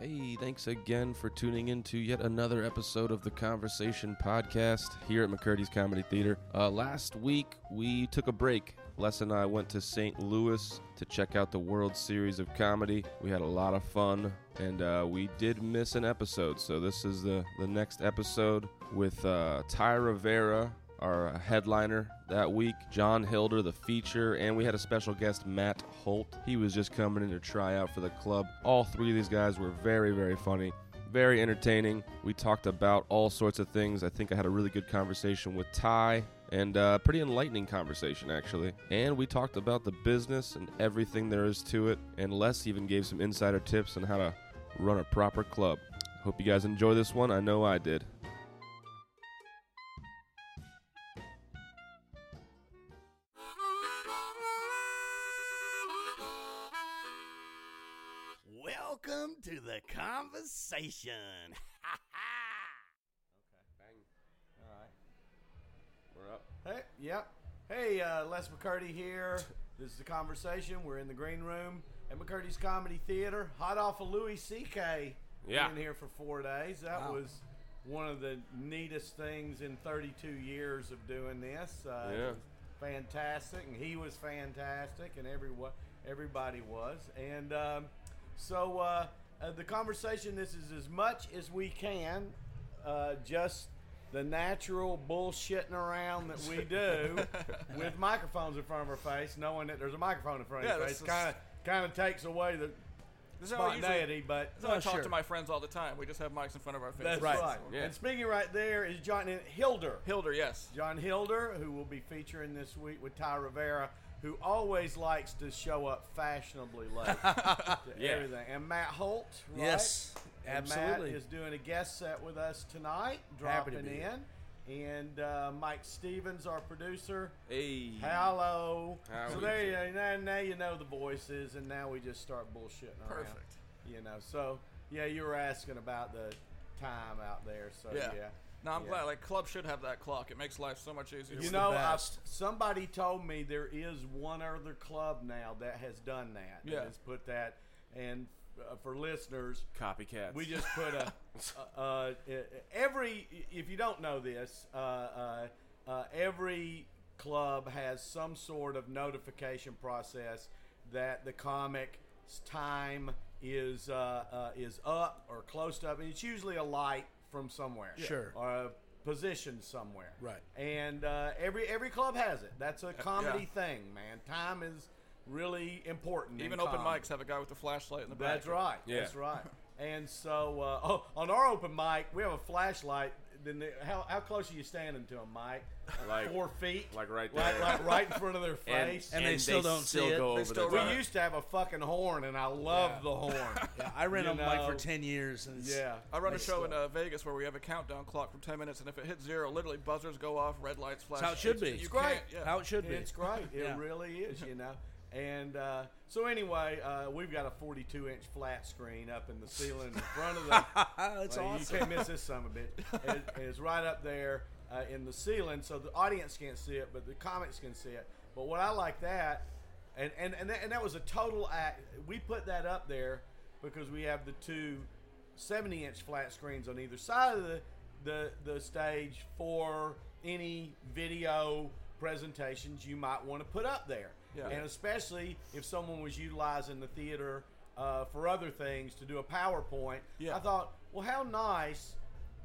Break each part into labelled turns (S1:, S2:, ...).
S1: Hey, thanks again for tuning in to yet another episode of the Conversation Podcast here at McCurdy's Comedy Theater. Uh, last week, we took a break. Les and I went to St. Louis to check out the World Series of Comedy. We had a lot of fun, and uh, we did miss an episode. So, this is the, the next episode with uh, Ty Rivera, our headliner that week, John Hilder, the feature, and we had a special guest, Matt Holt. He was just coming in to try out for the club. All three of these guys were very, very funny, very entertaining. We talked about all sorts of things. I think I had a really good conversation with Ty. And uh, pretty enlightening conversation, actually. And we talked about the business and everything there is to it. And Les even gave some insider tips on how to run a proper club. Hope you guys enjoy this one. I know I did.
S2: Welcome to the conversation.
S1: We're up.
S3: Hey, yep. Hey, uh, Les McCurdy here. This is the conversation. We're in the green room at McCurdy's Comedy Theater, hot off of Louis C.K.
S1: Yeah.
S3: been here for four days. That was one of the neatest things in 32 years of doing this. Uh, it
S1: Yeah.
S3: was fantastic, and he was fantastic, and everyone, everybody was. And um, so uh, uh, the conversation this is as much as we can, uh, just the natural bullshitting around that we do with microphones in front of our face, knowing that there's a microphone in front of
S4: Yeah,
S3: your
S4: that's
S3: face,
S4: the
S3: kind of kind of takes away the
S4: This is how I usually
S3: spontaneity. But
S4: this is how I
S3: Oh,
S4: talk
S3: sure.
S4: to my friends all the time. We just have mics in front of our faces.
S3: That's right.
S1: Yeah.
S3: And speaking right there is John Hilder.
S4: Hilder, yes.
S3: John Hilder, who will be featuring this week with Ty Rivera, who always likes to show up fashionably late. to Everything. And Matt Holt, right?
S5: Yes,
S3: And
S5: absolutely.
S3: Matt is doing a guest set with us tonight,
S5: Happy
S3: dropping
S5: to be
S3: in. And uh, Mike Stevens, our producer.
S1: Hey.
S3: Hello.
S1: How
S3: so
S1: we
S3: there you now, now you know the voices, and now we just start bullshitting around.
S4: Perfect.
S3: You know, so yeah, you were asking about the time out there, so yeah.
S4: Yeah. No, I'm
S3: Yeah.
S4: glad. Like clubs should have that clock. It makes life so much easier.
S3: You
S5: the
S3: know, I,
S5: best.
S3: somebody told me there is one other club now that has done that. that
S4: Yeah.
S3: has put that, and uh, for listeners,
S1: Copycats.
S3: we just put a, uh, uh, every. If you don't know this, uh, uh, uh, every club has some sort of notification process that the comic's time is uh, uh, is up or close to up, and it's usually a light from somewhere,
S5: Sure.
S3: or a position somewhere,
S5: Right.
S3: And uh, every every club has it. That's a comedy
S4: Uh, yeah.
S3: thing, man. Time is really important. in
S4: Even open
S3: comedy.
S4: mics have a guy with a flashlight in the back.
S3: That's right.
S1: Yeah.
S3: That's right. And so uh, oh, on our open mic, we have a flashlight. Then the, how, how close are you standing to them, Mike?
S1: Like-
S3: four feet.
S1: like right
S3: Like,
S1: there.
S3: like right in front of their face.
S5: And they still don't see it.
S4: They still
S3: we
S4: run it.
S3: used to have a fucking horn, and I love
S4: uh, Yeah.
S3: the horn.
S5: I ran
S3: You
S5: a mic
S3: know.
S5: for ten years, and it's-
S3: Yeah.
S4: I run a
S5: Nice
S4: show in
S5: stuff.
S4: uh, Vegas where we have a countdown clock from 10 minutes, and if it hits zero, literally buzzers go off, red lights flash.
S5: It's how it should be.
S4: You
S5: It's
S4: can't.
S3: great.
S4: Yeah.
S5: how it should be.
S3: It's great. It
S5: Yeah.
S3: really is, you know. And uh, so anyway, uh, we've got a 42 inch flat screen up in the ceiling in front of the
S5: That's
S3: Like,
S5: Ah, awesome.
S3: You can't miss this son of a bitch. And it- and it's right up there uh, in the ceiling, so the audience can't see it, but the comics can see it. But what I like that, and and and that, and that was a total act. We put that up there because we have the two 70 inch flat screens on either side of the the, the stage for any video presentations you might want to put up there.
S4: Yeah.
S3: And especially if someone was utilizing the theater uh, for other things to do a PowerPoint.
S4: Yeah.
S3: I thought, well, how nice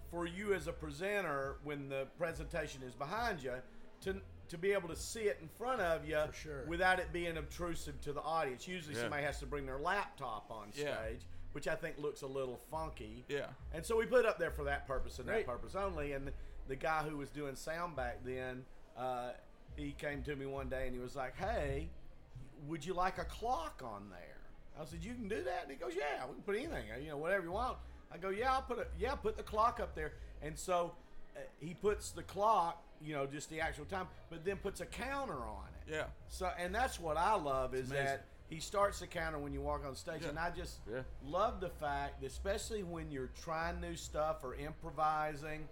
S3: for you as a presenter when the presentation is behind you to to be able to see it in front of you
S5: For sure.
S3: without it being obtrusive to the audience. Usually
S1: Yeah.
S3: somebody has to bring their laptop on stage,
S4: Yeah.
S3: which I think looks a little funky.
S4: Yeah.
S3: And so we put it up there for that purpose and
S5: Right.
S3: that purpose only. And the, the guy who was doing sound back then, uh, he came to me one day and he was like, "Hey, would you like a clock on there?" I said, "You can do that." And he goes, "Yeah, we can put anything, you know, whatever you want." I go, "Yeah, I'll put a yeah, put the clock up there." And so uh, he puts the clock, you know, just the actual time, but then puts a counter on it.
S4: Yeah.
S3: So, and that's what I love is
S5: amazing.
S3: that he starts the counter when you walk on stage,
S4: Yeah.
S3: and I just
S1: Yeah.
S3: love the fact, that especially when you're trying new stuff or improvising,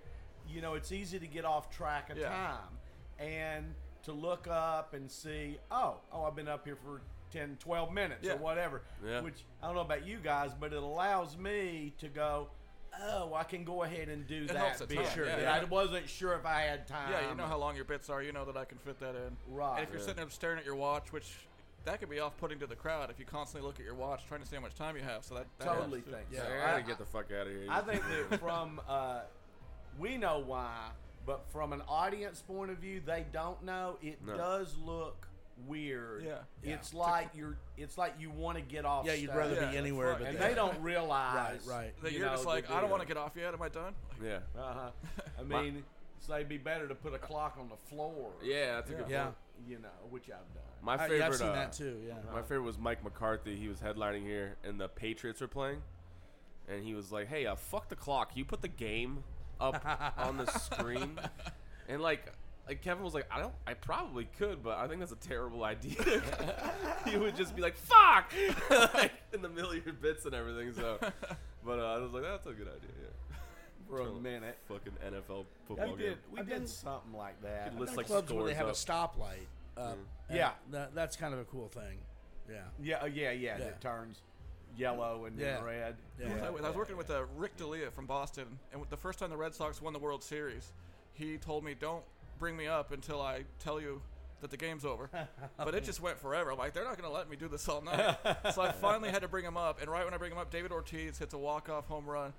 S3: you know, it's easy to get off track of
S4: Yeah.
S3: time, and to look up and see, oh, oh, I've been up here for 10, 12 minutes
S4: Yeah.
S3: or whatever.
S1: Yeah.
S3: Which I don't know about you guys, but it allows me to go. Oh, I can go ahead and do
S4: helps a
S3: that bit.
S4: ton, Sure, yeah,
S3: that
S4: yeah.
S3: I wasn't sure if I had time.
S4: Yeah, you know how long your bits are. You know that I can fit that in.
S3: Um, Right.
S4: And if you're sitting there staring at your watch, which that could be off-putting to the crowd if you constantly look at your watch trying to see how much time you have. So that, that helps
S3: totally
S4: too.
S3: think.
S5: Yeah.
S3: so.
S1: I gotta get the fuck out of here.
S3: I think that from uh, we know why, but from an audience point of view, they don't know. It
S1: No.
S3: does look weird.
S4: Yeah.
S5: Yeah.
S3: It's like you're. It's like you want to get off.
S5: Yeah, you'd
S3: stage.
S5: rather
S4: Yeah,
S5: be
S4: that's
S5: anywhere
S4: right.
S5: but
S3: And
S5: that.
S3: they don't realize.
S5: Right, right.
S4: That
S3: you
S4: you're
S3: know,
S4: just
S3: the
S4: like, I don't
S3: deal.
S4: want to get off yet. Am I done? Like,
S1: yeah.
S3: Uh-huh. I mean, so it'd be better to put a clock on the floor.
S1: Yeah, that's a good
S5: Yeah.
S1: point.
S3: You know, which I've done.
S1: My
S5: I,
S1: favorite.
S5: yeah, I've seen
S1: uh,
S5: that too. Yeah.
S1: My favorite was Mike McCarthy. He was headlining here, and the Patriots were playing. And he was like, "Hey, uh, fuck the clock. You put the game up on the screen." And like, like Kevin was like, "I don't. I probably could, but I think that's a terrible idea." he would just be like, "Fuck!" like, in the middle of your bits and everything. So, but uh, I was like, "That's a good idea." Yeah.
S3: For a
S1: Totally.
S3: minute.
S1: Fucking NFL football game.
S3: We did. We
S5: I've
S3: did
S5: been-
S3: something like that.
S1: Could list-
S5: Like
S1: like
S5: clubs where they
S1: scores
S5: have a
S1: up.
S5: stoplight. Up, and
S3: Yeah.
S5: That, that's kind of a cool thing. Yeah.
S3: Yeah. oh, Yeah. Yeah.
S5: Yeah.
S3: That turns yellow and
S5: Yeah.
S3: then red.
S5: Yeah.
S4: I was I was working with uh, Rick D'Elia from Boston, and the first time the Red Sox won the World Series, he told me, "Don't bring me up until I tell you that the game's over." but it just went forever. I'm like, they're not going to let me do this all night. so I finally had to bring him up, and right when I bring him up, David Ortiz hits a walk-off home run,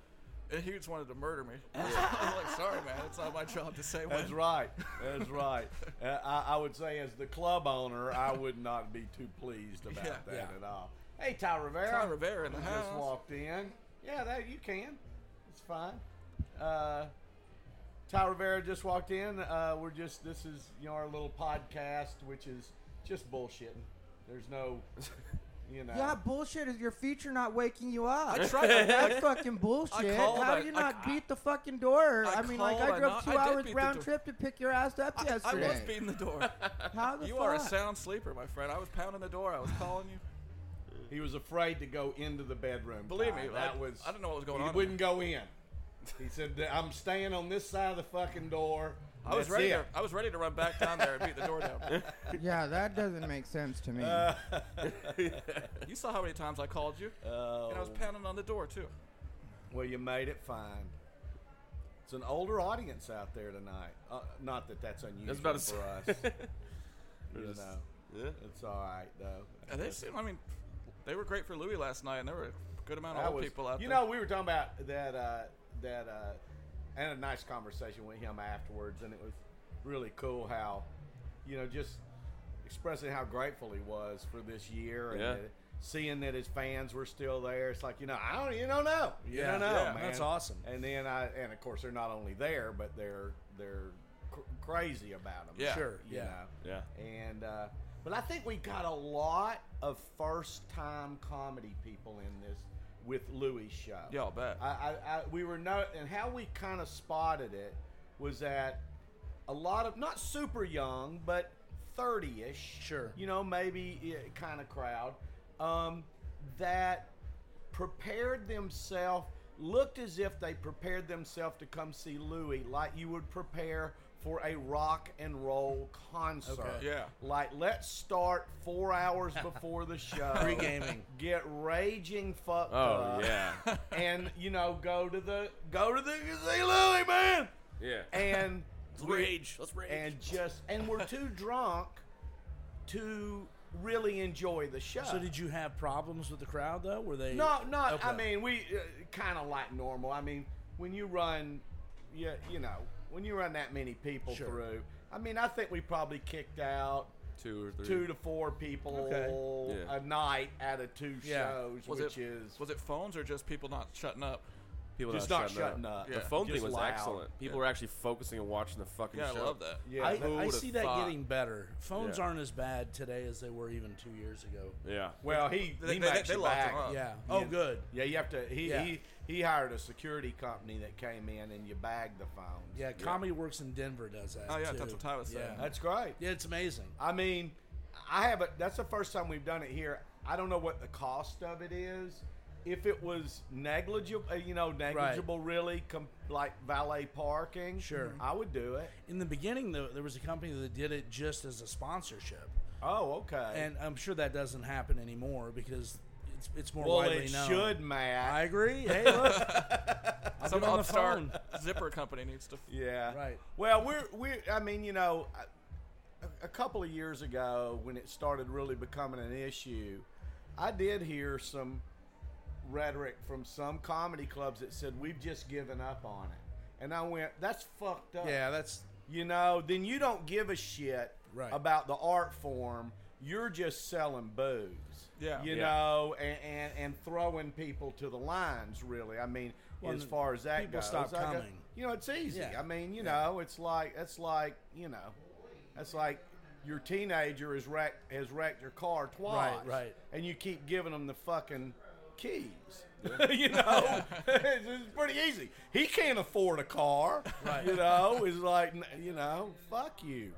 S4: and he just wanted to murder me. I was like, "Sorry, man, it's not my job to say
S3: That's
S4: when."
S3: right. That's right. Uh, I, I would say, as the club owner, I would not be too pleased about
S4: Yeah.
S3: that
S5: Yeah.
S3: at all. Hey, Ty Rivera.
S4: Ty Rivera in the
S3: who
S4: house.
S3: Just walked in. Yeah, that you can. It's fine. Uh, Ty Rivera just walked in. Uh, we're just this is you know our little podcast, which is just bullshitting. There's no, you know.
S6: Yeah, bullshit is your future not waking you up.
S4: I tried. I-
S6: That's fucking bullshit.
S4: called,
S6: How
S4: I-
S6: do you
S4: I-
S6: not beat the fucking door?
S4: I
S6: I, mean, like
S4: called,
S6: I
S4: I
S6: drove
S4: knocked-
S6: two
S4: I did
S6: hours
S4: beat the
S6: round
S4: door.
S6: trip to pick your ass up
S4: I, I
S6: yesterday.
S4: was beating the door.
S6: How the
S4: you
S6: fuck?
S4: are a sound sleeper, my friend. I was pounding the door. I was calling you.
S3: He was afraid to go into the bedroom.
S4: Believe
S3: Ty.
S4: me,
S3: that
S4: I-
S3: was
S4: I didn't know what was going
S3: he
S4: on
S3: wouldn't go in. He said, "I'm staying on this side of the fucking door."
S4: I was
S3: That's
S4: ready.
S3: it.
S4: To, I was ready to run back down there and beat the door down.
S6: yeah, that doesn't make sense to me.
S4: Uh. You saw how many times I called you,
S3: Oh,
S4: and I was pounding on the door too.
S3: well, you made it fine. It's an older audience out there tonight. Uh, not that that's unusual
S1: about to
S3: for us. you
S1: Just-
S3: know,
S1: Yeah.
S3: it's all right though.
S4: And they seem, I mean, they were great for Louis last night, and there were a good amount of
S3: That
S4: old
S3: was-
S4: people out
S3: you
S4: there.
S3: know, we were talking about that. Uh, that uh, I had a nice conversation with him afterwards, and it was really cool how, you know, just expressing how grateful he was for this year and
S1: Yeah.
S3: that- seeing that his fans were still there. It's like you know, I don't, you don't know, you
S5: Yeah.
S3: don't know,
S5: Yeah,
S3: man.
S5: that's awesome.
S3: And then I, and of course, they're not only there, but they're they're cr- crazy about him.
S4: Yeah.
S5: Sure,
S3: you
S5: yeah.
S3: know?
S1: Yeah.
S3: And uh, but I think we got a lot of first time comedy people in this with Louis show.
S4: Yeah, I'll bet.
S3: I, I, I we were no and how we kind of spotted it was that a lot of not super young but 30ish
S5: Sure.
S3: you know maybe kind of crowd um, that prepared themselves looked as if they prepared themselves to come see Louis like you would prepare for a rock and roll concert
S5: Okay.
S4: Yeah.
S3: like let's start 4 hours before the show
S5: Pre-gaming.
S3: get raging fucked
S1: Oh
S3: up
S1: yeah.
S3: and you know go to the go to the see Louis man
S1: Yeah.
S3: and
S5: Rage. Let's rage.
S3: and just and we're too drunk to really enjoy the show.
S5: so did you have problems with the crowd though? Were they
S3: No, not. I
S5: Okay.
S3: mean, we uh, kind of like normal. I mean, when you run, you, you know, when you run that many people
S5: Sure.
S3: through, I mean, I think we probably kicked out
S1: two or three.
S3: two to four people
S5: Okay.
S1: Yeah.
S3: a night out of two
S5: Yeah.
S3: shows,
S4: Was
S3: which
S4: it
S3: is
S4: was it phones or just people not shutting up?
S1: People
S3: just not shutting up.
S1: The phone
S3: Just
S1: thing was
S3: loud.
S1: excellent. People
S4: Yeah.
S1: were actually focusing and watching the fucking
S4: Yeah,
S1: show.
S4: I love that.
S3: Yeah,
S5: I,
S3: that-
S5: I
S1: would've
S5: see that
S1: thought?
S5: getting better. Phones
S1: Yeah.
S5: aren't as bad today as they were even two years ago.
S1: Yeah.
S3: well, he
S4: They-
S3: he
S4: they-
S3: makes
S4: they
S3: you
S4: locked
S3: back.
S4: him up.
S5: Yeah. Oh,
S3: Yeah.
S5: good.
S3: Yeah, you have to. He,
S5: Yeah.
S3: he he hired a security company that came in and you bagged the phones.
S5: Yeah, Comedy Works in Denver does that.
S4: Oh, yeah,
S5: too.
S4: that's what Ty was saying.
S5: Yeah.
S3: that's great.
S5: yeah, it's amazing.
S3: I mean, I haven't. That's the first time we've done it here. I don't know what the cost of it is. If it was negligible, uh, you know, negligible, really, com- like valet parking,
S5: Sure.
S3: I would do it.
S5: In the beginning, though, there was a company that did it just as a sponsorship.
S3: Oh, okay.
S5: and I'm sure that doesn't happen anymore because it's it's more
S3: well,
S5: widely
S3: it
S5: known.
S3: should, Matt.
S5: I agree. Hey, look, I've
S4: Some
S5: been on the
S4: upstart
S5: phone.
S4: zipper company needs to.
S3: Yeah.
S5: Right.
S3: Well, we're we. are I mean, you know, a, a couple of years ago when it started really becoming an issue, I did hear some rhetoric from some comedy clubs that said we've just given up on it, and I went, "That's fucked up."
S5: Yeah, that's
S3: You know, then you don't give a shit
S5: Right.
S3: about the art form. You're just selling booze.
S4: Yeah.
S3: You
S1: Yeah.
S3: know, and, and and throwing people to the lines. Really, I mean,
S5: Well,
S3: as
S5: and
S3: far as that
S5: people
S3: goes,
S5: stop
S3: I go-
S5: coming.
S3: you know, it's easy.
S5: Yeah.
S3: I mean, you know, it's like it's like you know, it's like your teenager has wrecked has wrecked your car twice,
S5: right.
S3: And you keep giving them the fucking keys. you know, it's, it's pretty easy. He can't afford a car.
S5: Right.
S3: You know, it's like n- you know, fuck you.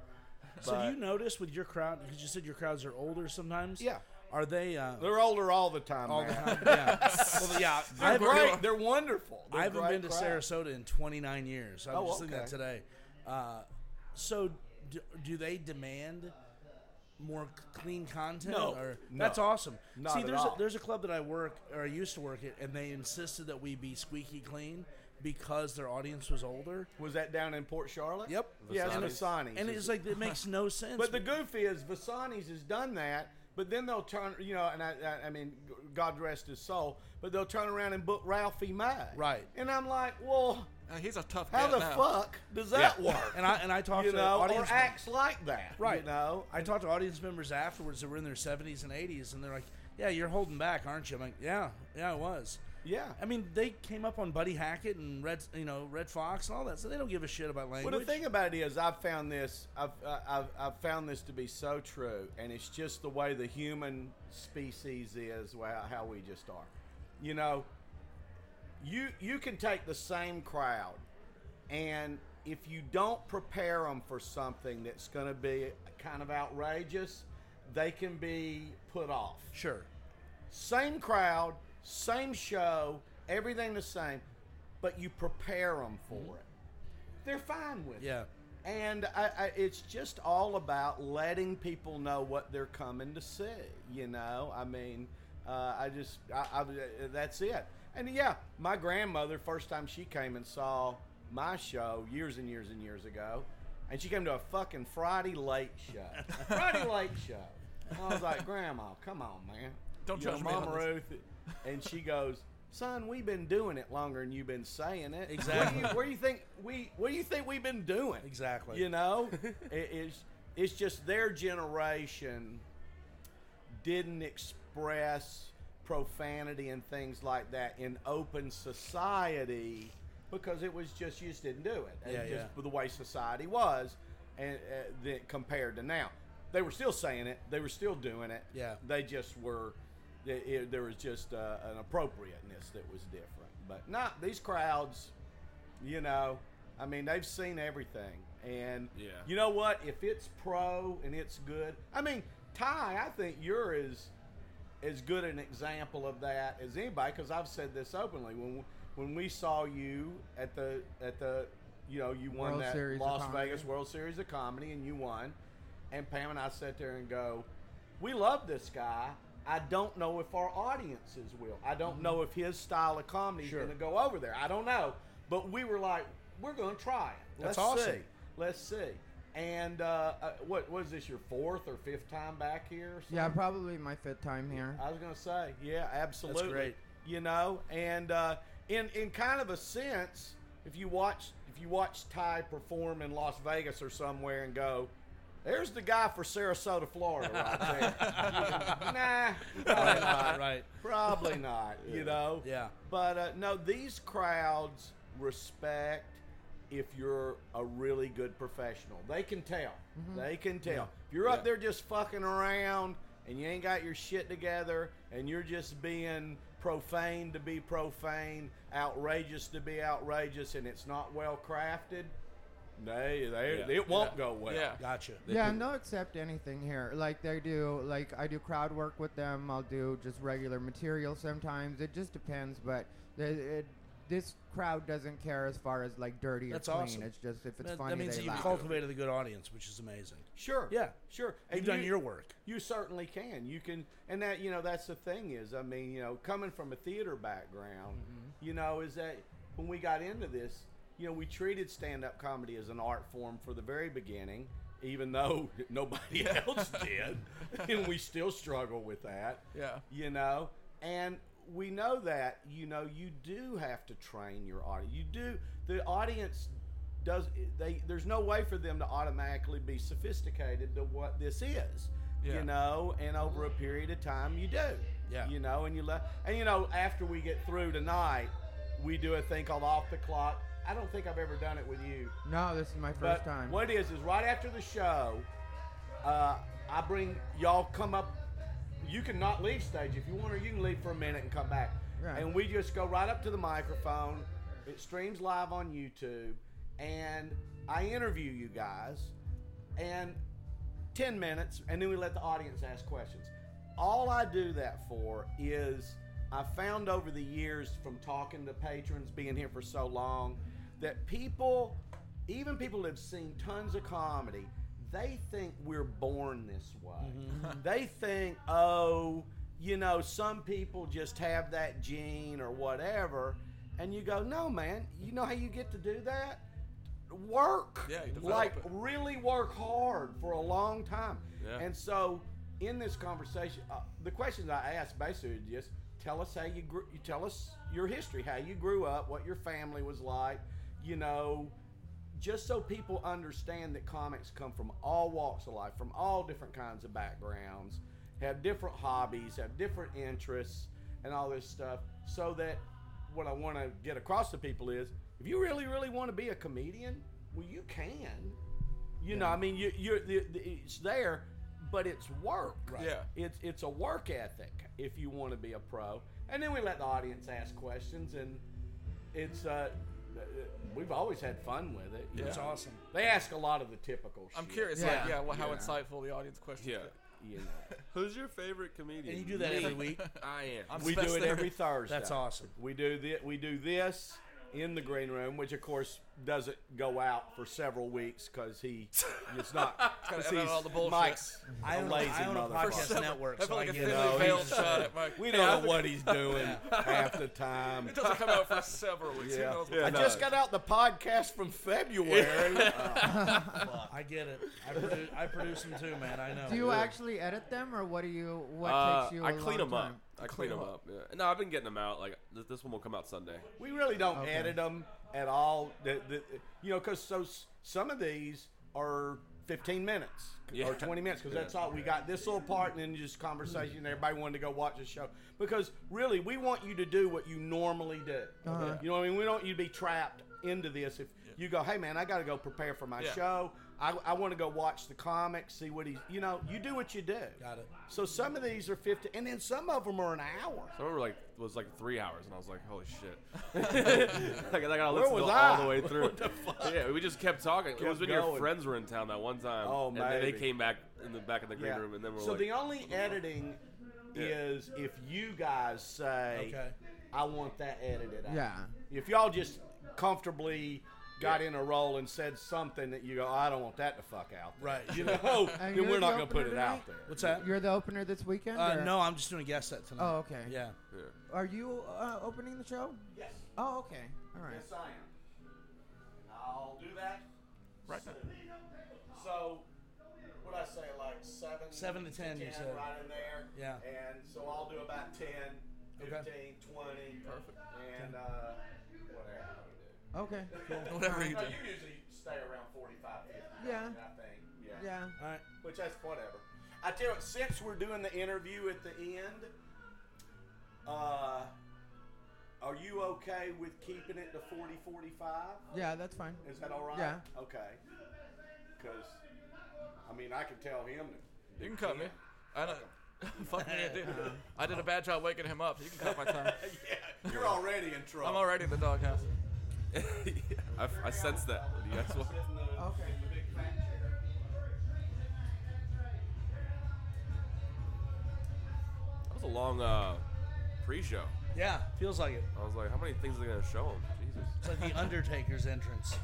S5: So
S3: But
S5: do you notice with your crowd? Because you said your crowds are older sometimes.
S3: Yeah.
S5: Are they? Uh,
S3: they're older all the time.
S5: all the
S3: man.
S5: time. Yeah.
S3: Well, yeah,
S5: I
S3: they're
S5: haven't-
S3: great. They're wonderful. They're
S5: I haven't
S3: great
S5: been to
S3: crowd.
S5: Sarasota in 29 years. I was
S3: Oh,
S5: just thinking that
S3: okay.
S5: today. Uh, so, do, do they demand more c- clean content?
S3: No,
S5: or,
S3: no.
S5: that's awesome.
S3: Not
S5: See,
S3: at
S5: there's
S3: all.
S5: a, there's a club that I work or I used to work at, and they insisted that we be squeaky clean because their audience was older.
S3: Was that down in Port Charlotte?
S5: Yep.
S3: Yeah, it's
S1: Vasani's.
S3: Vasani's.
S5: And
S3: It's
S5: it's like it makes no sense.
S3: But the goof is Vasani's has done that, but then they'll turn, you know, and I, I, I mean, g- God rest his soul, but they'll turn around and book Ralphie May.
S5: Right.
S3: And I'm like, well,
S4: Uh, he's a tough.
S3: how
S4: cat
S3: the
S4: now.
S3: fuck does that work?
S5: and I and I talked
S3: you
S5: to
S3: know, or
S5: audience members.
S3: acts like that.
S5: Right.
S3: You know,
S5: I talked to audience members afterwards that were in their 70s and 80s, and they're like, "Yeah, you're holding back, aren't you?" I'm like, "Yeah, yeah, I was."
S3: Yeah.
S5: I mean, they came up on Buddy Hackett and Red, you know, Red Fox and all that, so they don't give a shit about language.
S3: Well, the thing about it is, I've found this. I've, uh, I've I've found this to be so true, and it's just the way the human species is, wha- how we just are. You know, you you can take the same crowd, and if you don't prepare them for something that's going to be kind of outrageous, they can be put off
S5: sure,
S3: same crowd, same show, everything the same, but you prepare them for it. They're fine with
S5: Yeah.
S3: it. And I, I, it's just all about letting people know what they're coming to see. You know, I mean, uh, I just, I, I, that's it. And yeah, my grandmother, first time she came and saw my show years and years and years ago, and she came to a fucking Friday late show. Friday late show. And I was like, Grandma, come on, man.
S4: Don't
S3: You know,
S4: judge me on
S3: Mama
S4: this.
S3: Ruth. And she goes, Son, we've been doing it longer than you've been saying it. Where
S5: Exactly.
S3: do you, where do you think we? What do you think we've been doing?
S5: Exactly.
S3: You know, it, it's it's just their generation didn't express profanity and things like that in open society because it was just you just didn't do it. And
S5: Yeah,
S3: just
S5: yeah.
S3: The way society was, and uh, the, compared to now, they were still saying it. They were still doing it.
S5: Yeah.
S3: They just were. they- It, there was just uh, an appropriateness that was different. But not these crowds. You know, I mean, they've seen everything, and
S1: Yeah.
S3: you know what? If it's pro and it's good, I mean, Ty, I think you're as as good an example of that as anybody because I've said this openly when when we saw you at the at the you know you won
S6: World
S3: that
S6: Series of
S3: Las
S6: Comedy.
S3: Vegas World Series of Comedy and you won, and Pam and I sat there and go, we love this guy. I don't know if our audiences will. I
S6: Mm-hmm.
S3: don't know if his style of comedy
S5: Sure.
S3: is going to go over there. I don't know, but we were like, we're going to try it.
S5: That's
S3: Let's
S5: awesome.
S3: see. Let's see. And uh, uh, what was this your fourth or fifth time back here? Or something?
S6: Yeah, probably my fifth time here.
S3: I was gonna say, yeah, absolutely.
S5: great.
S3: You know, and uh, in in kind of a sense, if you watch if you watch Ty perform in Las Vegas or somewhere and go, there's the guy for Sarasota, Florida, right there. nah, probably not.
S5: right.
S3: Probably not. You know.
S5: Yeah.
S3: But uh, no, these crowds respect if you're a really good professional. They can tell.
S5: Mm-hmm.
S3: They can tell. If you're up there just fucking around and you ain't got your shit together and you're just being profane to be profane, outrageous to be outrageous, and it's not well crafted, they, they,
S1: Yeah.
S3: it won't go well.
S4: Yeah.
S5: Gotcha.
S6: yeah, and they'll accept anything here. Like they do, like I do crowd work with them. I'll do just regular material sometimes. It just depends, but they, it, this crowd doesn't care as far as like dirty
S5: That's
S6: or clean.
S5: awesome.
S6: It's just if it's
S5: that,
S6: funny,
S5: that means
S6: they
S5: that you've
S6: laugh.
S5: cultivated a good audience, which is amazing.
S3: Sure.
S5: Yeah.
S3: Sure.
S5: You've done your work.
S3: You certainly can. You can, and that you know that's the thing is, I mean, you know, coming from a theater background, you know, is that when we got into this, you know, we treated stand-up comedy as an art form for the very beginning, even though nobody else did, and we still struggle with that.
S4: Yeah.
S3: You know, and we know that you know you do have to train your audience. You do the audience does they there's no way for them to automatically be sophisticated to what this is
S4: Yeah.
S3: you know and over a period of time you do
S5: Yeah.
S3: you know and you let and you know after we get through tonight we do a thing called off the clock i don't think i've ever done it with you
S6: No, this is my first
S3: but
S6: time.
S3: what it is is right after the show uh, i bring y'all come up you can not leave stage if you want or you can leave for a minute and come back
S6: Right.
S3: and we just go right up to the microphone it streams live on youtube and i interview you guys and 10 minutes and then we let the audience ask questions all i do that for is i found over the years from talking to patrons being here for so long that people even people that have seen tons of comedy they think we're born this way
S4: Mm-hmm.
S3: they think oh you know some people just have that gene or whatever and you go no man you know how you get to do that work
S4: Yeah, you develop
S3: like
S4: it.
S3: really work hard for a long time.
S1: Yeah.
S3: And so, in this conversation, uh, the questions I asked basically are just tell us how you grew, you tell us your history, how you grew up, what your family was like, you know, just so people understand that comics come from all walks of life, from all different kinds of backgrounds, have different hobbies, have different interests, and all this stuff, so that what I want to get across to people is if you really, really want to be a comedian, well, you can. You know, I mean, you, you're the, the, it's there, but it's work.
S5: Right.
S4: Yeah.
S3: It's it's a work ethic if you want to be a pro. And then we let the audience ask questions, and it's uh, we've always had fun with it. you
S4: Yeah.
S5: That's
S3: know.
S5: awesome.
S3: They ask a lot of the typical.
S4: I'm
S3: shit,
S4: curious,
S6: Yeah.
S4: like, yeah, well, how
S3: Yeah.
S4: insightful the audience question.
S1: Yeah.
S3: You know,
S1: Who's your favorite comedian?
S5: And you do that every
S1: Me.
S5: week?
S1: I am.
S4: I'm
S3: we do it
S4: specimen.
S3: every Thursday.
S5: That's awesome.
S3: We do the, we do this in the green room, which of course doesn't go out for several weeks because he it's not.
S4: Gotta
S3: 'cause
S4: edit
S3: he's-
S4: all the bullshit.
S3: Mike's
S5: I
S3: a
S5: own,
S3: lazy
S5: I own a
S3: motherfucker.
S5: podcast network,
S4: I
S5: so
S4: felt like
S5: I
S4: a
S5: get
S4: thinly
S3: know,
S4: veiled
S3: he's-
S4: shot at Mike.
S3: We
S4: Hey,
S3: don't
S4: I
S3: know
S4: think
S3: what he's doing half the time.
S4: It doesn't come out for several weeks. Who
S3: Yeah.
S4: knows
S1: Yeah.
S3: I
S4: what
S1: no.
S3: just got out the podcast from February.
S5: I get it. I produce, I produce them too, man. I know.
S6: do you actually edit them, or what do you? What
S1: Uh,
S6: takes you?
S1: I
S6: a
S1: clean
S6: long
S1: them
S6: time?
S1: up. I clean them up. yeah. No, I've been getting them out. Like th- this one will come out Sunday.
S3: we really don't
S6: Okay.
S3: edit them at all. The, the, you know, because so s- some of these are 15 minutes
S1: Yeah.
S3: or 20 minutes because
S1: Yeah.
S3: that's all we got. This little part and then just conversation. Everybody wanted to go watch a show because really we want you to do what you normally do.
S6: Uh-huh.
S3: You know what I mean? We don't want you to be trapped into this. If you go, hey man, I got to go prepare for my
S4: Yeah.
S3: show. I, I want to go watch the comics, see what he's. You know, you do what you do.
S5: Got it.
S3: So some of these are 50, and then some of them are an hour.
S1: I remember like it was like three hours, and I was like, "Holy shit!" like, I gotta listen to
S3: was
S1: it
S3: I?
S1: all the way through. Yeah, we just kept talking. it was when your
S3: going.
S1: friends were in town that one time.
S3: Oh,
S1: and then they
S3: maybe.
S1: came back in the back of the green room, and then we're
S3: so
S1: like,
S3: the only editing
S1: Yeah.
S3: is if you guys say,
S5: Okay.
S3: "I want that edited out."
S6: Yeah.
S3: If y'all just comfortably got in a roll and said something that you go, "I don't want that to fuck out," there,"
S5: Right.
S3: You know,
S6: And
S3: then
S6: you're
S3: we're
S6: the
S3: not gonna
S6: opener
S3: put it out
S6: tonight?
S3: there.
S5: What's that?
S6: You're the opener this weekend?
S5: Uh,
S6: or-
S5: no, I'm just doing a guest set tonight.
S6: Oh, okay.
S5: Yeah.
S1: yeah.
S6: Are you uh, opening the show?
S3: Yes,
S6: Oh, okay. All right.
S3: yes, I am. And I'll do that.
S4: Right now.
S3: So, what I say, like seven,
S5: Seven to 10, you said.
S3: right in there.
S5: Yeah.
S3: And so I'll do about 10, 15,
S5: Okay.
S3: 20.
S4: Perfect.
S3: And uh, whatever. you
S6: Okay.
S4: Cool. Whatever
S3: do.
S4: you
S3: No,
S4: do.
S3: you usually stay around 45, 50,
S6: Yeah.
S3: I think. Yeah.
S6: Yeah.
S5: All right.
S3: Which that's whatever. I tell you, what, since we're doing the interview at the end, uh, are you okay with keeping it to 40, 45?
S6: Yeah, that's fine.
S3: Is that all right?
S6: Yeah.
S3: Okay. Because, I mean, I could tell him.
S4: You can cut me. I don't. Fuck me, dude. I did a bad job waking him up. You can cut my time.
S3: That, yeah, you're already in trouble.
S4: I'm already in the doghouse.
S1: I, f- I sense that. You guys want-
S3: Sit in the-
S6: Okay.
S3: in the big fat chair.
S1: That was a long uh, pre-show.
S5: Yeah, feels like it.
S1: I was like, how many things are they gonna show him? Jesus.
S5: It's like the Undertaker's entrance.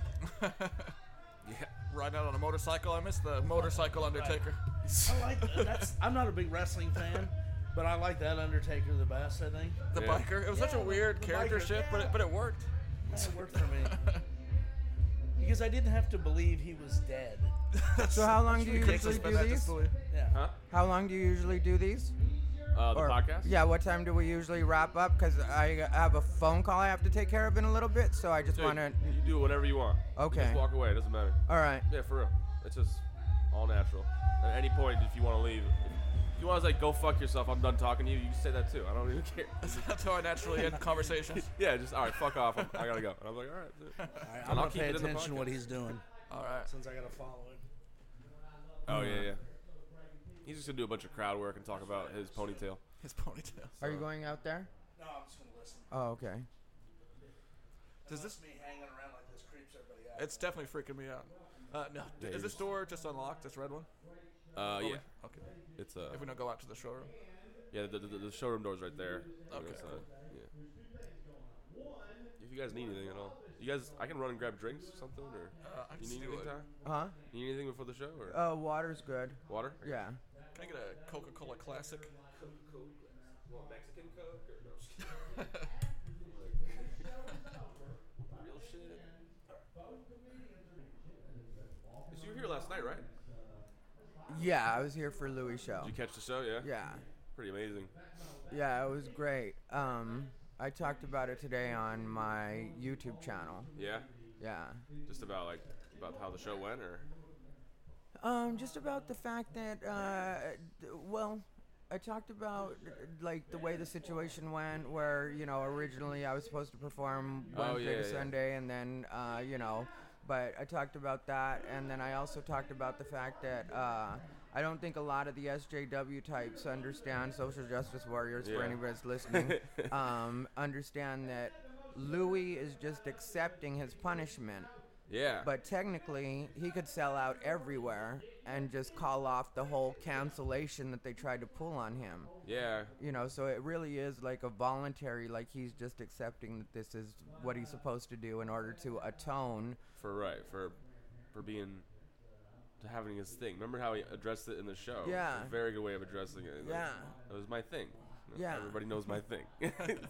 S1: Yeah.
S4: Riding out on a motorcycle. I miss the motorcycle Undertaker.
S5: I like that's. I'm not a big wrestling fan, but I like that Undertaker the best. I think
S4: The
S1: Yeah.
S4: biker. It was such a
S5: Yeah, the-
S4: weird
S5: the
S4: character
S5: biker,
S4: shift, but it,
S5: yeah.
S4: but it worked.
S5: that worked for me because I didn't have to believe he was dead.
S4: That's-
S6: So how long
S4: that's
S6: do you
S4: ridiculous,
S6: usually
S4: but
S6: do
S4: that
S6: these?
S4: disbelief-
S5: Yeah.
S1: Huh?
S6: How long do you usually do these?
S1: Uh, the podcast?
S6: Yeah, what time do we usually wrap up? Because I have a phone call I have to take care of in a little bit, so I just
S1: Dude,
S6: want to.
S1: You do whatever you want. You
S6: Okay.
S1: just walk away. It doesn't matter.
S6: All right.
S1: Yeah, for real. It's just all natural. At any point, if you want to leave, if you want to like go fuck yourself. I'm done talking to you. You can say that too. I don't even care.
S4: That's how I naturally end conversations.
S1: yeah, just all right. Fuck off. I'm, I gotta go. And I'm like, all right. dude.
S5: All right,
S1: I'll
S5: I'm gonna
S1: keep
S5: pay
S1: it in the
S5: attention to what
S1: podcast.
S5: he's doing
S4: All right.
S5: since I gotta follow him.
S1: Oh yeah, yeah. He's just gonna do a bunch of crowd work and talk about his ponytail.
S4: His ponytail.
S6: Are you going out there?
S5: No, I'm just gonna listen.
S6: Oh, okay.
S4: Does this?
S5: me hanging around like this creeps everybody out.
S4: It's definitely freaking me out. Uh, no.
S1: Yeah, you're
S4: is this
S1: just-
S4: door just unlocked? This red one?
S1: Uh, yeah.
S4: Okay.
S1: It's uh,
S4: If we don't go out to the showroom.
S1: yeah. The, the, the showroom door's right there. on the
S4: Okay,
S1: inside.
S4: cool.
S1: Yeah. If you guys need anything at all, you guys, I can run and grab drinks or something, or
S4: Uh, I
S1: you
S4: just
S1: need
S4: need
S1: anything?
S4: a-
S1: Ty?
S6: Huh?
S1: You need anything before the show or
S6: Uh, water's good.
S1: water?
S6: Yeah.
S4: Can I get a Coca-Cola Classic?
S1: Mexican Coke or no? Real shit. you were here last night, right? Did
S6: Yeah, I was here for Louis show.
S1: you catch the show? Yeah.
S6: Yeah.
S1: Pretty amazing.
S6: Yeah, it was great. Um, I talked about it today on my YouTube channel.
S1: Yeah.
S6: Yeah.
S1: Just about like about how the show went, or
S6: Um, just about the fact that, uh, d- well, I talked about uh, like the way the situation went, where you know originally I was supposed to perform
S1: Oh,
S6: Wednesday
S1: yeah,
S6: to
S1: yeah.
S6: Sunday, and then uh, you know, but I talked about that, and then I also talked about the fact that uh, I don't think a lot of the SJW types understand social justice warriors. For
S1: Yeah.
S6: anybody that's listening, um, understand that Louis is just accepting his punishment.
S1: yeah.
S6: But technically, he could sell out everywhere and just call off the whole cancellation that they tried to pull on him.
S1: yeah.
S6: You know, so it really is like a voluntary, like he's just accepting that this is what he's supposed to do in order to atone.
S1: For right for for being to having his thing. Remember how he addressed it in the show?
S6: Yeah.
S1: A very good way of addressing it. Like,
S6: Yeah.
S1: That was my thing. You know,
S6: Yeah.
S1: Everybody knows my thing.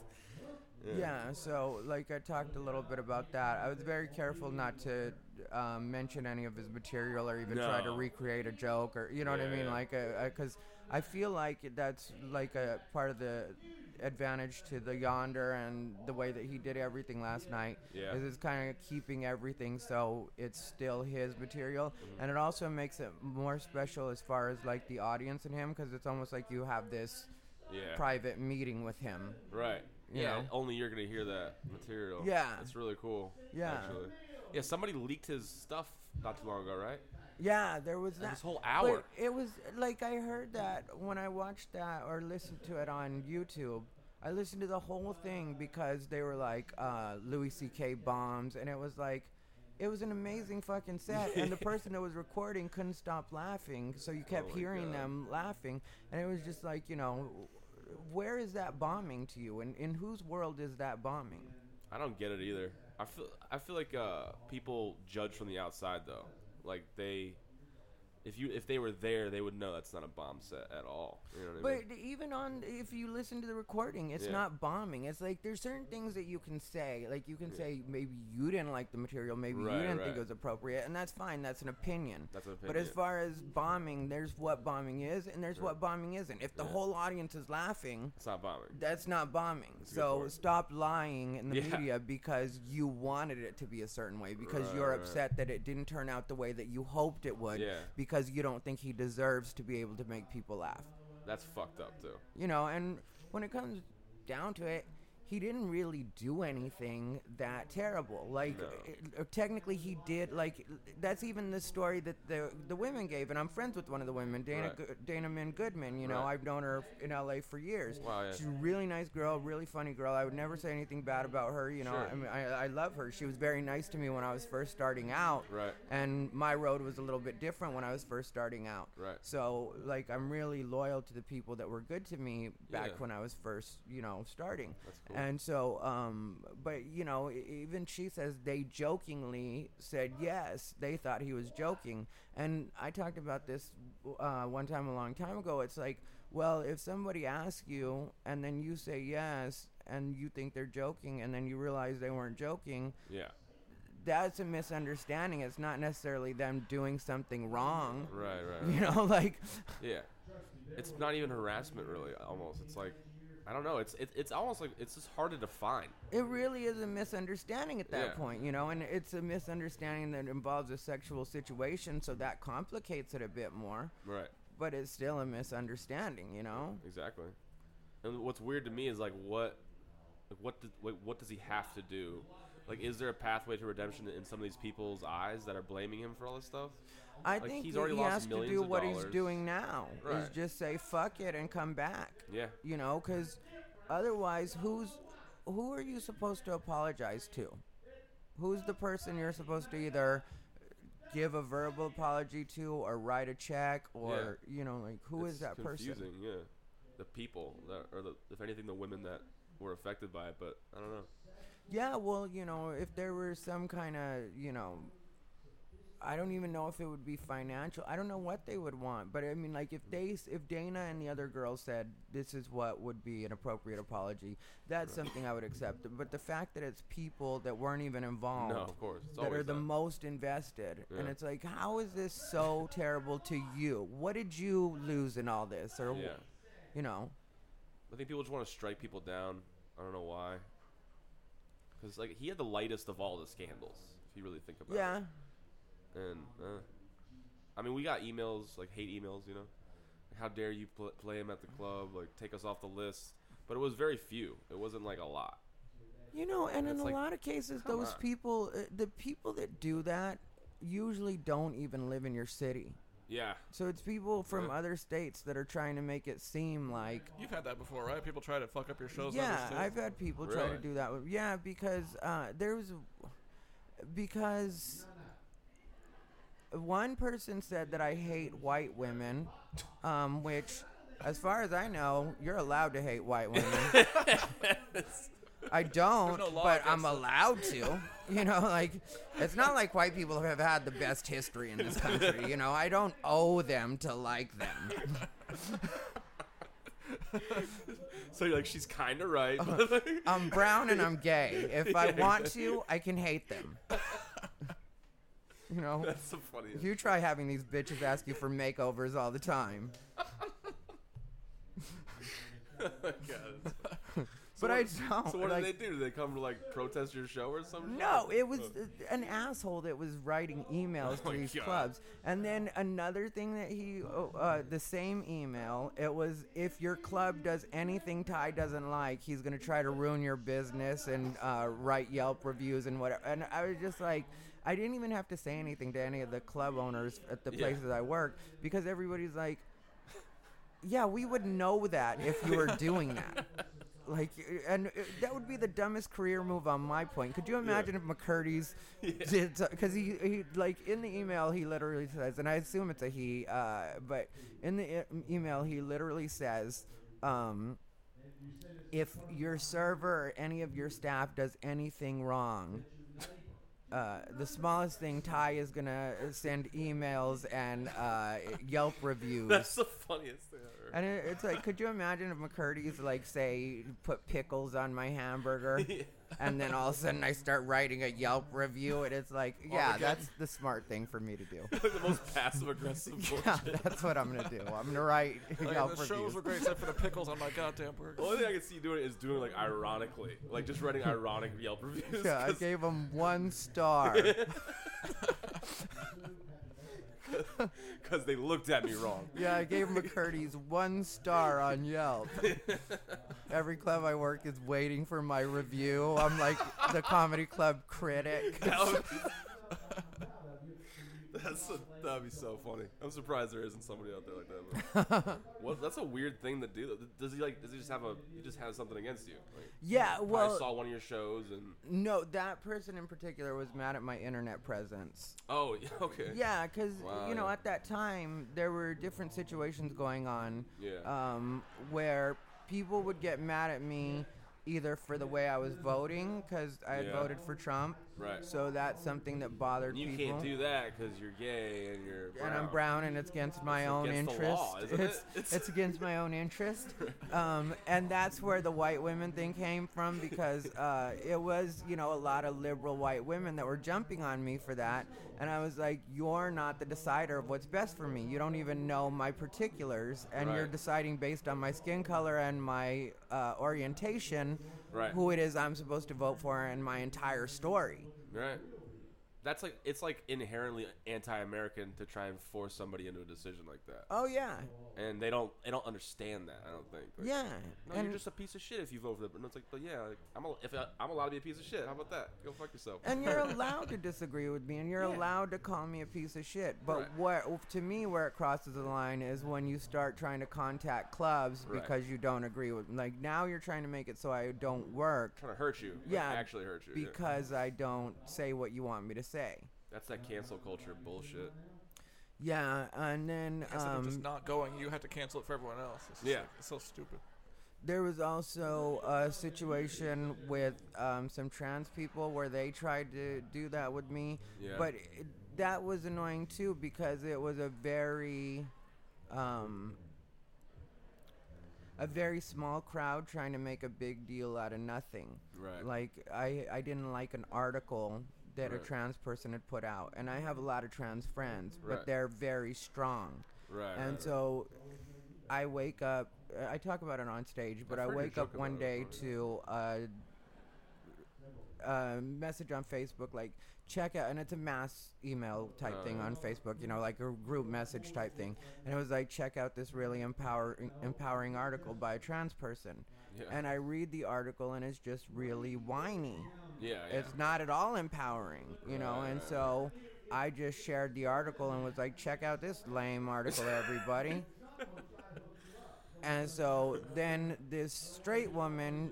S6: Yeah. so like I talked a little bit about that. I was very careful not to um, mention any of his material or even try to
S1: No.
S6: recreate a joke or you know what I
S1: Yeah,
S6: mean,
S1: yeah.
S6: like because I feel like that's like a part of the advantage to the yonder and the way that he did everything last night
S1: Yeah.
S6: is it's kind of keeping everything so it's still his material
S1: Mm-hmm.
S6: and it also makes it more special as far as like the audience and him because it's almost like you have this
S1: yeah.
S6: private meeting with him
S1: Right.
S6: You
S1: yeah.
S6: know?
S1: Only you're gonna hear that material.
S6: Yeah.
S1: It's really cool.
S6: Yeah.
S1: Actually. Yeah. Somebody leaked his stuff not too long ago, right?
S6: Yeah, there was that
S1: this whole hour.
S6: But it was like I heard that when I watched that or listened to it on YouTube. I listened to the whole thing because they were like uh, Louis C.K. bombs, and it was like. It was an amazing fucking set, and the person that was recording couldn't stop laughing, so you kept
S1: Oh my
S6: hearing
S1: God.
S6: them laughing, and it was just like, you know, where is that bombing to you, and in whose world is that bombing?
S1: I don't get it either. I feel I feel like uh, people judge from the outside though. Like they, if you if they were there, they would know that's not a bomb set at all. You know what I
S6: But
S1: mean?
S6: even on, if you listen to the recording, it's
S1: Yeah.
S6: not bombing. It's like there's certain things that you can say. Like you can say maybe you didn't like the material, maybe
S1: Right,
S6: you didn't think
S1: right.
S6: it was appropriate, and that's fine. That's an opinion.
S1: That's an
S6: But as
S1: opinion.
S6: far as bombing, there's what bombing is, and there's what bombing isn't. If the whole audience is laughing,
S1: It's not bombing.
S6: that's not bombing.
S1: a good
S6: So
S1: point.
S6: stop lying in the
S1: Yeah.
S6: media because you wanted it to be a certain way because
S1: Right,
S6: you're
S1: right.
S6: upset that it didn't turn out the way that you hoped it would
S1: Yeah.
S6: because you don't think he deserves to be able to make people laugh
S1: That's fucked up too.
S6: you know and when it comes down to it he didn't really do anything that terrible like
S1: No.
S6: it- uh, technically he did like that's even the story that the the women gave and i'm friends with one of the women dana
S1: Right.
S6: Go- dana min goodman you know
S1: Right.
S6: i've known her in la for years
S1: Wow, yeah.
S6: she's a really nice girl really funny girl i would never say anything bad about her you know
S1: Sure.
S6: I, mean, I, I love her she was very nice to me when i was first starting out
S1: Right.
S6: and my road was a little bit different when I was first starting out.
S1: Right.
S6: So like I'm really loyal to the people that were good to me back
S1: Yeah.
S6: when I was first, you know, starting.
S1: That's cool.
S6: And so, um, but you know, e- even she says they jokingly said yes. They thought he was joking. And I talked about this uh, one time a long time ago. It's like, well, if somebody asks you and then you say yes and you think they're joking and then you realize they weren't joking,
S1: Yeah.
S6: that's a misunderstanding. It's not necessarily them doing something wrong.
S1: Right, Mm, right,
S6: You
S1: right.
S6: know, like,
S1: Yeah. It's not even harassment, really, almost. It's like, I don't know. It's it, it's almost like it's just hard to define.
S6: it really is a misunderstanding at that
S1: Yeah.
S6: point, you know, and it's a misunderstanding that involves a sexual situation, so that complicates it a bit more,
S1: Right.
S6: but it's still a misunderstanding, you know?
S1: Exactly. And what's weird to me is like what, like what, do, like what does he have to do? Like, is there a pathway to redemption in some of these people's eyes that are blaming him for all this stuff?
S6: I
S1: Like,
S6: think
S1: he's
S6: he-
S1: already
S6: he
S1: lost
S6: has to
S1: millions
S6: do
S1: of
S6: what he's
S1: dollars.
S6: doing now is
S1: Right.
S6: just say fuck it and come back.
S1: Yeah.
S6: You know, because otherwise, who's who are you supposed to apologize to? Who's the person you're supposed to either give a verbal apology to, or write a check, or you know, like who is
S1: It's
S6: that person?
S1: confusing, Yeah. The people that, or the, if anything, the women that were affected by it. But I don't know.
S6: Yeah, well, you know, if there were some kind of, you know, I don't even know if it would be financial. I don't know what they would want, but I mean, like if they, s- if Dana and the other girl said this is what would be an appropriate apology, that's something I would accept. But the fact that it's people that weren't even involved,
S1: No, of course. It's
S6: that are
S1: always
S6: the
S1: that.
S6: most invested, and
S1: Yeah.
S6: it's like, how is this so terrible to you? What did you lose in all this, or, wh-
S1: Yeah.
S6: you know?
S1: I think people just want to strike people down. I don't know why. Because like he had the lightest of all the scandals, if you really think about
S6: Yeah,
S1: it. Yeah. And uh, I mean, we got emails like hate emails, you know. Like, How dare you pl- play him at the club? Like take us off the list. But it was very few. It wasn't like a lot.
S6: You know, and in
S1: It's
S6: a
S1: like,
S6: lot of cases,
S1: come
S6: those
S1: on.
S6: people, uh, the people that do that, usually don't even live in your city.
S1: Yeah.
S6: So it's people from
S1: Yeah.
S6: other states that are trying to make it seem like.
S4: You've had that before, right? People try to fuck up your shows. and
S6: Yeah,
S4: other shit.
S6: I've had people try to
S1: Really?
S6: do that. with- Yeah, because uh, there was, because one person said that I hate white women, um, which, as far as I know, you're allowed to hate white women. I don't,
S4: There's no law
S6: but
S4: against
S6: I'm
S4: that.
S6: allowed to. You know, like it's not like white people have had the best history in this country. You know, I don't owe them to like them.
S1: So you're like, she's kind of right.
S6: I'm brown and I'm gay. If I want to, I can hate them. You know,
S1: That's the funniest.
S6: you try having these bitches ask you for makeovers all the time. But I don't.
S1: So what
S6: like,
S1: do they do? Do they come to like protest your show or something?
S6: No, it was uh, an asshole that was writing emails
S1: Oh
S6: to
S1: my
S6: these
S1: God.
S6: clubs. And then another thing that he, oh, uh, the same email, it was if your club does anything Ty doesn't like, he's going to try to ruin your business and uh, write Yelp reviews and whatever. And I was just like, I didn't even have to say anything to any of the club owners at the
S1: Yeah.
S6: places I work because everybody's like, yeah, we would know that if you were doing that. Like, and it, that would be the dumbest career move on my point. Could you imagine if McCurdy's did? Because he, he, like, in the email, he literally says, and I assume it's a he, uh, but in the e- email, he literally says, um, if your server or any of your staff does anything wrong, uh, the smallest thing, Ty is gonna send emails and uh, Yelp reviews.
S1: That's the funniest thing ever.
S6: And it, it's like, could you imagine if McCurdy's like, say, put pickles on my hamburger, and then all of a sudden I start writing a Yelp review, and it's like, yeah, that's the smart thing for me to do.
S1: the most passive aggressive bullshit.
S6: yeah, that's what I'm gonna do. I'm gonna write
S4: Like,
S6: Yelp
S4: the
S6: reviews.
S4: shows were great except for the pickles on my goddamn burger.
S1: The only thing I can see you doing it is doing like ironically, like just writing ironic Yelp reviews.
S6: yeah, I
S1: 'cause-
S6: gave him one star.
S1: Because they looked at me wrong.
S6: yeah, I gave McCurdy's one star on Yelp. Every club I work is waiting for my review. I'm like the comedy club critic.
S1: That's a, that'd be so funny. I'm surprised there isn't somebody out there like that. but- what? That's a weird thing to do. though. Does he like? Does he just have a? He just has something against you. Like,
S6: Yeah, well,
S1: I saw one of your shows and
S6: No, that person in particular was mad at my internet presence.
S1: oh yeah, okay
S6: Yeah, because
S1: Wow,
S6: you know
S1: yeah.
S6: at that time there were different situations going on.
S1: Yeah.
S6: Um, where people would get mad at me either for the way I was voting because I had
S1: Yeah.
S6: voted for Trump.
S1: Right.
S6: So that's something that bothered
S1: You
S6: people.
S1: can't do that because you're gay and you're. Brown.
S6: and I'm brown, and it's against my own
S1: against the
S6: interest.
S1: law, isn't
S6: it's,
S1: it?
S6: it's against my own interest, um, and that's where the white women thing came from because uh, it was you know a lot of liberal white women that were jumping on me for that, and I was like, you're not the decider of what's best for me. You don't even know my particulars, and you're
S1: Right.
S6: deciding based on my skin color and my uh, orientation
S1: Right.
S6: who it is I'm supposed to vote for and my entire story.
S1: Right. That's like it's like inherently anti-American to try and force somebody into a decision like that,
S6: Oh yeah,
S1: and they don't they don't understand that. I don't think. Like,
S6: yeah.
S1: No,
S6: and
S1: you're just a piece of shit if you vote for them. And it's like, but yeah, like, I'm a, if I, I'm allowed to be a piece of shit. How about that? Go fuck yourself.
S6: and you're allowed to disagree with me and you're allowed to call me a piece of shit but what to me where it crosses the line is when you start trying to contact clubs
S1: Right.
S6: because you don't agree with like now you're trying to make it so i don't work
S1: trying to hurt you. like,
S6: yeah
S1: actually hurt you. yeah.
S6: because i don't say what you want me to say
S1: That's that cancel culture bullship.
S6: yeah and then
S4: Instead of just
S6: um,
S4: not going, you have to cancel it for everyone else. It's just
S1: Yeah.
S4: like- it's so stupid.
S6: there was also a situation with um, some trans people where they tried to do that with me
S1: Yeah.
S6: but it, that was annoying too because it was a very um, a very small crowd trying to make a big deal out of nothing
S1: Right.
S6: like i i didn't like an article that a
S1: Right.
S6: trans person had put out and i have a lot of trans friends
S1: Right.
S6: but they're very strong
S1: Right.
S6: and
S1: right,
S6: so I wake up. uh, I talk about it on stage, but I
S1: heard you
S6: wake up
S1: talk
S6: one
S1: about it
S6: day to a, a message on Facebook, like check out, and it's a mass email type thing
S1: Uh.
S6: on Facebook, you know, like a group message type thing. And it was like, check out this really empowering, empowering article by a trans person.
S1: Yeah.
S6: And I read the article, and it's just really whiny.
S1: right. yeah, yeah.
S6: It's not at all empowering, you know. And so I just shared the article and was like, check out this lame article, everybody. and so then this straight woman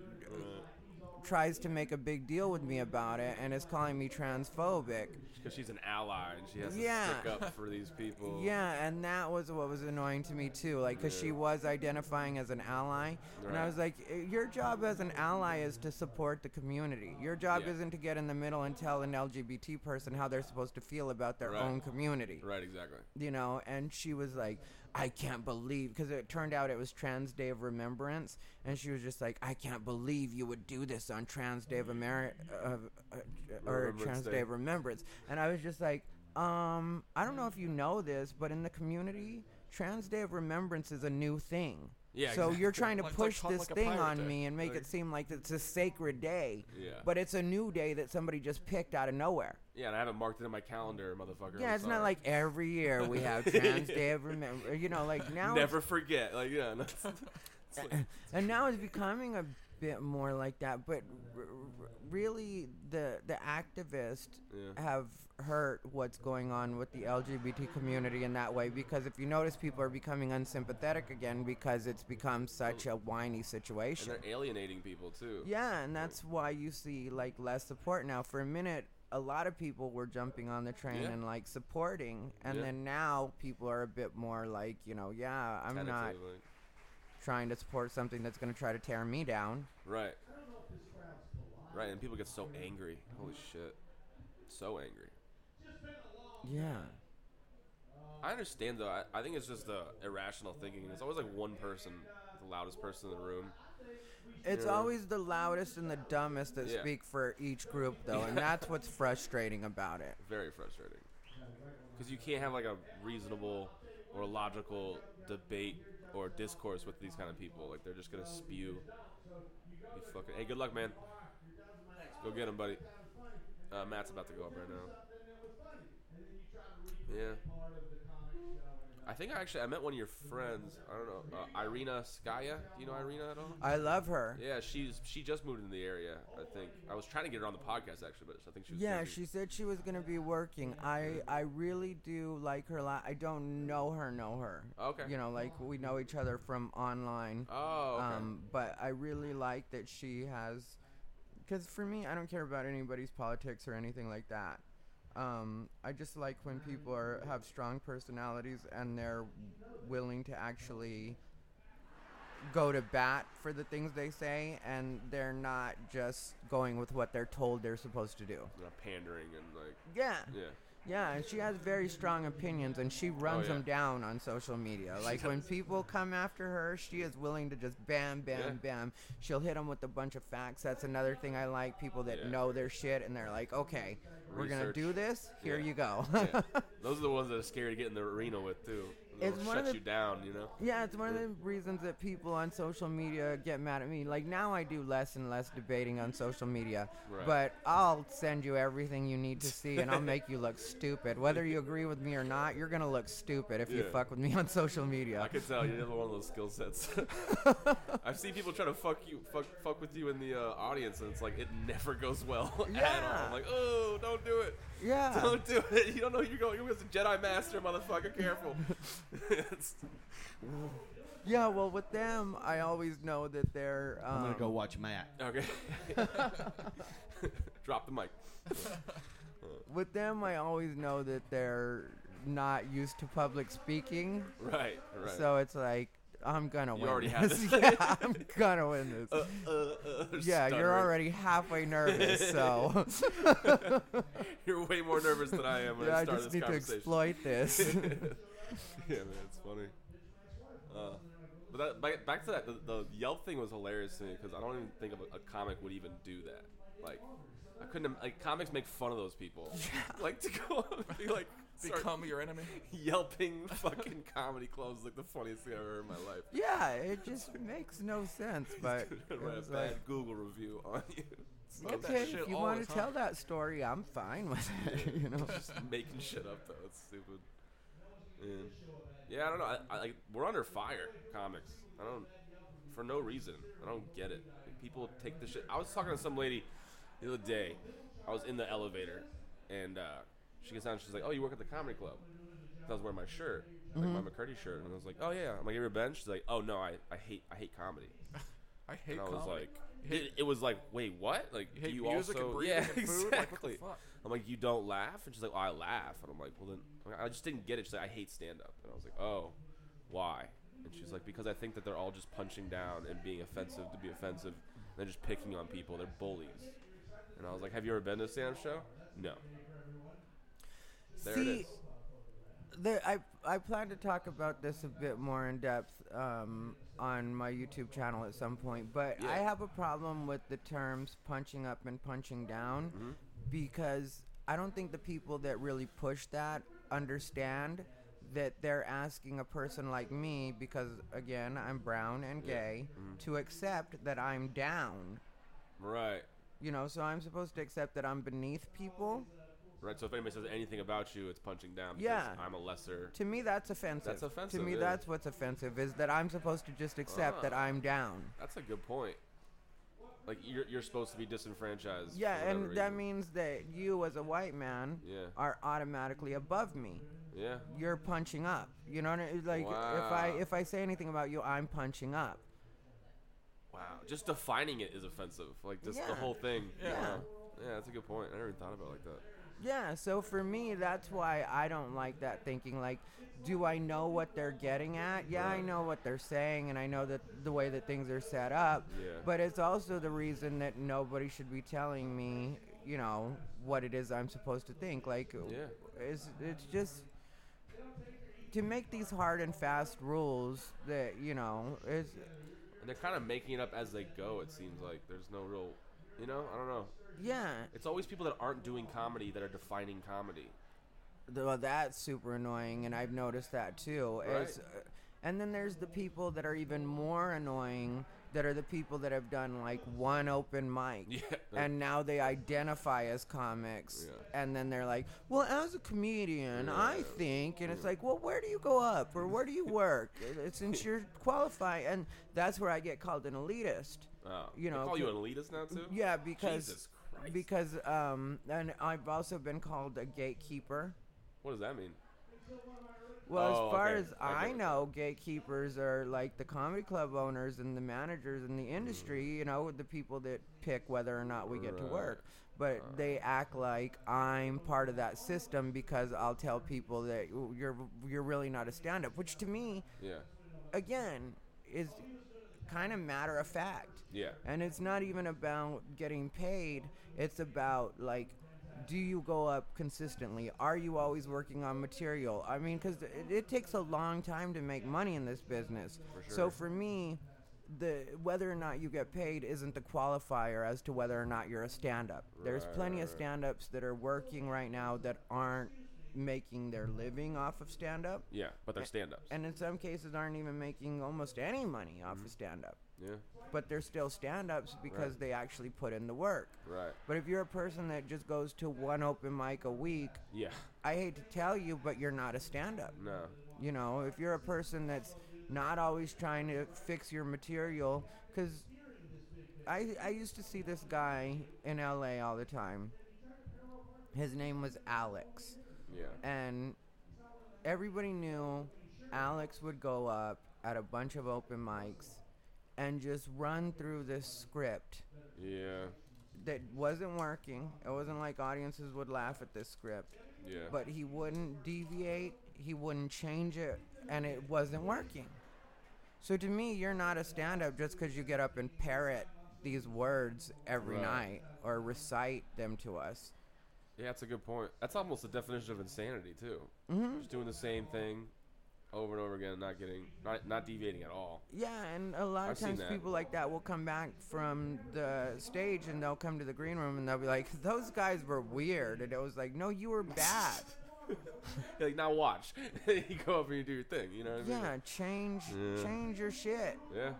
S6: tries to make a big deal with me about it and is calling me transphobic.
S1: because she's an ally and she has to
S6: Yeah.
S1: stick up for these people.
S6: Yeah, and that was what was annoying to me too. Like, because she was identifying as an ally, and I
S1: Right.
S6: was like, "Eh, "Your job as an ally is to support the community. Your job
S1: Yeah.
S6: isn't to get in the middle and tell an LGBT person how they're supposed to feel about their
S1: Right.
S6: own community."
S1: Right. Exactly.
S6: You know, and she was like, "I can't believe," because it turned out it was Trans Day of Remembrance, and she was just like, "I can't believe you would do this on Trans Day of America uh, uh, or
S1: Remembrance
S6: Trans
S1: Day.
S6: Day of remembrance. And I was just like, um, I don't know if you know this, but in the community, Trans Day of Remembrance is a new thing.
S1: Yeah,
S6: So you're trying to
S4: Like- it's like
S6: push
S4: called
S6: this
S4: like a
S6: thing
S4: pirate
S6: on
S4: day.
S6: me and make
S4: Like-
S6: it seem like it's a sacred day.
S1: Yeah.
S6: But it's a new day that somebody just picked out of nowhere.
S1: Yeah, and I haven't marked it in my calendar, motherfucker.
S6: Yeah,
S1: I'm
S6: it's not
S1: sorry.
S6: like every year we have Trans Day of Remembrance. You know, like now it's
S1: never forget. Like yeah. No,
S6: and now it's becoming a bit more like that but r- r- really the the activists
S1: Yeah.
S6: have hurt what's going on with the lgbt community in that way because if you notice people are becoming unsympathetic again because it's become such a whiny
S1: and
S6: situation
S1: they're alienating people too.
S6: yeah and that's why you see like less support now for a minute a lot of people were jumping on the train
S1: Yeah.
S6: and like supporting and
S1: Yeah.
S6: then now people are a bit more like you know yeah i'm not
S1: Tentative, like-
S6: trying to support something that's going to try to tear me down
S1: Right. Right, and people get so angry. Holy shit. So angry.
S6: Yeah.
S1: I understand though. I, I think it's just the irrational thinking. It's always like one person, the loudest person in the room.
S6: It's always the loudest and the dumbest that
S1: Yeah.
S6: speak for each group, though, and that's what's frustrating about it.
S1: Very frustrating. Because you can't have like a reasonable or logical debate or discourse with these kind of people. Like they're just gonna spew. You fucking. Hey, good luck, man. Go get him, buddy. Uh, Matt's about to go up right now. Yeah. I think I actually I met one of your friends. I don't know uh, Irina Skaya. Do you know Irina at all?
S6: I love her.
S1: Yeah, she's she just moved into the area. I think I was trying to get her on the podcast actually, but I think she was.
S6: Yeah,
S1: busy.
S6: she said she was gonna be working. I I really do like her a lot. I don't know her, know her.
S1: Okay.
S6: You know, like we know each other from online.
S1: Oh, okay.
S6: Um, but I really like that she has, because for me, I don't care about anybody's politics or anything like that. Um, I just like when people are have strong personalities and they're willing to actually go to bat for the things they say, and they're not just going with what they're told they're supposed to do.
S1: Not pandering and like,
S6: Yeah,
S1: yeah. Oh,
S6: yeah. And she has very strong opinions, and she runs
S1: yeah.
S6: them down on social media. Like when people come after her, she is willing to just bam, bam,
S1: Yeah.
S6: bam. She'll hit them with a bunch of facts. That's another thing I like. People that
S1: Yeah.
S6: know their shit, and they're like, okay, we're gonna
S1: Research.
S6: do this. Here
S1: Yeah.
S6: you go.
S1: yeah. Those are the ones that are scary to get in the arena with too. They'll
S6: It's one of
S1: shut
S6: the-
S1: you down, you know.
S6: Yeah, it's one of the reasons that people on social media get mad at me. Like now I do less and less debating on social media.
S1: Right.
S6: But I'll send you everything you need to see and I'll make you look stupid. Whether you agree with me or not, you're going to look stupid if you
S1: Yeah.
S6: fuck with me on social media.
S1: I could tell you're another one of those skill sets. I've seen people try to fuck you, fuck, fuck with you in the uh, audience, and it's like it never goes well at all.
S6: Yeah.
S1: I'm like, oh, don't do it,
S6: yeah.
S1: don't do it. You don't know who you're going. You're against a Jedi Master, motherfucker. Careful. It's-
S6: Yeah, well with them, I always know that they're um,
S3: I'm gonna go watch Matt.
S1: okay. Drop the mic.
S6: with them I always know that they're not used to public speaking.
S1: Right. Right.
S6: So it's like I'm gonna win.
S1: already
S6: this.
S1: have it.
S6: yeah, I'm gonna win this.
S1: Uh, uh, uh,
S6: Yeah, you're
S1: stuttering.
S6: already halfway nervous, so
S1: You're way more nervous than I am when
S6: yeah,
S1: I
S6: I
S1: start
S6: just
S1: this
S6: need to
S1: conversation.
S6: exploit this.
S1: yeah, man, it's funny. Uh, but that, back, back to that, the, the Yelp thing was hilarious to me because I don't even think of a, a comic would even do that. Like, I couldn't. im- Like, comics make fun of those people. Like to go and be like start
S4: Become your enemy.
S1: yelping fucking comedy clubs like the funniest thing I've ever heard in my life.
S6: yeah, it just makes no sense, but
S1: Write
S6: it
S1: a
S6: was
S1: bad
S6: like,
S1: Google review on you. It's
S4: Get that
S6: okay,
S4: shit
S6: if you
S4: all
S6: want
S4: the
S6: to
S4: time.
S6: tell that story, I'm fine with it. You know,
S1: just making shit up though. It's stupid. Man. Yeah, I don't know. I, I, like we're under fire, comics. I don't for no reason. I don't get it. Like, people take the shit. I was talking to some lady the other day. I was in the elevator, and uh, she gets down. She's like, "Oh, you work at the comedy club." 'Cause I was wearing my shirt, like my McCurdy shirt, and I was like, "Oh yeah." I'm like, "You ever been?" She's like, "Oh no, I, I hate I hate comedy."
S4: I hate
S1: And I was
S4: comedy.
S1: like, it, it was like, wait, what? Like,
S4: You
S1: do
S4: hate
S1: you
S4: music and
S1: also,
S4: breathing
S1: yeah,
S4: and food? Like, what the
S1: exactly.
S4: fuck?
S1: I'm like, you don't laugh, and she's like, oh, I laugh, and I'm like, well then, I just didn't get it. She's like, I hate stand up, and I was like, oh, why? And she's like, because I think that they're all just punching down and being offensive to be offensive. They're just picking on people. They're bullies. And I was like, have you ever been to a stand up show? No. There it
S6: See,
S1: is.
S6: there, I I plan to talk about this a bit more in depth um, on my YouTube channel at some point, but I
S1: Yeah.
S6: have a problem with the terms punching up and punching down because I don't think the people that really push that understand that they're asking a person like me because again I'm brown and gay to accept that I'm down.
S1: Right.
S6: You know, so I'm supposed to accept that I'm beneath people.
S1: Right. So if anybody says anything about you, it's punching down. Because
S6: Yeah.
S1: I'm a lesser.
S6: To me, that's offensive.
S1: That's offensive,
S6: To me,
S1: yeah.
S6: that's what's offensive is that I'm supposed to just accept that
S1: Ah.
S6: I'm down.
S1: That's a good point. Like you're, you're supposed to be disenfranchised. for
S6: Yeah, and
S1: whatever
S6: that
S1: reason.
S6: means that you, as a white man,
S1: Yeah.
S6: are automatically above me.
S1: yeah,
S6: You're punching up. You know, what I mean? like if I
S1: Wow.
S6: if I say anything about you, I'm punching up.
S1: wow. Just defining it is offensive. Like just the
S6: Yeah.
S1: whole thing.
S4: Yeah.
S1: Wow. yeah, that's a good point. I never even thought about it like that.
S6: Yeah, so for me, that's why I don't like that thinking. Like, do I know what they're getting at? Yeah, I
S1: Right.
S6: know what they're saying, and I know that the way that things are set up.
S1: Yeah.
S6: But it's also the reason that nobody should be telling me, you know, what it is I'm supposed to think. Like,
S1: Yeah.
S6: it's it's just to make these hard and fast rules that you know is
S1: And they're kind of making it up as they go. It seems like there's no real, you know, I don't know.
S6: yeah.
S1: It's always people that aren't doing comedy that are defining comedy.
S6: Th- Well, that's super annoying, and I've noticed that too.
S1: Right.
S6: It's, uh, and then there's the people that are even more annoying that are the people that have done like one open mic.
S1: Yeah.
S6: And now they identify as comics.
S1: Yeah.
S6: And then they're like, well, as a comedian, I
S1: Yeah.
S6: think. And it's like, well, where do you go up or where do you work? Uh, Since you're qualified. And that's where I get called an elitist.
S1: Oh,
S6: You
S1: they
S6: know,
S1: call you an
S6: c-
S1: elitist now too.
S6: Yeah, because.
S1: Jesus Christ.
S6: Because, um, and I've also been called a gatekeeper.
S1: what does that mean?
S6: Well,
S1: Oh,
S6: as far
S1: okay.
S6: as
S1: I get what
S6: I
S1: you're
S6: know, gatekeepers are like the comedy club owners and the managers in the industry, you know, the people that pick whether or not we get to
S1: Mm. Right.
S6: work. But they act like I'm part of that system because I'll tell people that "Ooh, you're you're really not a stand up, which to me
S1: Yeah.
S6: again is kind of matter of fact.
S1: Yeah.
S6: And it's not even about getting paid. It's about like, do you go up consistently? Are you always working on material? I mean, because it, it takes a long time to make money in this business. So for me, the whether or not you get paid isn't the qualifier as to whether or not you're a stand-up. There's plenty of stand-ups that are working right now that aren't making their living off of stand-up
S1: Yeah, but they're stand ups.
S6: and in some cases aren't even making almost any money off of stand up.
S1: Mm-hmm. Yeah.
S6: But they're still stand ups because
S1: Right.
S6: they actually put in the work.
S1: Right.
S6: But if you're a person that just goes to one open mic a week,
S1: Yeah.
S6: I hate to tell you, but you're not a stand up.
S1: No.
S6: You know, if you're a person that's not always trying to fix your material, because I, I used to see this guy in LA all the time. His name was Alex
S1: Yeah.
S6: and everybody knew Alex would go up at a bunch of open mics and just run through this script
S1: Yeah.
S6: that wasn't working. It wasn't like audiences would laugh at this script,
S1: Yeah.
S6: but he wouldn't deviate, he wouldn't change it, and it wasn't working. So to me, you're not a stand up just because you get up and parrot these words every
S1: Right.
S6: night or recite them to us.
S1: yeah, that's a good point. That's almost the definition of insanity too. Just doing the same thing over and over again, and not getting, not not deviating at all.
S6: Yeah, and a lot of
S1: I've seen
S6: times
S1: that.
S6: people like that will come back from the stage and they'll come to the green room and they'll be like, "Those guys were weird," and it was like, "No, you were bad."
S1: You're like now watch. you go over and you do your thing. You know what I mean?
S6: yeah, change,
S1: Yeah.
S6: change your shit.
S1: Yeah.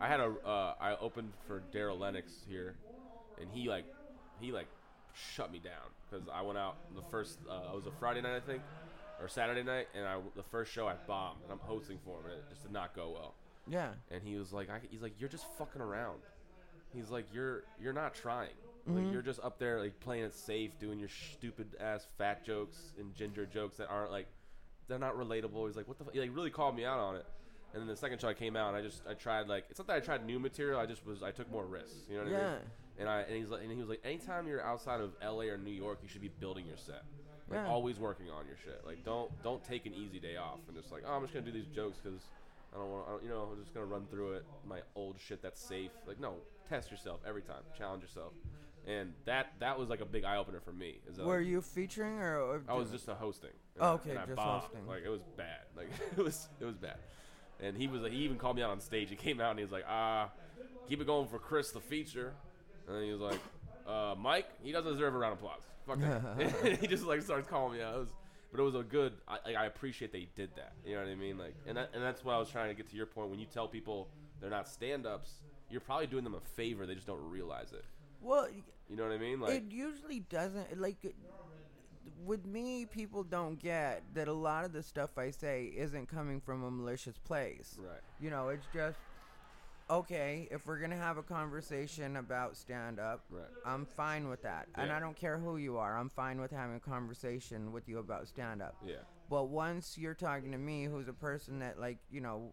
S1: I had a uh, I opened for Daryl Lennox here, and he like he like shut me down because I went out the first uh, it was a Friday night I think or Saturday night, and I the first show I bombed and I'm hosting for him and it just did not go well.
S6: Yeah,
S1: And he was like I, he's like you're just fucking around. He's like you're you're not trying.
S6: Mm-hmm.
S1: Like you're just up there like playing it safe, doing your stupid ass fat jokes and ginger jokes that aren't like they're not relatable. He's like, what the? F-? He like really called me out on it. And then the second show I came out, I just I tried like it's not that I tried new material. I just was I took more risks. You know what I
S6: Yeah.
S1: mean? And I and he's like and he was like, anytime you're outside of L.A. or New York, you should be building your set. Like
S6: Yeah.
S1: always working on your shit. Like don't don't take an easy day off and just like oh I'm just gonna do these jokes because I don't want to you know I'm just gonna run through it my old shit that's safe. Like no, test yourself every time, challenge yourself. And that that was like a big eye opener for me. Is that,
S6: were
S1: like,
S6: you featuring or? or
S1: I was
S6: d-
S1: just a hosting.
S6: Oh,
S1: I-
S6: okay,
S1: I
S6: just hosting.
S1: Like it was bad. Like it was it was bad. And he was like, he even called me out on stage. He came out and he was like, ah, keep it going for Chris the feature. And then he was like, uh, Mike, he doesn't deserve a round of applause. Fuck that. he just like starts calling me out. It was, but it was a good. I, like, I appreciate they did that. You know what I mean? Like, and that, and that's why I was trying to get to your point. When you tell people they're not stand ups, you're probably doing them a favor. They just don't realize it.
S6: Well,
S1: You know what I mean? Like,
S6: it usually doesn't. Like it- with me, people don't get that a lot of the stuff I say isn't coming from a malicious place.
S1: right.
S6: You know, it's just okay if we're gonna have a conversation about stand up.
S1: Right.
S6: I'm fine with that, and
S1: Yeah.
S6: I don't care who you are. I'm fine with having a conversation with you about stand up.
S1: Yeah.
S6: But once you're talking to me, who's a person that like you know,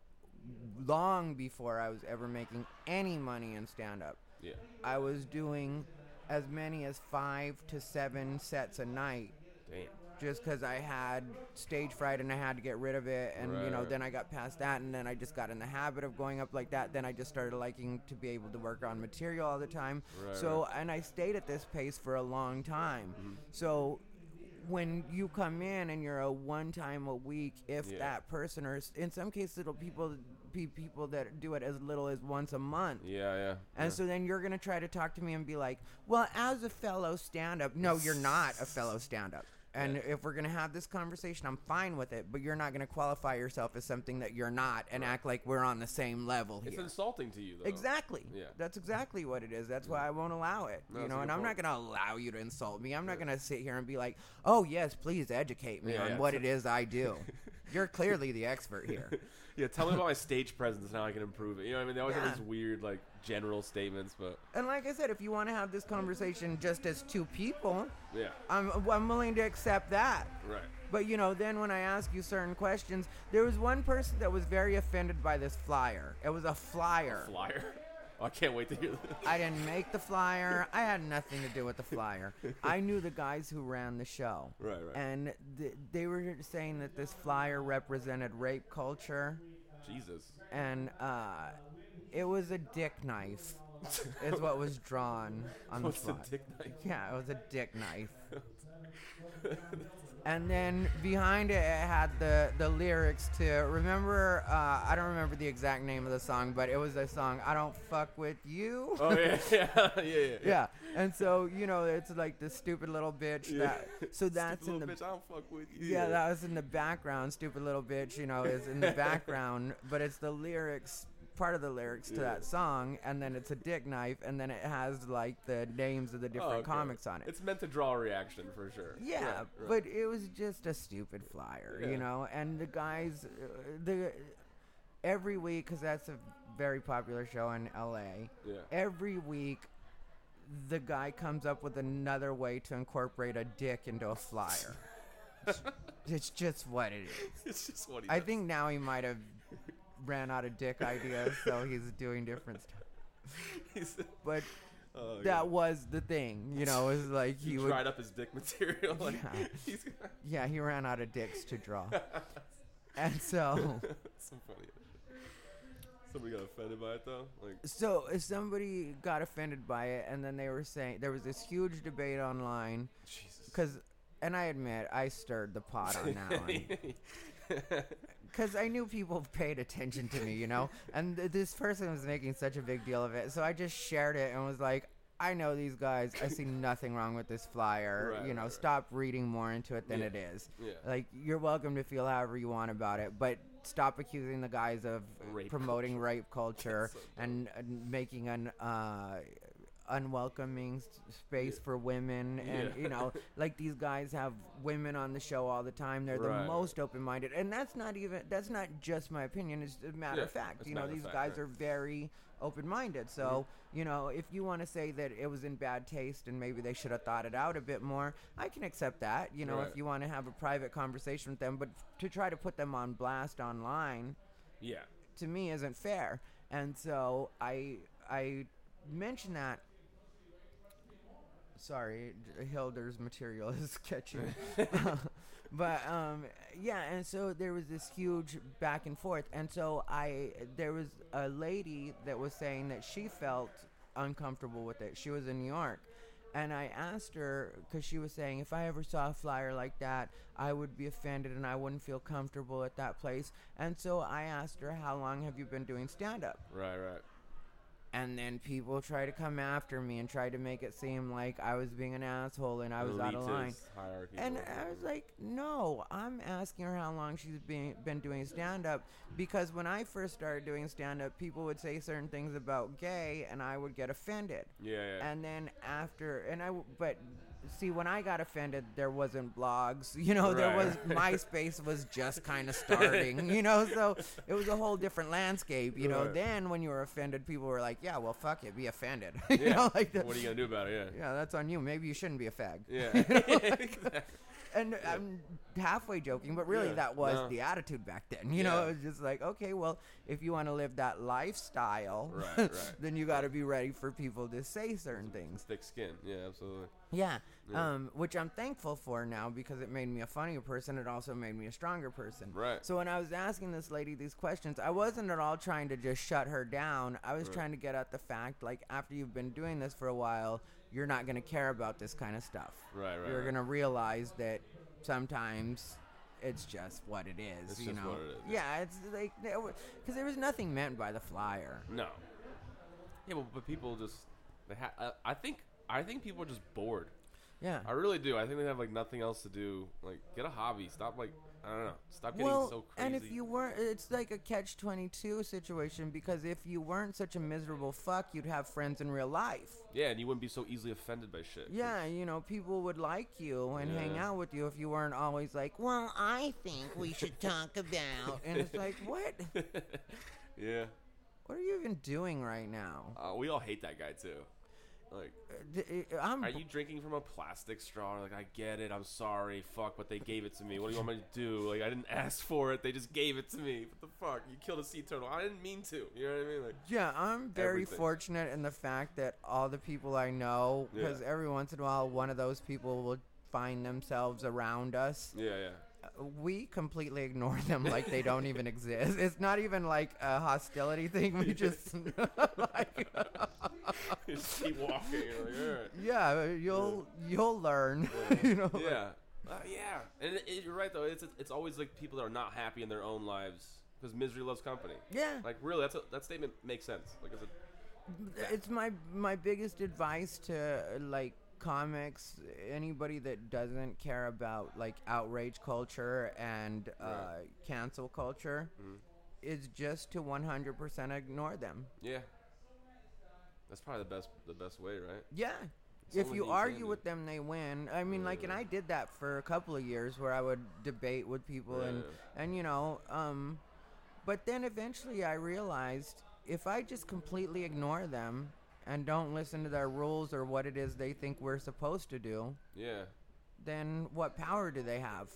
S6: long before I was ever making any money in stand up,
S1: Yeah.
S6: I was doing as many as five to seven sets a night
S1: Damn.
S6: just because I had stage fright and I had to get rid of it. And, you know,
S1: Right.
S6: then I got past that. And then I just got in the habit of going up like that. Then I just started liking to be able to work on material all the time.
S1: Right, Mm-hmm.
S6: so, and I stayed at this pace for a long time. So, when you come in and you're a one time a week, if
S1: Yeah.
S6: that person, or s- in some cases, it'll people be people that do it as little as once a month.
S1: Yeah. Yeah.
S6: And so then you're going to try to talk to me and be like, well, as a fellow stand up, no, you're not a fellow stand up. And if we're going to have this conversation, I'm fine with it, but you're not going to qualify yourself as something that you're not and act like we're on the same level
S1: It's
S6: here.
S1: insulting to you, though.
S6: Exactly.
S1: Yeah.
S6: That's exactly what it is. That's why I won't allow it.
S1: No,
S6: you
S1: that's a
S6: know, and
S1: good
S6: I'm not
S1: point.
S6: going to allow you to insult me. I'm not going to sit here and be like, "Oh, yes, please educate me
S1: Yeah,
S6: on
S1: yeah.
S6: what it is I do." you're clearly the expert here.
S1: Yeah, tell me about my stage presence and how I can improve it. You know what I mean? They always
S6: Yeah.
S1: have these weird, like, general statements, but
S6: And like I said, if you want to have this conversation just as two people,
S1: yeah,
S6: I'm, I'm willing to accept that.
S1: right.
S6: But you know, then when I ask you certain questions, there was one person that was very offended by this flyer. It was a flyer.
S1: Flyer. Oh, I can't wait to hear this.
S6: I didn't make the flyer. I had nothing to do with the flyer. I knew the guys who ran the show.
S1: Right, right.
S6: And th- they were saying that this flyer represented rape culture
S1: Jesus.
S6: and uh, it, It was a dick knife, is what was drawn on
S1: What's the
S6: the slide.
S1: dick knife?
S6: Yeah, it was a dick knife. and then behind it, it had the, the lyrics to remember. Uh, I don't remember the exact name of the song, but it was a song. I don't fuck with you.
S1: Oh yeah, yeah, yeah, yeah.
S6: yeah, and so you know it's like the stupid little bitch
S1: Yeah.
S6: that. So that's in the
S1: Little bitch, I don't fuck with you.
S6: yeah, that was in the background. Stupid little bitch, you know, is in the background, but it's the lyrics, part of the lyrics to that song, and then it's a dick knife, and then it has like the names of the
S1: Oh,
S6: different
S1: okay.
S6: comics on it.
S1: It's meant to draw a reaction for sure.
S6: yeah,
S1: Right, right.
S6: but it was just a stupid flyer,
S1: Yeah.
S6: you know. And the guys, uh, the every week because that's a very popular show in L.A.
S1: Yeah.
S6: Every week, the guy comes up with another way to incorporate a dick into a flyer. it's just what it is.
S1: it's just what he.
S6: I
S1: does.
S6: think now he might have ran out of dick ideas, so he's doing different stuff.
S1: He's-
S6: But
S1: oh, yeah.
S6: that was the thing, you know, is like
S1: he
S6: he would,
S1: dried up his dick material. Like,
S6: Yeah.
S1: he's
S6: yeah, he ran out of dicks to draw. and so,
S1: some funny. Somebody got offended by it though. Like,
S6: so somebody got offended by it, and then they were saying there was this huge debate online
S1: Jesus.
S6: because. And I admit, I stirred the pot on that one. because I knew people paid attention to me, you know, and th- this person was making such a big deal of it, so I just shared it and was like, "I know these guys. I see nothing wrong with this flyer.
S1: Right,
S6: you know,
S1: right, right.
S6: stop reading more into it than
S1: Yeah.
S6: it is.
S1: Yeah.
S6: Like, you're welcome to feel however you want about it, but." Stop accusing the guys of uh,
S1: Rape
S6: promoting rape culture and, and making an uh, unwelcoming s- space for women, and
S1: Yeah.
S6: you know, like these guys have women on the show all the time. They're the
S1: Right.
S6: most most open-minded and that's not even that's not just my opinion it's a matter
S1: Yeah,
S6: of fact
S1: it's
S6: you
S1: matter
S6: know
S1: of
S6: these
S1: fact, Mm-hmm.
S6: guys
S1: right.
S6: are very open-minded so you know if you want to say that it was in bad taste and maybe they should have thought it out a bit more i can accept that you know
S1: Right.
S6: if you want to have a private conversation with them but to try to put them on blast online
S1: yeah.
S6: to me isn't fair. And so I I mentioned that. Sorry, J- Hilder's material is catching. but um, yeah, and so there was this huge back and forth, and so I there was a lady that was saying that she felt uncomfortable with it. She was in New York, and I asked her because she was saying, if I ever saw a flyer like that, I would be offended and I wouldn't feel comfortable at that place. And so I asked her, how long have you been doing stand up?
S1: Right. Right.
S6: And then people try to come after me and try to make it seem like I was being an asshole and I was out of line.
S1: Elitist Hierarchy.
S6: And I was like, no, I'm asking her how long she's been, been doing stand up because when I first started doing stand up, people would say certain things about gay and I would get offended.
S1: Yeah. yeah.
S6: And then after, and I, w- but see, when I got offended, there wasn't blogs. You know, there
S1: Right,
S6: was MySpace was just kind of starting. you know, so it was a whole different landscape. You know,
S1: Right.
S6: then when you were offended, people were like, "Yeah, well, fuck it, be offended." you know, like the,
S1: what are you gonna do about it?
S6: yeah, that's on you. Maybe you shouldn't be a fag.
S1: Yeah.
S6: You
S1: Yeah.
S6: know, like, and I'm halfway joking, but really
S1: Yeah,
S6: that was
S1: no.
S6: the attitude back then.
S1: Yeah.
S6: You know, it was just like, okay, well, if you want to live that lifestyle,
S1: Right, right.
S6: then you got to be ready for people to say certain things.
S1: Thick skin. Yeah. Absolutely.
S6: Yeah. Um, which I'm thankful for now because it made me a funnier person. It also made me a stronger person.
S1: Right.
S6: So when I was asking this lady these questions, I wasn't at all trying to just shut her down. I was trying to get at the fact, like, after you've been doing this for a while, you're not going to care about this kind of stuff.
S1: Right, right,
S6: You're
S1: right.
S6: going to realize that sometimes it's just what it is.
S1: It's
S6: you
S1: just
S6: know.
S1: what it is,
S6: Yeah. It's like because there was nothing meant by the flyer.
S1: No. Yeah, well, but people just they ha- I, I think I think people are just bored.
S6: Yeah.
S1: I really do. I think they have like nothing else to do. Like get a hobby. Stop like I don't know. Stop getting
S6: well,
S1: so crazy.
S6: and if you weren't, it's like a catch twenty two situation because if you weren't such a miserable fuck, you'd have friends in real life.
S1: yeah, and you wouldn't be so easily offended by shit. 'cause-
S6: Yeah, you know, people would like you and hang
S1: Yeah.
S6: out with you if you weren't always like, "Well, I think we should talk about," and it's like, "What?
S1: yeah.
S6: What are you even doing right now?"
S1: Uh, we all hate that guy too. Like,
S6: Uh, d- uh, I'm
S1: are you drinking from a plastic straw? Like, I get it. I'm sorry. Fuck, but they gave it to me. What do you want me to do? Like, I didn't ask for it. They just gave it to me. What the fuck? You killed a sea turtle. I didn't mean to. You know what I mean? Like,
S6: Yeah, I'm very
S1: Everything.
S6: fortunate in the fact that all the people I know, because
S1: Yeah.
S6: every once in a while, one of those people will find themselves around us.
S1: yeah, yeah.
S6: we completely ignore them like they don't even exist. It's not even like a hostility thing. We just like
S1: Just keep walking. You're like, all right.
S6: yeah, you'll you'll learn. you know.
S1: yeah, Uh, yeah. And it, it- you're right though. It's it's always like people that are not happy in their own lives because misery loves company.
S6: Yeah.
S1: Like really, that's a, that statement makes sense. Like it's a
S6: it's my my biggest advice to uh, like comics anybody that doesn't care about like outrage culture and uh,
S1: Right. Mm-hmm.
S6: cancel culture is just to 100% ignore them
S1: yeah. That's probably the best the best way, right?
S6: yeah
S1: It's
S6: if
S1: only
S6: you
S1: you can
S6: argue
S1: do.
S6: with them they win i mean like and i did that for a couple of years where i would debate with people and and you know um but then eventually i realized if i just completely ignore them and don't listen to their rules or what it is they think we're supposed to do
S1: Yeah.
S6: then what power do they have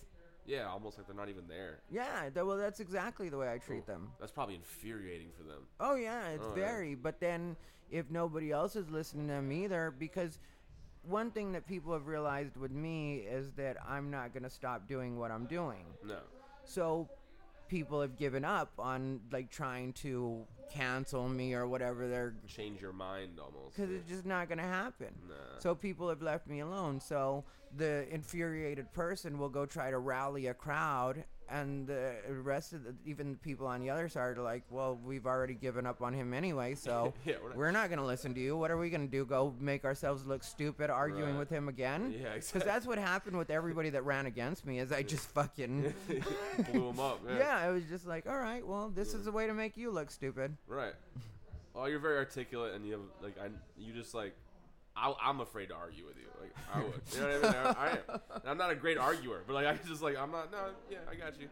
S1: Yeah. Almost like they're not even there.
S6: yeah th- well that's exactly the way i treat them
S1: That's probably infuriating for them.
S6: Oh yeah, it's
S1: Oh, yeah.
S6: very. But then if nobody else is listening to them either, because one thing that people have realized with me is that I'm not gonna stop doing what I'm doing.
S1: No.
S6: So people have given up on like trying to cancel me or whatever they're
S1: Change your mind almost.
S6: because it's just not gonna happen.
S1: Nah.
S6: So people have left me alone. So the infuriated person will go try to rally a crowd, and the rest of the, even the people on the other side are like, "Well, we've already given up on him anyway, so
S1: Yeah, we're
S6: we're,
S1: not-
S6: not, gonna listen to you. What are we gonna do? Go make ourselves look stupid arguing
S1: Right.
S6: with him again?
S1: Yeah,
S6: Because that's what happened with everybody that ran against me. Is I just fucking
S1: Blew them up.
S6: yeah. I was just like, all right, well, this is a way to make you look stupid.
S1: Right. Oh, you're very articulate, and you have like I, you just like, I, I'm afraid to argue with you. Like I would, you know what I mean? I, I am. And I'm not a great arguer, but like I just like I'm not. No, yeah, I got you.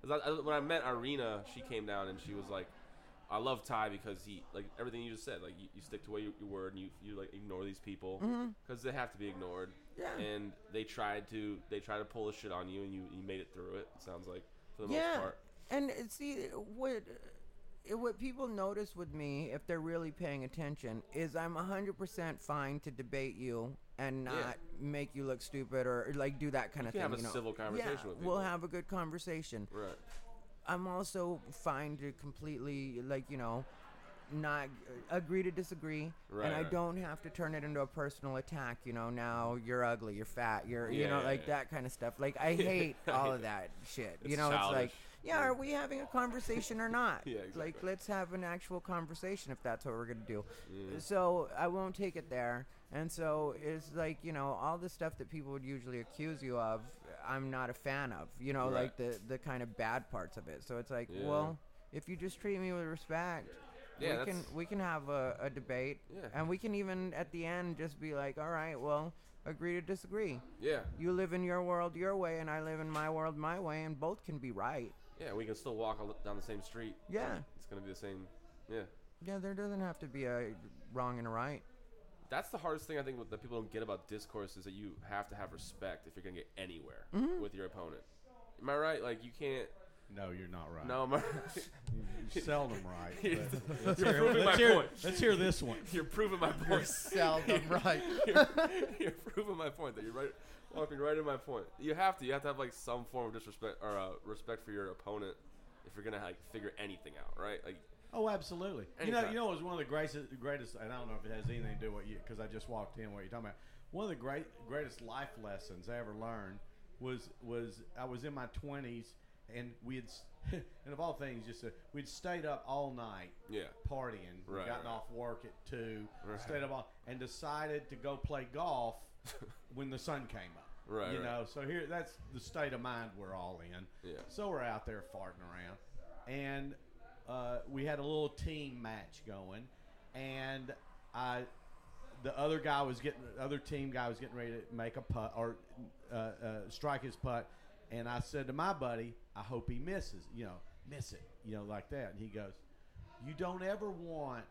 S1: 'Cause I- I- when I met Irina, she came down and she was like, I love Ty because he like everything you just said. Like you, you stick to what you, your word, and you you like ignore these people because they have to be ignored.
S6: Mm-hmm. Yeah.
S1: And they tried to they tried to pull the shit on you, and you you made it through it. It sounds like for the
S6: yeah.
S1: most part.
S6: And uh, see what uh, what people notice with me if they're really paying attention is I'm 100% fine to debate you and not make you look stupid or like do that kind of
S1: can
S6: thing.
S1: have a
S6: you know?
S1: civil conversation
S6: yeah,
S1: with
S6: We'll
S1: people.
S6: have a good conversation.
S1: Right.
S6: I'm also fine to completely like, you know, not uh, agree to disagree
S1: Right,
S6: and I
S1: right.
S6: don't have to turn it into a personal attack, you know, now you're ugly, you're fat, you're you
S1: Yeah,
S6: know
S1: yeah,
S6: like
S1: yeah.
S6: that kind of stuff. Like I hate all of that shit. you
S1: It's
S6: know, it's like
S1: childish.
S6: yeah, are we having a conversation or not?
S1: Yeah,
S6: Like,
S1: exactly.
S6: let's have an actual conversation if that's what we're going to do. So I won't take it there. And so it's like, you know, all the stuff that people would usually accuse you of, I'm not a fan of, you know,
S1: Right.
S6: like the, the kind of bad parts of it. So it's like,
S1: Yeah.
S6: well, if you just treat me with respect,
S1: Yeah,
S6: we can
S1: that's-
S6: we can have a, a debate,
S1: Yeah.
S6: and we can even at the end just be like, all right, well, agree to disagree.
S1: Yeah.
S6: You live in your world your way, and I live in my world my way, and both can be right.
S1: Yeah, we can still walk al- down the same street.
S6: Yeah.
S1: It's going to be the same. Yeah.
S6: Yeah, there doesn't have to be a wrong and a right.
S1: That's the hardest thing I think that people don't get about discourse is that you have to have respect if you're going to get anywhere
S6: Mm-hmm.
S1: with your opponent. Am I right? Like, you can't.
S3: No, you're not right.
S1: No, am I
S3: You're seldom right. but let's,
S1: You're
S3: hear,
S1: proving
S3: let's
S1: my
S3: hear-
S1: point.
S3: let's hear this one.
S1: You're proving my point.
S6: Seldom right.
S1: you're, you're proving my point that you're right, walking right in my point. You have to. You have to have like some form of disrespect or uh, respect for your opponent if you're gonna like figure anything out, right? Like,
S3: Oh, absolutely. You know,
S1: Anytime.
S3: you know, it was one of the greatest, greatest, and I don't know if it has anything to do with you because I just walked in. What you're talking about? One of the great, greatest life lessons I ever learned was was I was in my 20s and we had, s- and of all things, just uh, we'd stayed up all night,
S1: Yeah.
S3: partying, We'd
S1: Right,
S3: gotten
S1: right.
S3: off work at two,
S1: Right.
S3: stayed up all, and decided to go play golf when the sun came up.
S1: Right,
S3: You
S1: right.
S3: know, so here that's the state of mind we're all in.
S1: Yeah.
S3: So we're out there farting around, and uh, we had a little team match going, and I, the other guy was getting, the other team guy was getting ready to make a putt or uh, uh, strike his putt, and I said to my buddy, I hope he misses, you know, miss it, you know, like that, and he goes, you don't ever want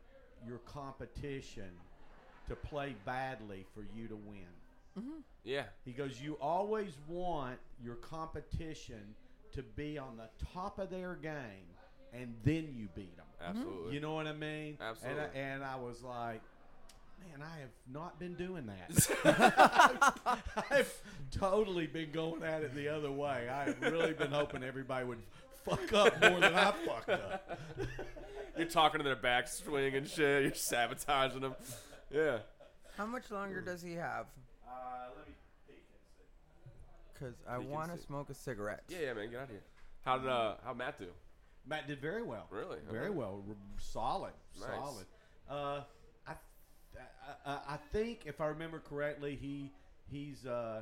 S3: your competition to play badly for you to win.
S1: yeah,
S3: He goes, You always want your competition to be on the top of their game, and then you beat them.
S6: Mm-hmm.
S1: absolutely.
S3: You know what I mean?
S1: Absolutely.
S3: And I, and I was like, man, I have not been doing that. I've totally been going at it the other way. I've really been hoping everybody would fuck up more than I fucked up.
S1: You're talking to their backswing and shit. You're sabotaging them. Yeah.
S6: How much longer does he have?
S3: Uh, let me
S6: Because I
S1: He can
S6: want to
S1: sit.
S6: smoke a cigarette.
S1: Yeah, yeah, man, get out of here. How did uh, how Matt do?
S3: Matt did very well.
S1: Really?
S3: Very
S1: Okay.
S3: well. R- solid.
S1: Nice.
S3: Solid. Uh, I, I, I, I think if I remember correctly, he he's uh,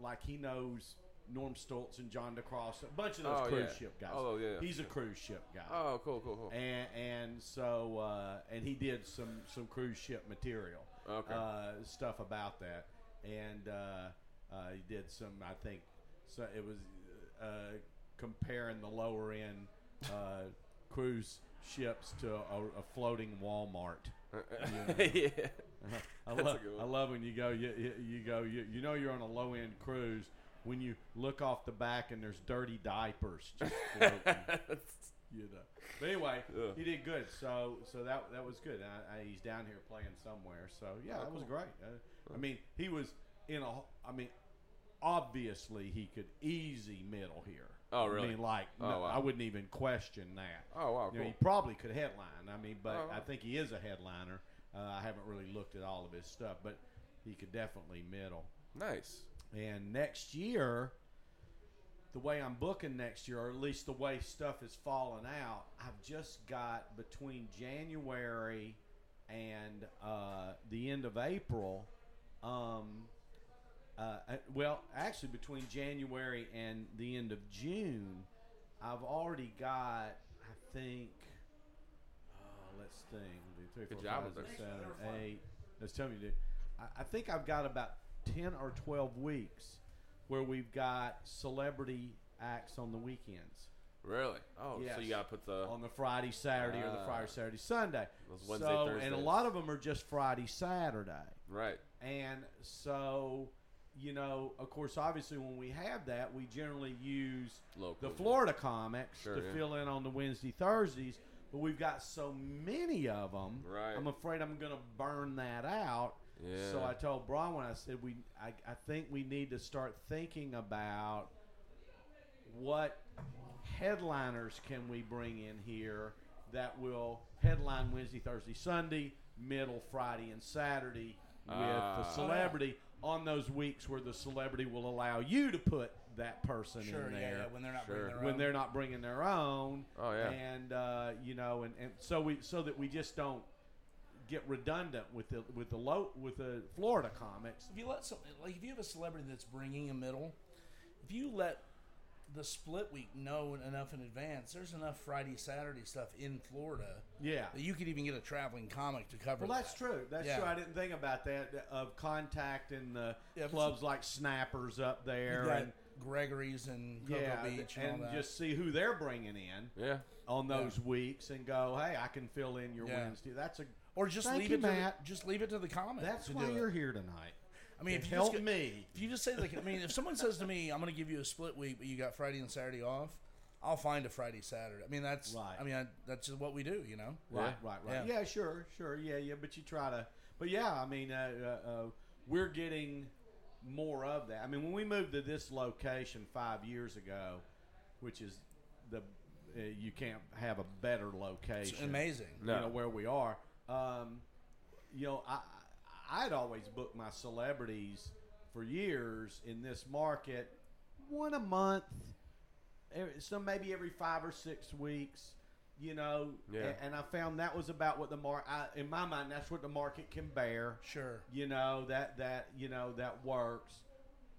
S3: like he knows Norm Stoltz and John DeCross, a bunch of those
S1: Oh,
S3: cruise
S1: yeah.
S3: ship guys.
S1: Oh, yeah, yeah,
S3: He's a
S1: sure.
S3: cruise ship guy.
S1: Oh, cool, cool, cool.
S3: And, and so uh, and he did some some cruise ship material
S1: Okay.
S3: uh, stuff about that, and uh, uh, he did some I think so it was uh, comparing the lower end uh, cruise ships to a, a floating Walmart.
S1: yeah.
S3: I,
S1: That's a
S3: love,
S1: good one.
S3: I love when you go you, you- you go you, you know you're on a low end cruise when you look off the back and there's dirty diapers just floating you know. But anyway,
S1: Yeah.
S3: he did good. So so that that was good. And I, I, he's down here playing somewhere. So yeah,
S1: Oh,
S3: that was
S1: cool.
S3: great. Uh, I mean, he was in a. ho- I mean, obviously he could easy middle here.
S1: Oh, really?
S3: I mean, like
S1: Oh,
S3: no,
S1: wow.
S3: I wouldn't even question that.
S1: Oh, wow,
S3: You know,
S1: cool.
S3: he probably could headline. I mean, but
S1: Oh,
S3: I
S1: wow.
S3: think he is a headliner. Uh, I haven't really looked at all of his stuff, but he could definitely middle.
S1: nice.
S3: And next year, the way I'm booking next year, or at least the way stuff is falling out, I've just got between January and uh, the end of April. Um, uh, uh, well, actually, between January and the end of June, I've already got, I think, oh, let's think. One, two, three,
S1: Good
S3: four,
S1: job
S3: five,
S1: with
S3: six,
S1: that.
S3: seven, eight. Let's tell me, dude. I, I think I've got about 10 or 12 weeks where we've got celebrity acts on the weekends
S1: Really? Oh, so
S3: Yes.
S1: you gotta put the
S3: on the Friday, Saturday, or the
S1: Ah.
S3: Friday, Saturday, Sunday.
S1: Those Wednesday,
S3: so, and a
S1: Thursdays.
S3: lot of them are just Friday, Saturday.
S1: right.
S3: And so, you know, of course, obviously, when we have that, we generally use
S1: Local,
S3: the
S1: yeah.
S3: Florida comics
S1: Sure,
S3: to
S1: yeah.
S3: fill in on the Wednesday, Thursdays. But we've got so many of them.
S1: Right.
S3: I'm afraid I'm going to burn that out. So
S1: Yeah.
S3: I told Braun when I said we, I, I think we need to start thinking about what headliners can we bring in here that will headline Wednesday, Thursday, Sunday, middle Friday and Saturday with the
S1: Ah.
S3: celebrity on those weeks where the celebrity will allow you to put that person
S5: Sure,
S3: in
S5: yeah,
S3: there
S5: yeah, when they're not
S1: Sure.
S5: bringing their
S3: when
S5: own.
S3: they're not bringing their own.
S1: Oh, yeah.
S3: and uh, you know, and, and so we so that we just don't get redundant with the with the low with the Florida comics.
S5: if you let some, like if you have a celebrity that's bringing a middle, if you let the split week know enough in advance, there's enough Friday Saturday stuff in Florida
S3: Yeah.
S5: that you could even get a traveling comic to cover.
S3: Well, that's
S5: that.
S3: true. That's
S5: Yeah.
S3: true. I didn't think about that th- of contacting the
S5: Yeah, if it's-
S3: clubs like Snappers up there
S5: You've got
S3: and
S5: Gregory's and Cocoa
S3: yeah,
S5: Beach and,
S3: and,
S5: all that.
S3: just see who they're bringing in
S1: Yeah.
S3: on those weeks and go, hey, I can fill in your
S5: Yeah.
S3: Wednesday. That's a
S5: or just
S3: Thank
S5: leave
S3: you,
S5: it to the,
S3: Matt.
S5: just leave it to the comic.
S3: that's
S5: to
S3: why
S5: do it.
S3: you're here tonight.
S5: I mean, if you
S3: help
S5: just, get-
S3: me.
S5: If you just say like, I mean, if someone says to me, "I'm going to give you a split week, but you got Friday and Saturday off," I'll find a Friday Saturday. I mean, that's
S3: Right.
S5: I mean, I, that's just what we do, you know.
S3: Right, right, right.
S5: Yeah.
S3: Yeah. sure, sure. Yeah, yeah. But you try to, but yeah, I mean, uh, uh, uh, we're getting more of that. I mean, when we moved to this location five years ago, which is the, uh, you can't have a better location.
S5: It's amazing.
S1: No.
S3: You know, where we are. Um, you know, I, I- I'd always booked my celebrities for years in this market, one a month, every- some maybe every five or six weeks. You know,
S1: Yeah.
S3: a- and I found that was about what the market, in my mind, that's what the market can bear.
S5: Sure.
S3: You know that that you know that works.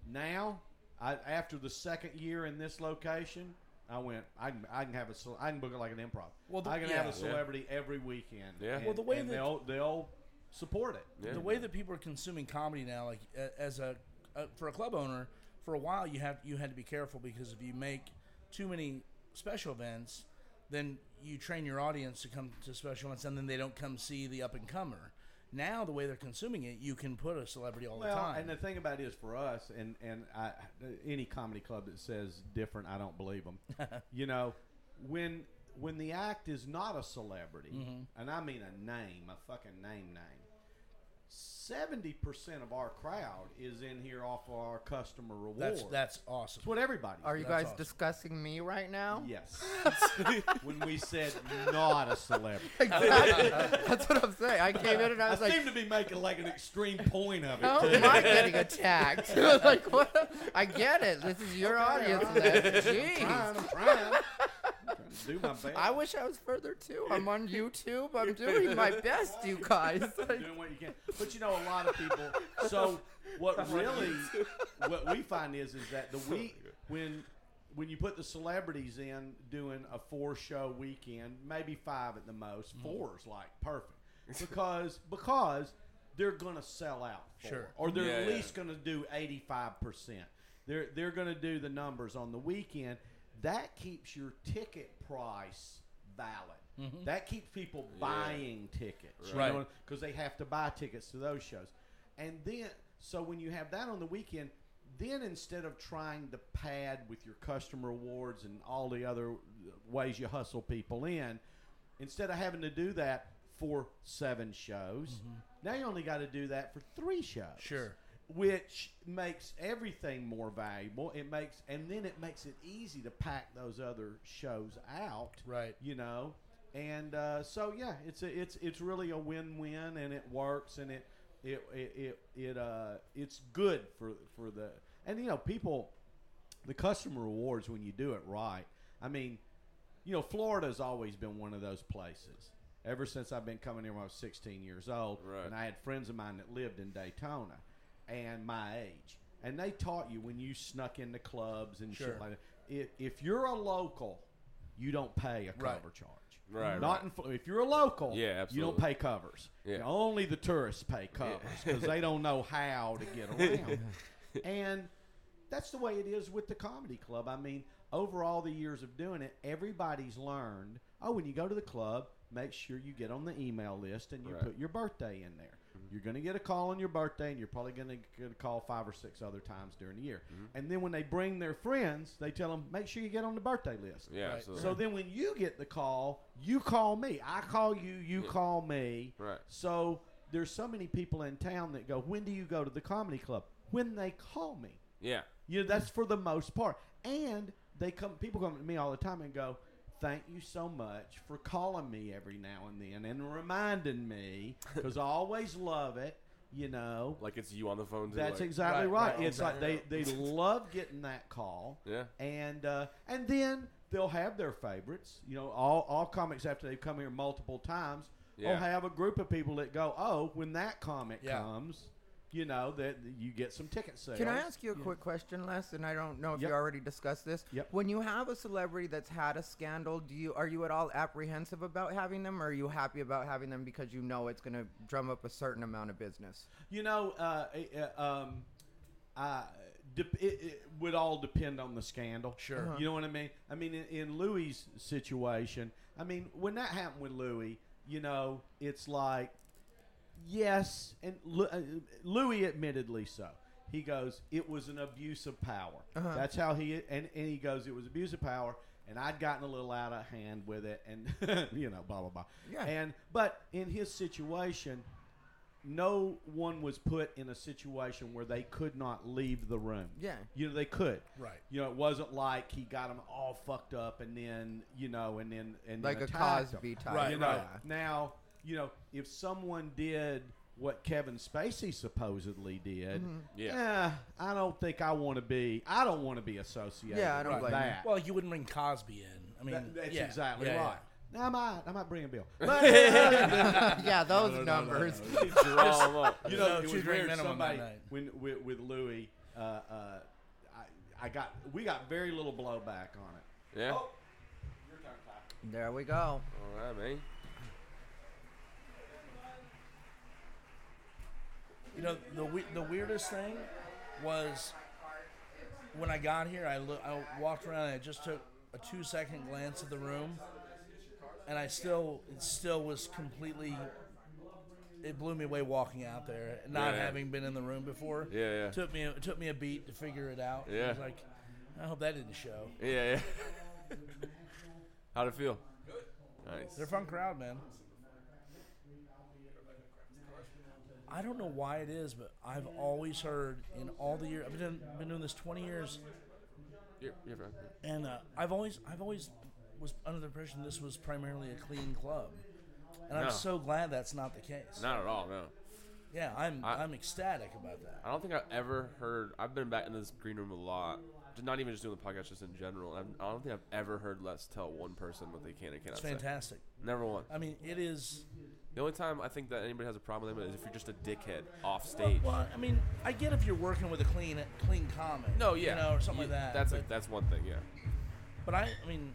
S3: Now, I, after the second year in this location, I went. I can, I can have a cel- I can book it like an improv.
S5: Well, the-
S3: I can have
S5: yeah.
S3: a celebrity every weekend.
S1: Yeah.
S3: and-
S5: Well, the way
S3: and
S5: that-
S3: they'll they'll support it.
S1: Yeah.
S5: The way that people are consuming comedy now, like a- as a uh, for a club owner, for a while you have you had to be careful because if you make too many special events, then you train your audience to come to special events, and then they don't come see the up and comer. Now the way they're consuming it, you can put a celebrity all the
S3: Well,
S5: time.
S3: and the thing about it is for us, and and I, any comedy club that says different, I don't believe them. you know, when when the act is not a celebrity, and I mean a name, a fucking name, name, seventy percent of our crowd is in here off of our customer reward.
S5: That's that's awesome.
S3: That's what everybody.
S6: Are you
S5: That's
S6: guys
S5: awesome.
S6: discussing me right now?
S3: Yes. when we said not a celebrity,
S6: Exactly. That's what I'm saying. I came in and I
S3: I
S6: was like, Oh
S3: seem to be making like an extreme point of
S6: how
S3: it.
S6: am
S3: too.
S6: I getting attacked? like, what? I get it. This is your audience. Lev. Jeez.
S3: I'm trying. I'm trying to do my best.
S6: I wish I was further too. I'm on YouTube. I'm doing my best, you guys. Like,
S3: doing what you can. But you know, a lot of people. So what really, what we find is, is that the week when when you put the celebrities in doing a four show weekend, maybe five at the most, four is like perfect because because they're gonna sell out, for
S5: Sure.
S3: it, or they're at
S1: Yeah, yeah.
S3: least gonna do eighty five percent. They're they're gonna do the numbers on the weekend. That keeps your ticket price valid. That keeps people buying tickets,
S5: Mm-hmm. Right.
S3: Because they have to buy tickets to those shows, and then so when you have that on the weekend, then instead of trying to pad with your customer awards and all the other ways you hustle people in, instead of having to do that for seven shows, now you only got to do that for three shows.
S5: Mm-hmm. Sure.
S3: Which makes everything more valuable. It makes and then it makes it easy to pack those other shows out.
S5: Right.
S3: You know, and uh, so yeah, it's a, it's it's really a win-win, and it works, and it it it it, it uh it's good for for the and you know people the customer rewards when you do it right. I mean, you know, Florida's always been one of those places. Ever since I've been coming here when I was 16 years old,
S1: Right.
S3: and I had friends of mine that lived in Daytona and my age, and they taught you when you snuck into clubs and
S5: Sure.
S3: shit like that. If, if you're a local, you don't pay a cover
S5: Right.
S3: charge.
S1: Right,
S3: Not
S1: right.
S3: in Flo- if you're a local,
S1: Yeah,
S3: you don't
S1: absolutely.
S3: pay covers.
S1: Yeah.
S3: Only the tourists pay covers because they don't know how to get around. and that's the way it is with the comedy club. I mean, over all the years of doing it, everybody's learned. Oh, when you go to the club, make sure you get on the email list and you
S1: Right. Mm-hmm.
S3: put your birthday in there. You're going to get a call on your birthday, and you're probably going to get a call five or six other times during the year.
S1: Mm-hmm.
S3: And then when they bring their friends, they tell them make sure you get on the birthday list.
S1: Yeah,
S5: Right.
S1: absolutely.
S3: So then when you get the call, you call me. I call you, you call me.
S1: Right.
S3: So there's so many people in town that go, When do you go to the comedy club? When they call me.
S1: yeah.
S3: You know, that's for the most part. And they come people come to me all the time and go, Thank you so much for calling me every now and then and reminding me because I always love it, you know.
S1: Like it's you on the phone too.
S3: That's
S1: like,
S3: exactly
S5: Right,
S3: right.
S5: right,
S3: It's like they, they love getting that call.
S1: Yeah.
S3: And uh, and then they'll have their favorites. You know, all, all comics after they've come here multiple times,
S1: Yeah.
S3: will have a group of people that go, oh, when that comic
S5: Yeah.
S3: comes, you know that you get some ticket sales.
S6: Can I ask you a quick question, Les? And I don't know if
S3: Yep.
S6: you already discussed this.
S3: Yep.
S6: When you have a celebrity that's had a scandal, do you are you at all apprehensive about having them, or are you happy about having them because you know it's going to drum up a certain amount of business?
S3: You know, uh, uh, um, uh, dep it, it would all depend on the scandal.
S5: Sure.
S3: You know what I mean? I mean, in, in Louis' situation, I mean, when that happened with Louis, you know, it's like, yes, and Lu- uh, Louis admittedly so. He goes, it was an abuse of power. That's how he, and, and he goes, it was abuse of power, and I'd gotten a little out of hand with it, and, you know, blah, blah, blah.
S6: Yeah.
S3: And, but in his situation, no one was put in a situation where they could not leave the room.
S6: Yeah.
S3: You know, they could.
S5: Right.
S3: You know, it wasn't like he got them all fucked up and then, you know, and then, and
S6: Like
S3: then
S6: a
S3: attacked 'em.
S6: Cosby type.
S5: Right,
S3: You know, now, you know, if someone did what Kevin Spacey supposedly did,
S6: Mm-hmm.
S1: Yeah.
S3: eh, I don't think I want to be, I don't want to be associated
S6: Yeah, I don't
S3: with
S6: blame you.
S3: that.
S5: Well, you wouldn't bring Cosby in. I mean,
S3: That- that's
S5: yeah,
S3: exactly
S5: yeah, yeah.
S3: right. Now, I might, I might bring a bill. But- uh,
S6: yeah. yeah, those numbers.
S1: Draw 'em "Oh, up.
S3: you know,
S5: No,
S3: it
S5: two
S3: was
S5: drink
S3: weird.
S5: minimum that
S3: Somebody
S5: night.
S3: when with, with Louis, uh, uh, I, I got we got very little blowback on it.
S1: Yeah. All
S6: There we go.
S1: right, man.
S5: You know, the we- the weirdest thing was when I got here. I loo- I walked around. and I just took a two second glance at the room, and I still it still was completely. It blew me away walking out there, not
S1: Yeah.
S5: having been in the room before.
S1: Yeah, yeah.
S5: Took me it took me a beat to figure it out. I
S1: Yeah.
S5: was like, I hope that didn't show.
S1: Yeah, yeah. How'd it feel? Nice.
S5: They're a fun crowd, man. I I don't know why it is, but I've always heard in all the years I've been doing, been doing this 20 years,
S7: You're, you're right.
S5: and uh, I've always I've always was under the impression this was primarily a clean club, and
S1: No.
S5: I'm so glad that's not the case.
S1: Not at all, no.
S5: Yeah, I'm
S1: I-
S5: I, am ecstatic about that.
S1: I don't think I've ever heard. I've been back in this green room a lot. Just Not even just doing the podcast, just in general. I've, I don't think I've ever heard Les tell one person what they can and cannot
S5: It's
S1: say.
S5: fantastic.
S1: Never one.
S5: I mean, it is.
S1: The only time I think that anybody has a problem with him is if you're just a dickhead off stage.
S5: Well, I mean, I get if you're working with a clean clean comic.
S1: No, yeah,
S5: you know, or something
S1: You-
S5: like that.
S1: That's
S5: but,
S1: a, that's one thing. Yeah,
S5: but I, I mean,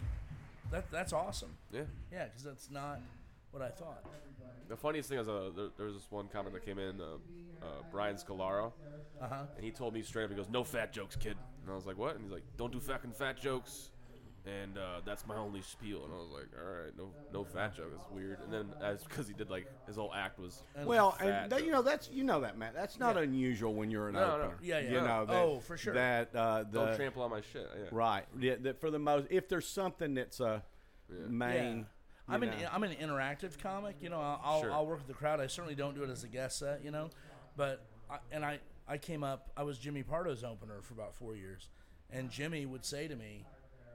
S5: that that's awesome.
S1: yeah.
S5: Yeah, because that's not what I thought.
S1: The funniest thing is uh, there, there was this one comic that came in, uh, uh, Brian Scalaro,
S5: Uh huh.
S1: and he told me straight up, he goes, "No fat jokes, kid." And I was like, "What?" And he's like, "Don't do fucking fat jokes." And uh, that's my only spiel. And I was like, "All right, no, no fat joke. It's weird." And then as because he did like his whole act was
S3: Well,
S1: fat
S3: and that, you
S1: jokes.
S3: know that's you know that Matt. That's not unusual when you're an
S1: No, no.
S3: opener.
S5: Yeah, yeah.
S3: You
S5: No.
S3: know that,
S5: Oh, for sure.
S3: That uh,
S1: don't
S3: the
S1: trample on my shit. Yeah.
S3: right. Yeah, that for the most, if there's something that's a main.
S5: Yeah. I'm
S3: you
S5: an
S3: know.
S5: I'm an interactive comic. You know, I'll I'll,
S1: Sure.
S5: I'll work with the crowd. I certainly don't do it as a guest set. You know, but I, and I I came up. I was Jimmy Pardo's opener for about four years, and Jimmy would say to me,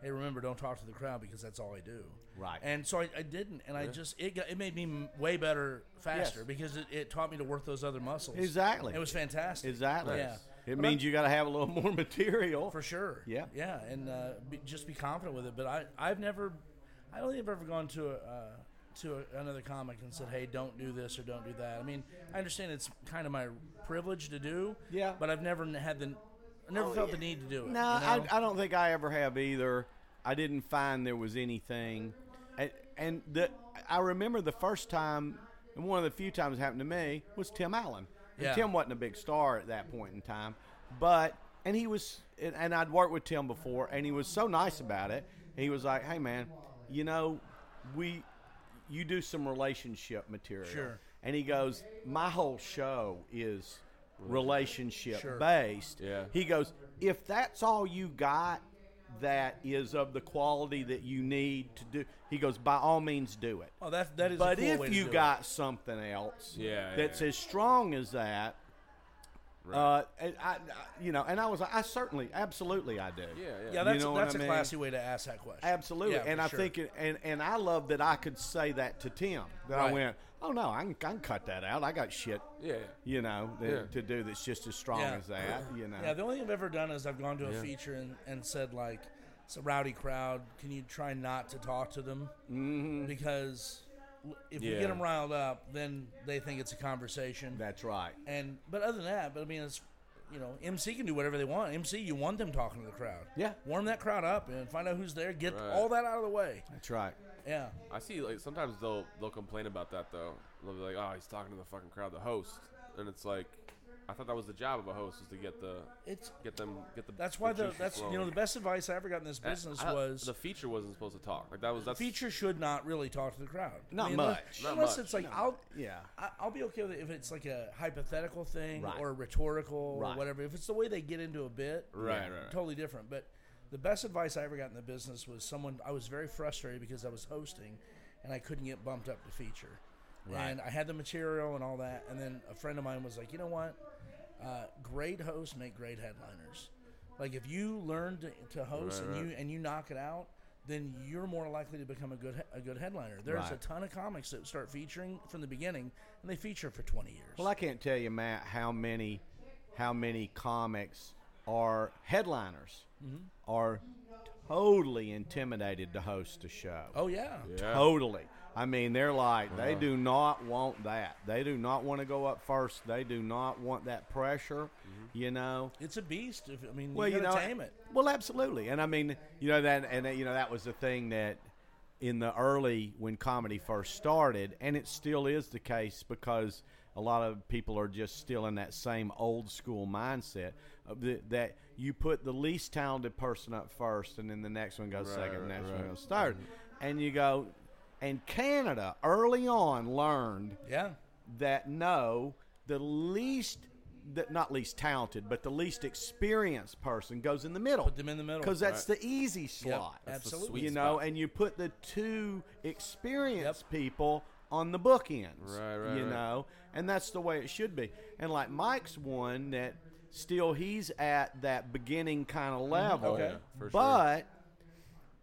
S5: "Hey, remember, don't talk to the crowd because that's all I do."
S3: Right.
S5: And so I, I didn't, and I just it got, it made me m- way better faster because it, it taught me to work those other muscles.
S3: Exactly.
S5: It was fantastic.
S3: Exactly.
S5: Yeah.
S3: It means you got to have a little more material.
S5: For sure.
S3: Yeah.
S5: Yeah, and uh, be, just be confident with it. But I, I've never, I don't think I've ever gone to a, uh, to a, another comic and said, "Hey, don't do this or don't do that." I mean, I understand it's kind of my privilege to do.
S3: Yeah.
S5: But I've never n- had the, I never
S3: Oh,
S5: felt
S3: yeah.
S5: the need to do it.
S3: No,
S5: you know?
S3: I, I don't think I ever have either. I didn't find there was anything, and, and the I remember the first time, and one of the few times it happened to me was Tim Allen. And
S5: Yeah.
S3: Tim wasn't a big star at that point in time, but and he was, and, and I'd worked with Tim before, and he was so nice about it. He was like, "Hey, man, you know, we, you do some relationship material."
S5: Sure.
S3: And he goes, "My whole show is." Relationship
S5: Sure.
S3: based.
S1: Yeah.
S3: He goes, if that's all you got that is of the quality that you need to do, he goes, by all means do it.
S5: Oh, that that is. a
S3: But
S5: cool way
S3: if
S5: to
S3: you
S5: do it.
S3: got something else
S1: Yeah,
S3: that's
S1: yeah.
S3: as strong as that, uh, and I, I, you know, and I was like, I certainly, absolutely, I do.
S1: Yeah, yeah.
S5: yeah, that's
S3: you know what
S5: that's
S3: I
S5: a
S3: mean?
S5: classy way to ask that question.
S3: Absolutely,
S5: Yeah,
S3: and
S5: for
S3: I
S5: sure.
S3: think, it, and and I love that I could say that to Tim. That I
S5: Right.
S3: went, oh no, I can, I can cut that out. I got shit,
S1: Yeah, yeah.
S3: you know, that,
S1: Yeah.
S3: to do that's just as strong
S5: Yeah.
S3: as that. You know,
S5: Yeah, the only thing I've ever done is I've gone to a feature and, and said like, "It's a rowdy crowd. Can you try not to talk to them? Mm-hmm. Because l- if we
S1: Yeah.
S5: get them riled up, then they think it's a conversation.
S3: that's right.
S5: and but other than that, but I mean, it's you know, MC can do whatever they want. MC, you want them talking to the crowd.
S3: Yeah.
S5: warm that crowd up and find out who's there. Get
S1: Right.
S5: all that out of the way.
S3: That's right.
S5: Yeah,
S1: I see. Like sometimes they'll they'll complain about that though. They'll be like, "Oh, he's talking to the fucking crowd, the host," and it's like, I thought that was the job of a host is to get the
S5: it's
S1: get them get the.
S5: that's why the
S1: juices
S5: that's you know
S1: flowing.
S5: the best advice I ever got in this
S1: I-
S5: business
S1: Uh, I-
S5: was
S1: the feature wasn't supposed to talk. Like that was that's
S5: feature should not really talk to the crowd. I
S3: Not
S5: mean, unless-
S3: much.
S5: Unless,
S1: Not much.
S5: it's like I'll
S3: Yeah.
S5: I- I'll be okay with it if it's like a hypothetical thing
S3: Right.
S5: or rhetorical
S3: Right.
S5: or whatever. If it's the way they get into a bit,
S1: Right, right, right.
S5: totally different. But the best advice I ever got in the business was someone I was very frustrated because I was hosting and I couldn't get bumped up to feature. And I had the material and all that, and then a friend of mine was like, "You know what? Uh, great hosts make great headliners. Like if you learn to, to host
S1: Right,
S5: and
S1: right.
S5: you and you knock it out." Then you're more likely to become a good he- a good headliner. There's a
S3: Right.
S5: ton of comics that start featuring from the beginning, and they feature for 20 years.
S3: Well, I can't tell you, Matt, how many, how many comics are headliners are totally intimidated to host a show.
S5: oh yeah.
S1: Yeah.
S3: Totally. I mean, they're like they do not want that. They do not want to go up first. They do not want that pressure. You know.
S5: it's a beast. If, I mean,
S3: Well,
S5: you
S3: you
S5: gotta
S3: know.
S5: tame it.
S3: Well, absolutely. And I mean, you know that, and that, you know that was the thing that in the early when comedy first started, and it still is the case because a lot of people are just still in that same old school mindset of the, that you put the least talented person up first, and then the next one goes second, the next one goes 3rd and you go. And Canada early on learned
S5: Yeah,
S3: that know the least that not least talented but the least experienced person goes in the middle
S5: put them in the middle.
S3: because that's the easy slot
S5: Absolutely.
S3: you know and you put the two experienced people on the bookends.
S1: Right, right,
S3: You
S1: right.
S3: know, and that's the way it should be. And like Mike's one that still he's at that beginning kind of level.
S1: Mm-hmm. Okay. yeah, for sure.
S3: but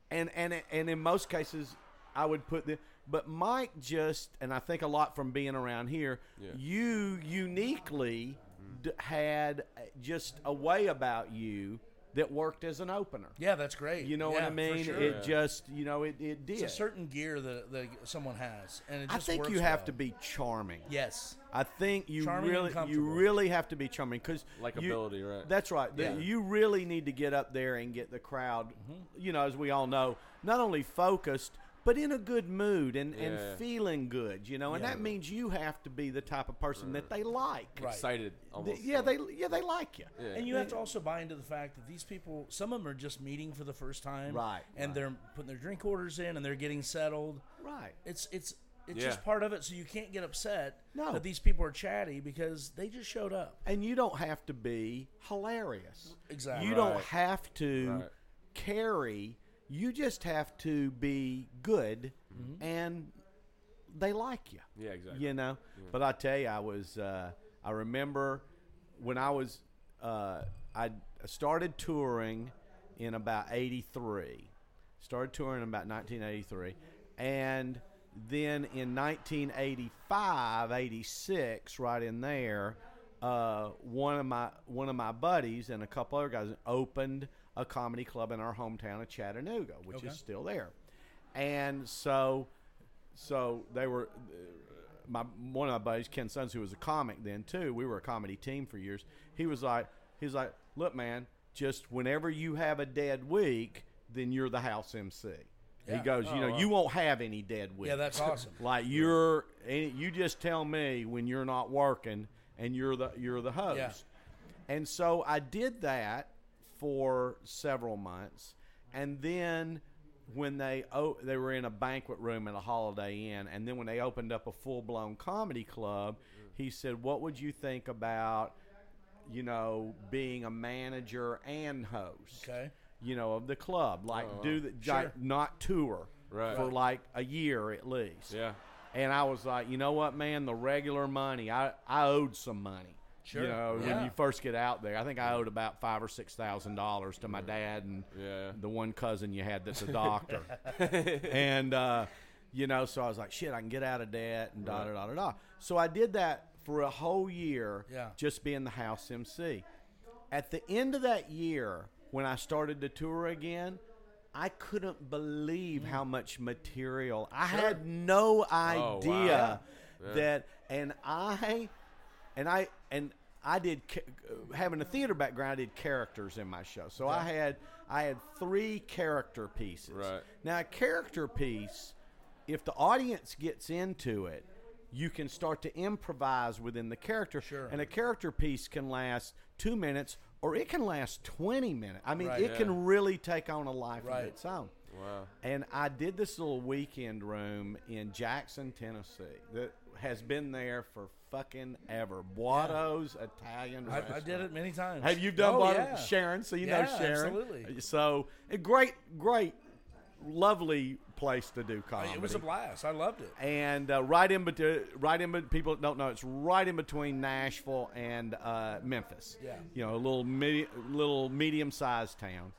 S3: and and and in most cases, I would put the but Mike just and I think a lot from being around here.
S1: Yeah.
S3: You uniquely d- had just a way about you that worked as an opener.
S5: Yeah, that's great.
S3: You know what
S5: Yeah,
S3: I
S5: for
S3: mean?
S5: sure.
S3: It just you know it it did.
S5: It's a certain gear that, that someone has, and it
S3: I
S5: just
S3: think
S5: works
S3: you have
S5: well.
S3: to be charming.
S5: Yes.
S3: I think you
S5: Charming and
S3: really you
S5: comfortable.
S3: really have to be charming because
S1: Likability, right.
S3: That's right. The-
S5: Yeah.
S3: You really need to get up there and get the crowd,
S1: Mm-hmm.
S3: you know, as we all know, not only focused but in a good mood and,
S1: Yeah.
S3: and feeling good, you know, and
S5: Yeah.
S3: that means you have to be the type of person that they like.
S5: Right.
S1: Excited.
S3: Th-
S1: Almost.
S3: Yeah, they yeah they like you.
S1: Yeah.
S5: And you have to also buy into the fact that these people, some of them are just meeting for the first time,
S3: Right,
S5: And
S3: right.
S5: they're putting their drink orders in, and they're getting settled.
S3: Right.
S5: It's it's it's
S1: Yeah.
S5: just part of it, so you can't get upset
S3: No.
S5: that these people are chatty because they just showed up.
S3: and you don't have to be hilarious.
S5: Exactly.
S3: You don't
S1: Right.
S3: have to
S1: Right.
S3: carry. You just have to be good,
S1: Mm-hmm.
S3: and they like you.
S1: Yeah, exactly.
S3: You know. But I tell you, I was. Uh, I remember when I was. Uh, I started touring in about '83. Started touring in about 1983, and then in 1985, 86, right in there, uh, one of my one of my buddies and a couple other guys opened a comedy club in our hometown of Chattanooga, which
S5: Okay.
S3: is still there. And so, so they were my one of my buddies, Ken Sons, who was a comic then too. We were a comedy team for years. He was like, he's like, look, man, just whenever you have a dead week, then you're the house MC. He
S5: Yeah.
S3: goes, you know, you won't have any dead weeks.
S5: Yeah, that's awesome.
S3: Like you're, and you just tell me when you're not working, and you're the you're the host.
S5: Yeah.
S3: And so I did that for several months, and then when they oh, they were in a banquet room at a Holiday Inn, and then when they opened up a full blown comedy club, he said, "What would you think about?" You know, being a manager and host,
S5: Okay. Uh-huh.
S3: you know, of the club, like do the
S5: Sure.
S3: like, not tour
S1: Right.
S3: for like a year at least.
S1: Yeah.
S3: And I was like, you know what, man, the regular money, I, I owed some money.
S5: Sure.
S3: You know, when
S5: Yeah.
S3: you first get out there, I think I owed about five or six thousand dollars to my dad and
S1: Yeah.
S3: the one cousin you had that's a doctor. and uh, you know, so I was like, shit, I can get out of debt and da da da da da. So I did that for a whole year,
S5: Yeah.
S3: just being the house MC. At the end of that year, when I started to tour again, I couldn't believe how much material I had no
S1: Oh, wow.
S3: idea
S1: Yeah.
S3: that, and I, and I, and I did ca- having a theater background. I did characters in my show, so I had I had three character pieces.
S1: Right.
S3: now, a character piece, if the audience gets into it, you can start to improvise within the character.
S5: Sure.
S3: and a character piece can last two minutes or it can last 20 minutes. I mean,
S5: Right.
S3: it
S1: Yeah.
S3: can really take on a life
S5: Right.
S3: of its own.
S1: Wow.
S3: And I did this little weekend room in Jackson, Tennessee that has been there for fucking ever. Watto's Italian
S5: I, I
S3: Restaurant.
S5: did it many times.
S3: Have you done
S5: oh,
S3: one,
S5: yeah.
S3: Sharon? So you know
S5: Yeah,
S3: Sharon.
S5: absolutely.
S3: So a great, great, lovely place to do
S5: I-
S3: comedy.
S5: It was a blast. I loved it.
S3: and uh, right in between, right in bet- people don't know it's right in between Nashville and uh, Memphis.
S5: Yeah.
S3: you know, a little me- little medium sized town,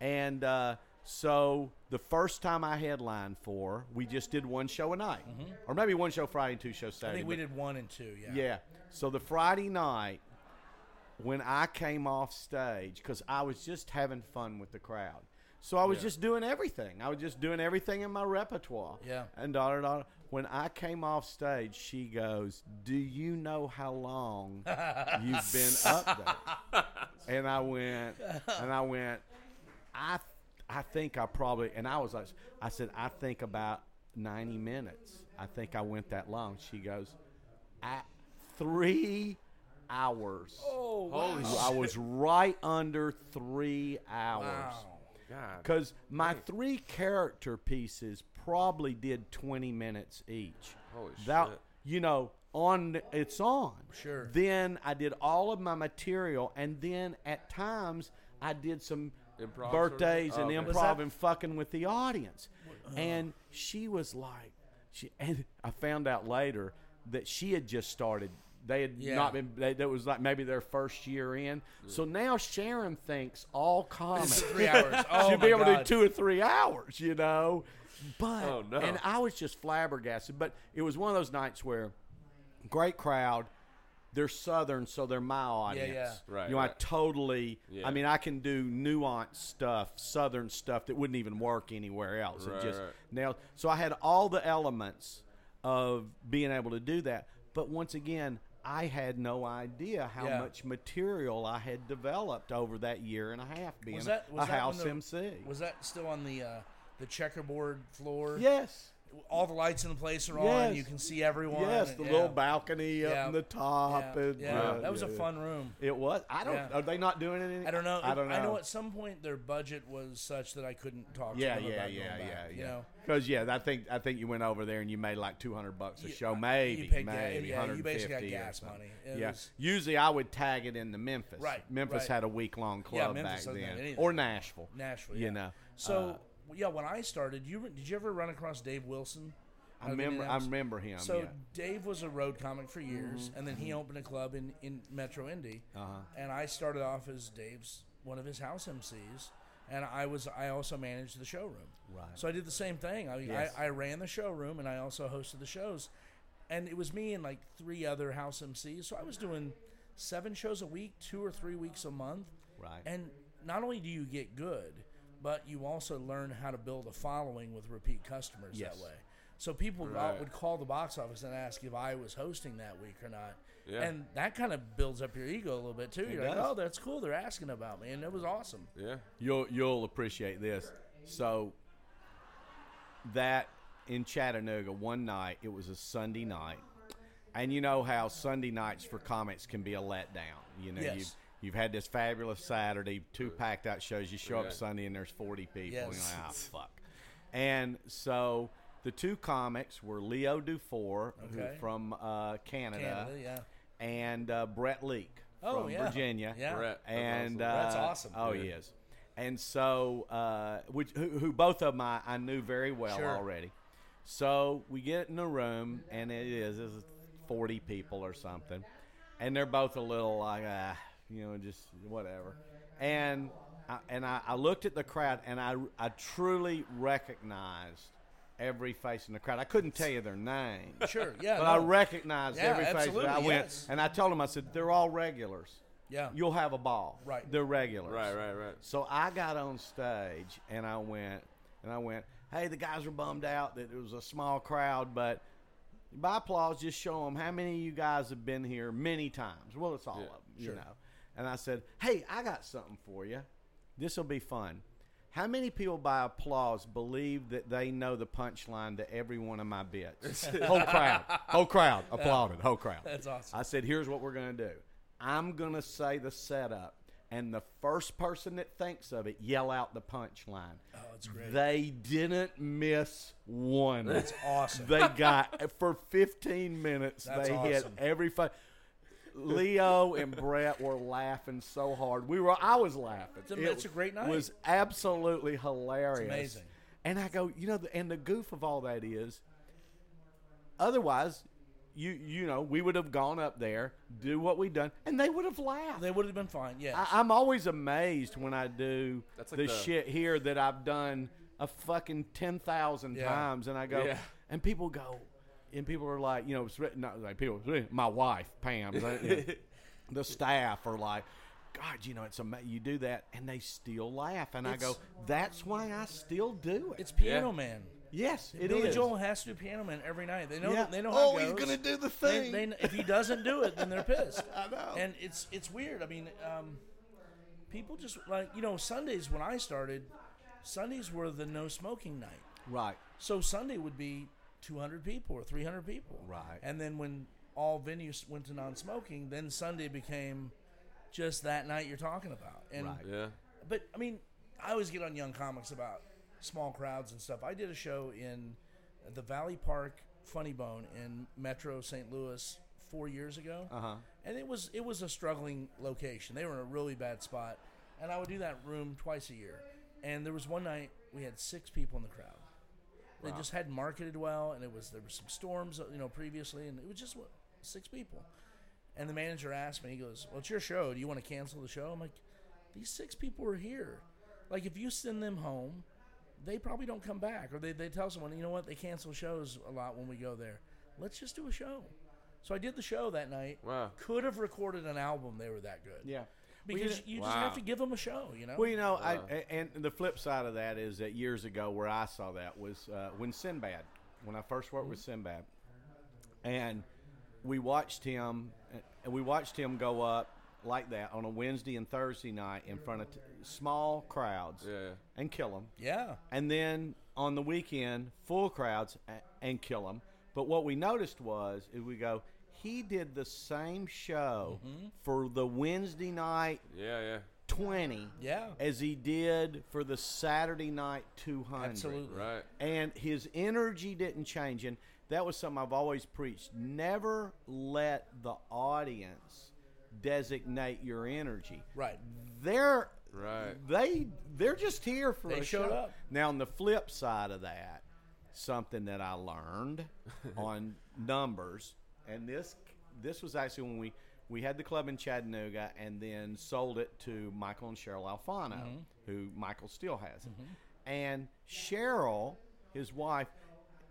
S3: and uh, so the first time I headlined for, we just did one show a night, or maybe one show Friday and two shows
S5: Mm-hmm. I
S3: Saturday.
S5: think we
S3: but-
S5: did one and two. Yeah.
S3: yeah. So the Friday night, when I came off stage, because I was just having fun with the crowd. So I was just doing everything. I was just doing everything in my repertoire.
S5: Yeah.
S3: And da da da. When I came off stage, she goes, "Do you know how long you've been up there?" And I went, and I went, I, I think I probably, and I was like, I said, I think about ninety minutes. I think I went that long. She goes, I, three hours.
S5: Oh, wow.
S1: Holy
S3: I was right under three hours.
S5: Wow.
S1: God.
S3: Because my three character pieces probably did 20 minutes each.
S1: Holy shit.
S3: You know, on it's on.
S5: Sure.
S3: Then I did all of my material, and then at times I did some
S1: Improv sort of
S3: birthdays
S1: thing? Oh, Uh-huh.
S3: and
S1: okay.
S3: improv and fucking with the audience. And she was like, She and I found out later that she had just started. They had
S5: Yeah.
S3: not been. They, that was like maybe their first year in. So now Sharon thinks all comics
S5: Three hours. Oh,
S3: she'd
S5: my
S3: be able to
S5: God.
S3: do two or three hours, you know. But
S1: Oh, no.
S3: and I was just flabbergasted. But it was one of those nights where great crowd. They're southern, so they're my audience.
S5: yeah.
S1: Right,
S3: You know, I
S1: right.
S3: totally.
S1: Yeah.
S3: I mean, I can do nuanced stuff, southern stuff that wouldn't even work anywhere else.
S1: Right,
S3: it just
S1: right.
S3: nailed. So I had all the elements of being able to do that. But once again, I had no idea how
S5: Yeah.
S3: much material I had developed over that year and a half being
S5: Was that was
S3: a
S5: that when
S3: house
S5: the-
S3: MC.
S5: Was that still on the uh, the checkerboard floor?
S3: yes.
S5: All the lights in the place are on.
S3: Yes.
S5: You can see everyone.
S3: Yes,
S5: and-
S3: the
S5: yeah.
S3: little balcony up
S5: Yeah.
S3: in the top.
S5: Yeah,
S3: And,
S5: yeah.
S1: Yeah,
S5: that was
S3: yeah,
S5: a
S3: yeah.
S5: fun room.
S3: It was. I don't.
S5: Yeah.
S3: Are they not doing it? Any,
S5: I don't know.
S3: I don't know.
S5: I know at some point their budget was such that I couldn't talk
S3: yeah,
S5: to them
S3: yeah,
S5: about
S3: yeah,
S5: going
S3: yeah,
S5: back, You
S3: yeah.
S5: know,
S3: Because yeah, I think I think you went over there and you made like two hundred bucks a
S5: You-
S3: show,
S5: you
S3: maybe,
S5: paid ga-
S3: maybe
S5: yeah, you basically got
S3: 150 or
S5: gas
S3: something.
S5: money. It
S3: yeah.
S5: was-
S3: Usually, I would tag it into Memphis.
S5: Right,
S3: Memphis
S5: right.
S3: had a week long club
S5: Memphis
S3: back
S5: doesn't have
S3: then,
S5: anything.
S3: or Nashville.
S5: Nashville.
S3: You
S5: yeah.
S3: know.
S5: So
S3: Uh,
S5: yeah, when I started, you re- did you ever run across Dave Wilson?
S3: I
S5: out of
S3: remember. I
S5: Indianapolis?
S3: remember him.
S5: So
S3: yeah. Mm-hmm.
S5: Dave was a road comic for years, and then he opened a club in, in Metro Indy,
S3: Uh-huh.
S5: and I started off as Dave's one of his house MCs, and I was I also managed the showroom. Right. So I did the same thing. I,
S3: Yes.
S5: I I ran the showroom, and I also hosted the shows, and it was me and like three other house MCs. So I was doing seven shows a week, two or three weeks a month.
S3: Right.
S5: And not only do you get good, but you also learn how to build a following with repeat customers
S3: Yes.
S5: that way. So people out would call the box office and ask if I was hosting that week or not.
S1: Yeah.
S5: And that kind of builds up your ego a little bit too. You're like,
S3: does.
S5: oh, that's cool. They're asking about me, and it was awesome.
S1: Yeah.
S3: You'll you'll appreciate this. So that in Chattanooga one night, it was a Sunday night, and you know how Sunday nights for comics can be a letdown. You know,
S5: Yes.
S3: you've you've had this fabulous Saturday, two packed out shows. You show
S1: Yeah.
S3: up Sunday and there's forty people. and
S5: Yes.
S3: you're like, ah, fuck. And so the two comics were Leo Dufour,
S5: Okay.
S3: who from uh, Canada,
S5: Canada, yeah.
S3: and uh, Brett Leake
S5: Oh,
S3: from
S5: yeah.
S3: Virginia.
S5: Yeah.
S1: Brett, that's awesome.
S3: And uh,
S5: That's awesome.
S3: Oh,
S1: Yeah.
S3: he is. And so, uh, which who, who both of them I, I knew very well
S5: Sure.
S3: already. So we get in a room, and it is this is forty people or something, and they're both a little like, ah, you know, just whatever. And I, and I, I looked at the crowd, and I I truly recognized every face in the crowd. I couldn't tell you their names,
S5: Sure, yeah.
S3: but I
S5: no,
S3: recognized
S5: Yeah,
S3: every face. that
S5: absolutely,
S3: I went
S5: yes.
S3: and I told them, I said, they're all regulars
S5: yeah.
S3: you'll have a ball.
S5: Right.
S3: They're regulars.
S1: Right, right, right.
S3: So I got on stage and I went and I went, hey, the guys were bummed out that it was a small crowd, but by applause, just show them how many of you guys have been here many times. Well, it's all
S1: Yeah,
S3: of them, you know. And I said, hey, I got something for you. This will be fun. How many people by applause believe that they know the punchline to every one of my bits? whole crowd, whole crowd applauded, whole crowd.
S5: That's awesome.
S3: I said, here's what we're going to do. I'm going to say the setup, and the first person that thinks of it, yell out the punchline. Oh,
S5: that's great.
S3: They didn't miss one.
S5: That's awesome.
S3: they got, for 15 minutes,
S5: That's
S3: they hit
S5: awesome.
S3: every. Fu- Leo and Brett were laughing so hard. We were. I was laughing.
S5: It's a- it's a great night.
S3: Was absolutely hilarious.
S5: amazing.
S3: And I go, you know, the, and the goof of all that is, otherwise, you you know, we would have gone up there, do what we done, and they would have laughed.
S5: They would have been fine. Yeah.
S3: I, I'm always amazed when I do
S1: That's like
S3: the,
S1: the-
S3: shit here that I've done a fucking ten thousand
S5: Yeah.
S3: times, and I go,
S1: Yeah.
S3: and people go, and people are like, you know, it's written, not like people, my wife Pam, they- you know, the staff are like. God, you know it's amazing. You do that, and they still laugh, and I go,
S5: It's-
S3: "That's why I still do it."
S5: it's Piano Man.
S3: Yes, it is.
S5: Billy Joel has to do Piano Man every night. They know.
S3: Yeah.
S5: They know
S3: oh,
S5: how it
S3: he's
S5: goes.
S3: gonna do the thing.
S5: They, they, if he doesn't do it, then they're pissed.
S3: I know.
S5: And it's it's weird. I mean, um, people just like you know Sundays when I started, Sundays were the no smoking night.
S3: right.
S5: So Sunday would be 200 people or 300 people.
S3: Right.
S5: And then when all venues went to non-smoking, then Sunday became just that night you're talking about. And
S3: Right.
S1: Yeah.
S5: but I mean, I always get on young comics about small crowds and stuff. I did a show in the Valley Park Funny Bone in Metro St. Louis four years ago, uh-huh. and it was it was a struggling location. They were in a really bad spot, and I would do that room twice a year. And there was one night we had six people in the crowd, They
S4: Wow.
S5: just hadn't marketed well, and it was there were some storms, you know, previously, and it was just what, six people. And the manager asked me, he goes, "Well, it's your show. Do you want to cancel the show?" I'm like, "These six people are here. Like, if you send them home, they probably don't come back, or they, they tell someone, you know what, they cancel shows a lot when we go there. Let's just do a show." So I did the show that night.
S1: Wow.
S5: Could have recorded an album. They were that good.
S3: Yeah.
S5: Because
S3: Well,
S5: you, just have
S1: Wow.
S5: to give them a show, you know.
S3: Well, you know, I, and the flip side of that is that years ago, where I saw that was uh, when Sinbad, when I first worked with Sinbad, and we watched him, and we watched him go up like that on a Wednesday and Thursday night in front of t- small crowds
S1: Yeah.
S3: and kill them,
S5: yeah.
S3: and then on the weekend, full crowds a- and kill them. But what we noticed was, is we go, he did the same show for the Wednesday night
S1: Yeah, yeah.
S3: 20
S5: Yeah.
S3: as he did for the Saturday night 200.
S5: Absolutely.
S1: Right.
S3: And his energy didn't change. And that was something I've always preached. Never let the audience designate your energy.
S5: Right.
S3: They're.
S1: Right.
S3: They they're just here for
S5: They
S3: a
S5: showed
S3: show.
S5: up.
S3: Now on the flip side of that, something that I learned on numbers, and this this was actually when we we had the club in Chattanooga, and then sold it to Michael and Cheryl Alfano, who Michael still has, and Cheryl, his wife,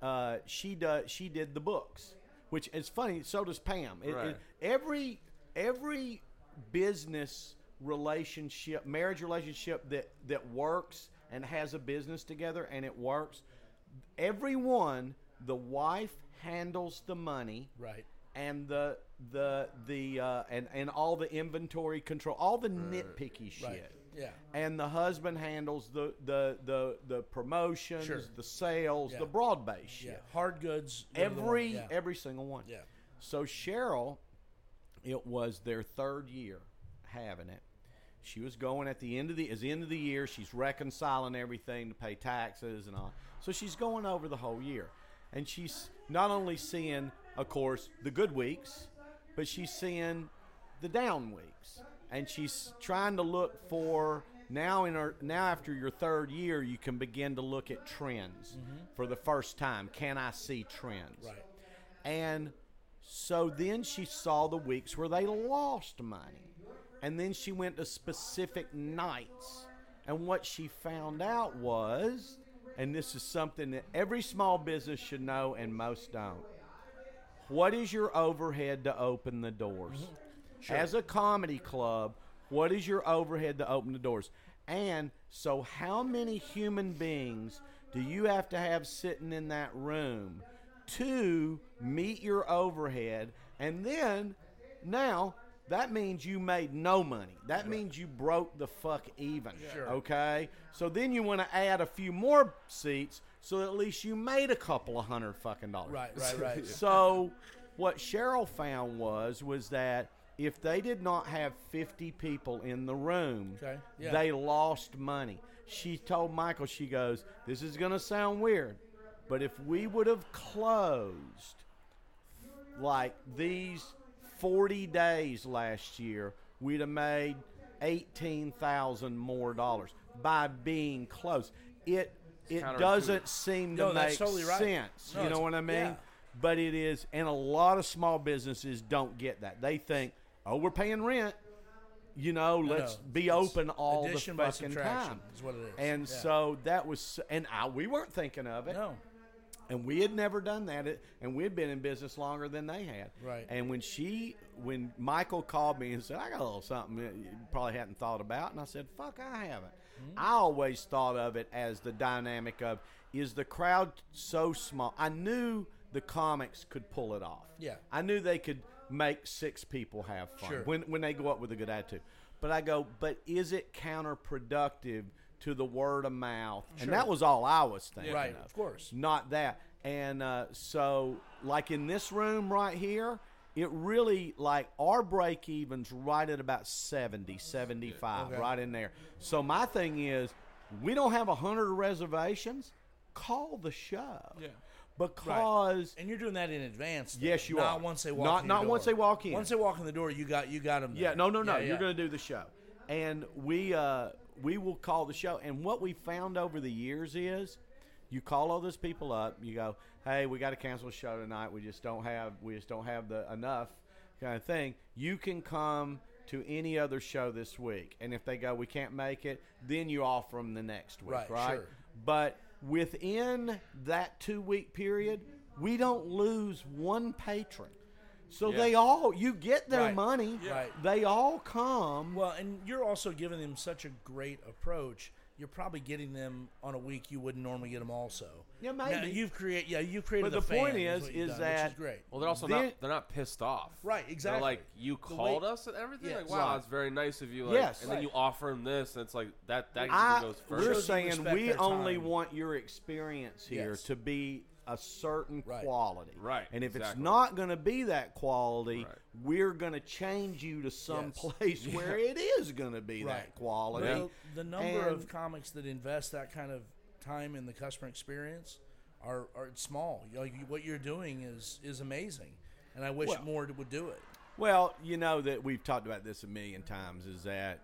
S3: uh, she does she did the books, which is funny. So does Pam. It- it-
S1: Right.
S3: every every business relationship marriage relationship that that works and has a business together and it works everyone the wife handles the money
S5: Right.
S3: and the the the uh, and and all the inventory control all the nitpicky shit
S5: Right. Yeah.
S3: and the husband handles the the the the promotions
S5: Sure.
S3: the sales
S5: Yeah.
S3: the broad based shit
S5: Yeah. Hard goods. they're the
S3: every
S5: one- yeah.
S3: every single one.
S5: Yeah.
S3: So Cheryl, it was their third year having it. She was going at the end of the as the end of the year. She's reconciling everything to pay taxes and all. So she's going over the whole year, and she's not only seeing, of course, the good weeks, but she's seeing the down weeks, and she's trying to look for now in her now after your third year, you can begin to look at trends for the first time. Can I see trends?
S5: Right.
S3: And so then she saw the weeks where they lost money. And then she went to specific nights. And what she found out was, and this is something that every small business should know and most don't. What is your overhead to open the doors? As a comedy club, what is your overhead to open the doors? And so, how many human beings do you have to have sitting in that room to meet your overhead? And then, now, that means you made no money. That means you broke the fuck even. Okay? So then you want to add a few more seats so at least you made a couple of hundred fucking dollars.
S5: Right. Right. Right.
S3: So what Cheryl found was was that if they did not have 50 people in the room,
S5: Okay, yeah.
S3: they lost money. She told Michael, she goes, "This is going to sound weird, but if we would have closed like these 40 days last year, we'd have made 18,000 more dollars by being close. It it
S1: counterintuitive.
S3: doesn't seem to
S5: No,
S3: make
S5: that's totally right.
S3: sense.
S5: No,
S3: you know
S5: it's-
S3: what I mean?
S5: yeah.
S3: But it is, and a lot of small businesses don't get that. They think, oh, we're paying rent. You know, let's
S5: no.
S3: be
S5: It's
S3: open all the
S5: addition by
S3: fucking
S5: subtraction
S3: time.
S5: is what it is.
S3: And
S5: Yeah.
S3: so that was, and I, we weren't thinking of it
S5: No.
S3: and we had never done that it- and we had been in business longer than they had
S5: Right.
S3: and when she when michael called me and said i got a little something that you probably hadn't thought about and i said fuck i haven't
S5: Hmm?
S3: i always thought of it as the dynamic of is the crowd so small i knew the comics could pull it off
S5: Yeah.
S3: i knew they could make six people have fun
S5: Sure.
S3: when, when they go up with a good attitude but i go but is it counterproductive to the word of mouth and that was all i was thinking
S5: Right,
S3: of
S5: of course.
S3: not that. And uh, so, like in this room right here, it really like our break even's right at about 70, 75, right in there. So, my thing is, we don't have 100 reservations, call the show.
S4: Yeah.
S3: Because
S5: And you're doing that in advance. though,
S3: Yes, you
S5: not
S3: are.
S5: once they walk.
S3: Not-
S5: in your
S3: not once
S5: door.
S3: they walk in.
S5: Once they walk in the door, you got you got them.
S3: Yeah, no, no, no. You're going to do the show, and we uh, we will call the show. And what we found over the years is, You call all those people up. You go, hey, we got to cancel the show tonight. We just don't have we just don't have the enough kind of thing. You can come to any other show this week, and if they go, we can't make it, then you offer them the next week, right?
S5: Right, sure.
S3: But within that two week period, we don't lose one patron. So
S1: Yeah.
S3: they all you get their
S5: Right.
S3: money.
S5: Right.
S3: They all come.
S5: Well, and you're also giving them such a great approach. You're probably getting them on a week you wouldn't normally get them. Also,
S3: Yeah,
S5: Now,
S3: maybe.
S5: you've created. Yeah, you've created.
S3: But
S5: a
S3: the point
S5: fan,
S3: is-
S5: what you've
S3: is
S5: done,
S3: that-
S5: which is great.
S1: Well, they're also
S3: Then-
S1: not they're not pissed off.
S5: Right, exactly.
S1: They're like you
S5: The way-
S1: called us and everything.
S5: Yeah,
S1: like wow,
S3: right.
S1: it's very nice of you. Like,
S3: Yes.
S1: and then you
S5: Right.
S1: offer them this, and it's like that that
S3: I,
S1: usually goes
S3: we're
S5: Shows
S1: first.
S5: you
S3: saying
S5: respect
S3: we
S5: their
S3: only
S5: time.
S3: want your experience here
S5: Yes.
S3: to be a certain
S5: Right.
S3: quality.
S1: Right,
S3: And if
S1: exactly.
S3: it's not going to be that quality,
S1: Right.
S3: we're going to change you to some
S5: Yes.
S3: place where it is going to be
S5: Right.
S3: that quality.
S5: The, the number
S3: And-
S5: of comics that invest that kind of time in the customer experience are, are small. You know, you- what you're doing is is amazing, and I wish
S3: Well-
S5: more would do it.
S3: Well, you know that we've talked about this a million times is that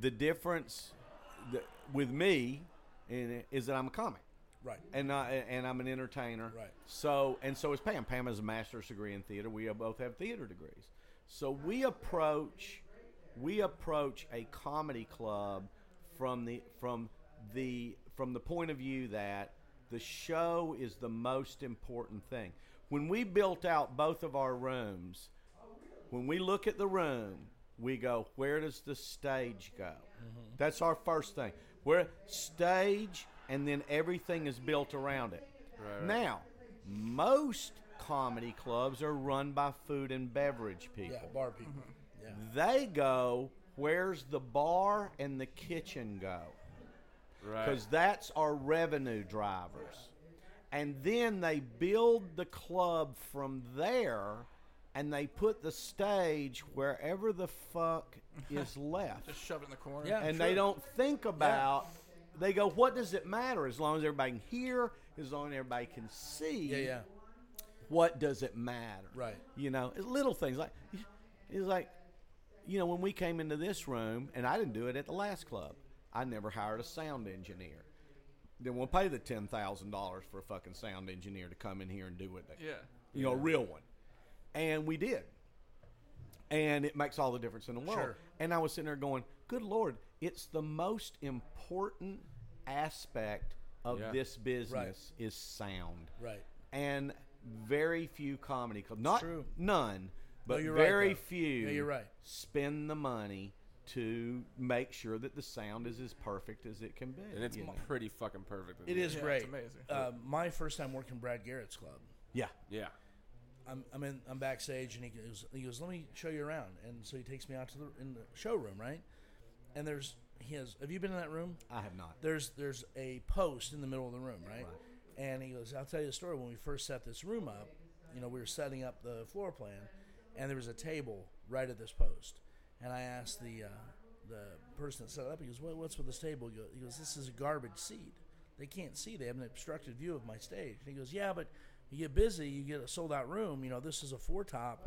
S3: the difference th- with me in, is that I'm a comic.
S5: Right.
S3: and I, and I'm an entertainer.
S5: Right.
S3: So and so is Pam. Pam has a master's degree in theater. We both have theater degrees. So we approach we approach a comedy club from the from the from the point of view that the show is the most important thing. When we built out both of our rooms, when we look at the room, we go, where does the stage go? That's our first thing. Where stage, and then everything is built around it. Now, most comedy clubs are run by food and beverage people.
S5: Yeah, bar people. Yeah.
S4: Mm-hmm.
S3: They go, where's the bar and the kitchen go?
S1: Right.
S3: because that's our revenue drivers. And then they build the club from there, and they put the stage wherever the fuck is left.
S4: Just shove it in the corner.
S5: Yeah.
S3: and
S5: sure.
S3: they don't think about. They go, what does it matter? As long as everybody can hear, as long as everybody can see.
S5: Yeah, yeah.
S3: What does it matter?
S5: Right.
S3: You know, it's little things like it's like you know, when we came into this room, and I didn't do it at the last club. I never hired a sound engineer. Then we'll pay the ten thousand dollars for a fucking sound engineer to come in here and do what they,
S4: Yeah.
S3: you know, a real one. And we did, and it makes all the difference in the world.
S5: Sure.
S3: And I was sitting there going, "Good Lord, it's the most important aspect of
S1: Yeah.
S3: this business is sound."
S5: Right.
S3: and very few comedy clubs. Not
S5: true.
S3: none, but
S5: you're right,
S3: very
S5: though.
S3: few.
S5: Yeah, you're right.
S3: Spend the money to make sure that the sound is as perfect as it can be.
S1: And it's
S3: you know?
S1: pretty fucking perfect.
S5: It is
S4: Yeah, it's
S5: great.
S4: amazing.
S5: Uh, my first time working Brad Garrett's club.
S3: yeah.
S1: Yeah.
S5: I'm I'm, in, I'm backstage and he goes he goes let me show you around and so he takes me out to the in the showroom right, and there's he has have you been in that room?
S3: I have not.
S5: there's there's a post in the middle of the room, right? And he goes, I'll tell you a story. When we first set this room up, you know, we were setting up the floor plan, and there was a table right at this post. And I asked the uh, the person that set it up. He goes, what, What's with this table? He go- He goes, This is a garbage seat. They can't see. They have an obstructed view of my stage. And he goes, Yeah, but you get busy, you get a sold out room. You know, this is a four top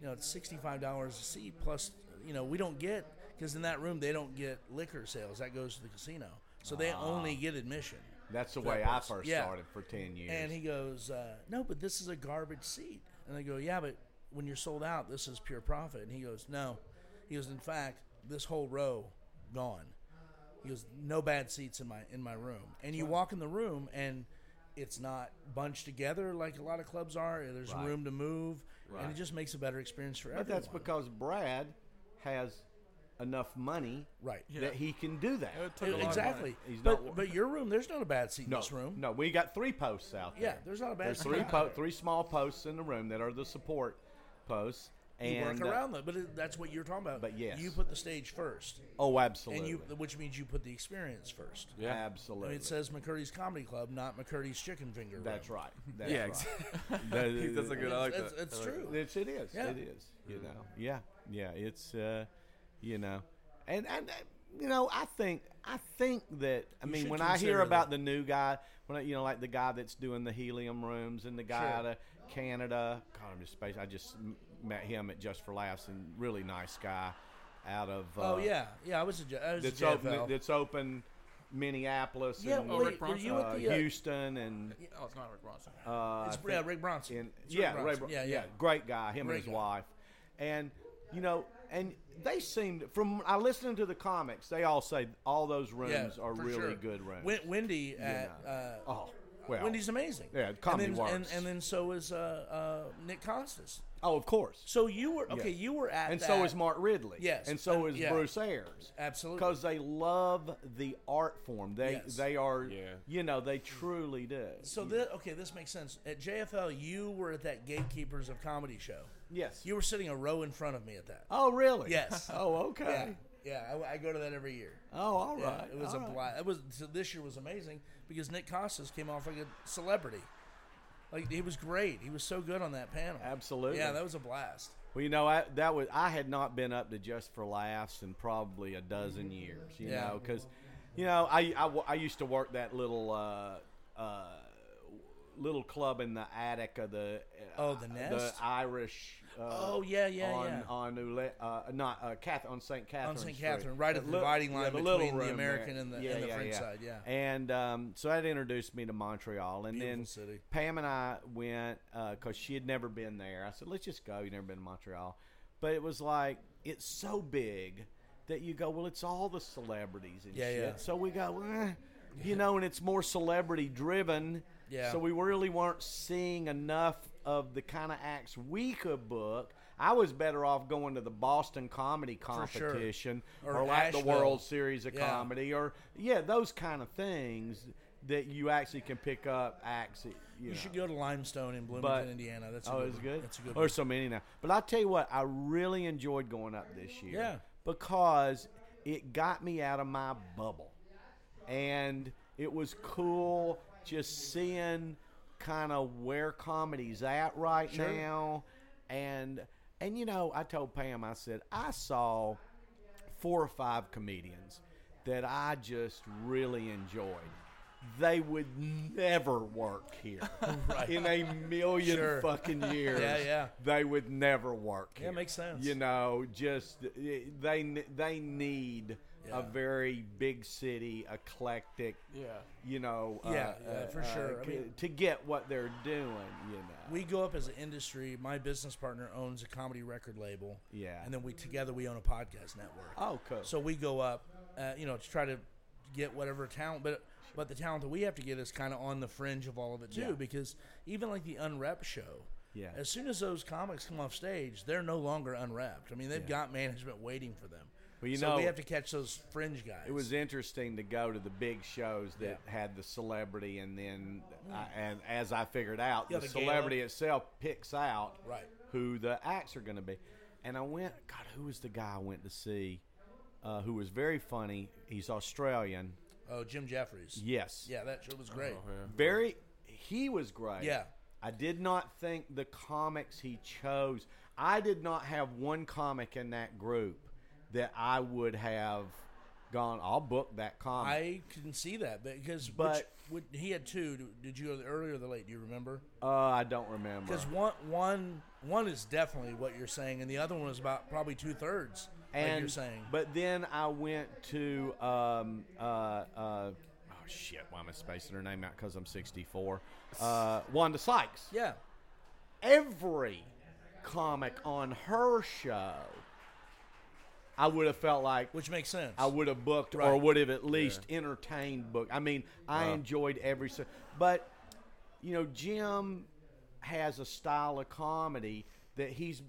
S5: you know, it's sixty-five dollars a seat plus. You know, we don't get because in that room they don't get liquor sales. That goes to the casino, so they only get admission.
S3: Ah. That's the
S5: For that
S3: way I
S5: person.
S3: first
S5: Yeah.
S3: started for 10 years.
S5: And he goes, uh, "No, but this is a garbage seat." And I go, "Yeah, but when you're sold out, this is pure profit." And he goes, "No," he goes, "In fact, this whole row gone." He goes, "No bad seats in my in my room." And you walk in the room and. It's not bunched together like a lot of clubs are. There's
S3: Right.
S5: room to move, and it just makes a better experience for
S3: but
S5: everyone.
S3: that's because Brad has enough money
S5: right.
S3: that he can do that.
S4: It took a lot of
S5: Exactly.
S4: money.
S3: He's not wor-
S5: but, but your room, there's not a bad seat
S3: no,
S5: in this room.
S3: No, we got three posts out there.
S5: Yeah, there's not a bad
S3: There's
S5: seat.
S3: three,
S5: out
S3: po-
S5: there.
S3: three small posts in the room that are the support posts. And,
S5: You work
S3: uh,
S5: around them, but it, that's what you're talking about.
S3: but yes.
S5: you put the stage first,
S3: oh, absolutely.
S5: and you, which means you put the experience first.
S1: Yeah.
S5: I
S3: Absolutely.
S5: mean, it says McCurdy's Comedy Club, not McCurdy's Chicken Finger.
S3: That's
S5: room.
S3: right. That's
S1: yeah.
S3: right.
S1: exactly. That's a good. I like
S5: It's,
S1: that.
S5: it's, it's true.
S3: It's it is.
S5: Yeah.
S3: It is. You
S1: Mm-hmm.
S3: know. Yeah. Yeah. It's uh, you know, and and uh, you know, I think I think that I
S5: You
S3: mean
S5: should
S3: when I hear
S5: consider
S3: about
S5: that.
S3: the new guy, when I, you know, like the guy that's doing the helium rooms and the guy
S5: Sure.
S3: out of Canada. God, I'm just space. I just m- met him at Just for Laughs and really nice guy out of. Uh,
S5: Oh yeah, yeah. I was a, ju- I was a
S3: That's open.
S5: JFL.
S3: That's open. Minneapolis
S5: Yeah,
S3: and
S5: wait,
S4: Oh, Rick
S5: were
S4: Bronson.
S5: you at
S3: uh,
S5: the? Uh,
S3: Houston and
S4: Oh, it's not Rick Bronson.
S3: uh,
S5: it's
S3: I
S5: yeah,
S3: think-
S5: Rick Bronson.
S3: and
S5: It's Rick
S3: yeah, Ray
S5: Bronson.
S3: Bro-
S5: yeah, yeah,
S3: great guy, him
S5: Great
S3: and his
S5: guy.
S3: wife, and you know, and they seemed from I listened to the comics, they all say all those rooms
S5: yeah,
S3: are
S5: for
S3: really
S5: sure.
S3: good rooms.
S5: Wen- Wendy at
S3: know.
S5: uh,
S3: oh, well,
S5: Wendy's amazing.
S3: Yeah, comedy
S5: and then, And,
S3: works.
S5: and then so is uh, uh, Nick Costas.
S3: oh, of course,
S5: So you were okay. You were at
S3: and
S5: that.
S3: so is Mark Ridley,
S5: Yes,
S3: and so
S5: and-
S3: is
S5: yeah.
S3: Bruce Ayers,
S5: Absolutely.
S3: because they love the art form. They
S5: Yes.
S3: they are,
S1: Yeah.
S3: you know, they truly do.
S5: So this, okay, this makes sense. At JFL, you were at that Gatekeepers of Comedy show.
S3: yes,
S5: You were sitting a row in front of me at that.
S3: Oh, really?
S5: Yes.
S3: Oh, okay.
S5: Yeah, yeah. I, I go to that every year.
S3: Oh, all
S5: Yeah,
S3: right.
S5: it was
S3: all
S5: a
S3: right.
S5: blast. It was so this year was amazing because Nick Costas came off like a celebrity. Like he was great. He was so good on that panel.
S3: Absolutely.
S5: Yeah, that was a blast.
S3: Well, you know, I, that was I had not been up to just for laughs in probably a dozen years. You
S5: Yeah.
S3: know, 'cause know, because you know I, I w- I used to work that little uh, uh, little club in the attic of the uh,
S5: Oh, the Nest?
S3: the Irish. Uh,
S5: Oh, yeah, yeah,
S3: on,
S5: yeah.
S3: On Ule- uh, not uh, Cath- on St. Catherine.
S5: St.
S3: Street.
S5: Catherine, right at
S3: That
S5: the
S3: lit-
S5: dividing line
S3: the
S5: between
S3: little
S5: the
S3: room
S5: American
S3: there.
S5: and the- and the French side, yeah.
S3: And um, so that introduced me to Montreal, and
S5: Beautiful
S3: then
S5: city.
S3: Pam and I went because she had never been there. I said, "Let's just go." You never been to Montreal, but it was like it's so big that you go, "Well, it's all the celebrities and
S5: Yeah,
S3: shit."
S5: yeah.
S3: So we go, eh, you know, and it's more celebrity driven.
S5: Yeah.
S3: So we really weren't seeing enough of the kind of acts we could book. I was better off going to the Boston Comedy
S5: sure.
S3: Competition
S5: Or
S3: or, like the
S5: Asheville.
S3: World Series of
S5: Yeah.
S3: Comedy or yeah, those kind of things that you actually can pick up acts. that, You,
S5: You
S3: know.
S5: should go to Limestone in Bloomington,
S3: But-
S5: Indiana. That's a
S3: Oh,
S5: good
S3: it's
S5: one.
S3: good.
S5: That's a good.
S3: Or
S5: one.
S3: so many now. But I tell you what, I really enjoyed going up this year.
S5: Yeah.
S3: Because it got me out of my bubble, and it was cool just seeing kind of where comedy's at right now, and and you know, I told Pam, I said I saw four or five comedians that I just really enjoyed. They would never work here in a million
S5: Sure.
S3: fucking years.
S5: Yeah, yeah.
S3: They would never work.
S5: Yeah,
S3: here.
S5: makes sense.
S3: You know, just eh, they ne- they need
S5: Yeah.
S3: a very big city eclectic.
S4: Yeah.
S3: You know. uh,
S5: Yeah, yeah,
S3: uh,
S5: for
S3: uh,
S5: sure. I
S3: c-
S5: mean-
S3: to get what they're doing, you know.
S5: we go up as an industry. My business partner owns a comedy record label.
S3: Yeah.
S5: And then we together we own a podcast network.
S3: oh, cool.
S5: So we go up, uh, you know, to try to get whatever talent, but but the talent that we have to get is kind of on the fringe of all of it too,
S3: Yeah.
S5: because even like the unrep show.
S3: Yeah.
S5: As soon as those comics come off stage, they're no longer unwrapped. I mean, they've got management waiting for them.
S3: Well, you
S5: so we
S3: know-
S5: have to catch those fringe guys.
S3: It was interesting to go to the big shows that had the celebrity, and then, I, and as I figured out,
S5: Mm. Yeah,
S3: the,
S5: the gala.
S3: celebrity itself picks out
S5: Right.
S3: who the acts are going to be. And I went, God, who was the guy I went to see? Uh, who was very funny. He's Australian.
S5: oh Jim Jeffries.
S3: Yes.
S5: Yeah, that show was great.
S3: Very. He was great.
S5: Yeah.
S3: I did not think the comics he chose. I did not have one comic in that group that I would have gone. I'll book that comic.
S5: I can see that because but
S3: But-
S5: which, which, he had two. Did you go the early or the late? Do you remember?
S3: Uh, I don't remember.
S5: Because one one one is definitely what you're saying, and the other one was about probably two thirds.
S3: and
S5: like you're saying,
S3: but then I went to um uh uh oh shit, why am I spacing her name out? Because I'm 64. Uh, Wanda Sykes.
S5: yeah,
S3: Every comic on her show, I would have felt like
S5: which makes sense.
S3: I would have booked or
S5: Right.
S3: would have at least entertained book. I mean, I enjoyed every se- but you know, Jim has a style of comedy that he's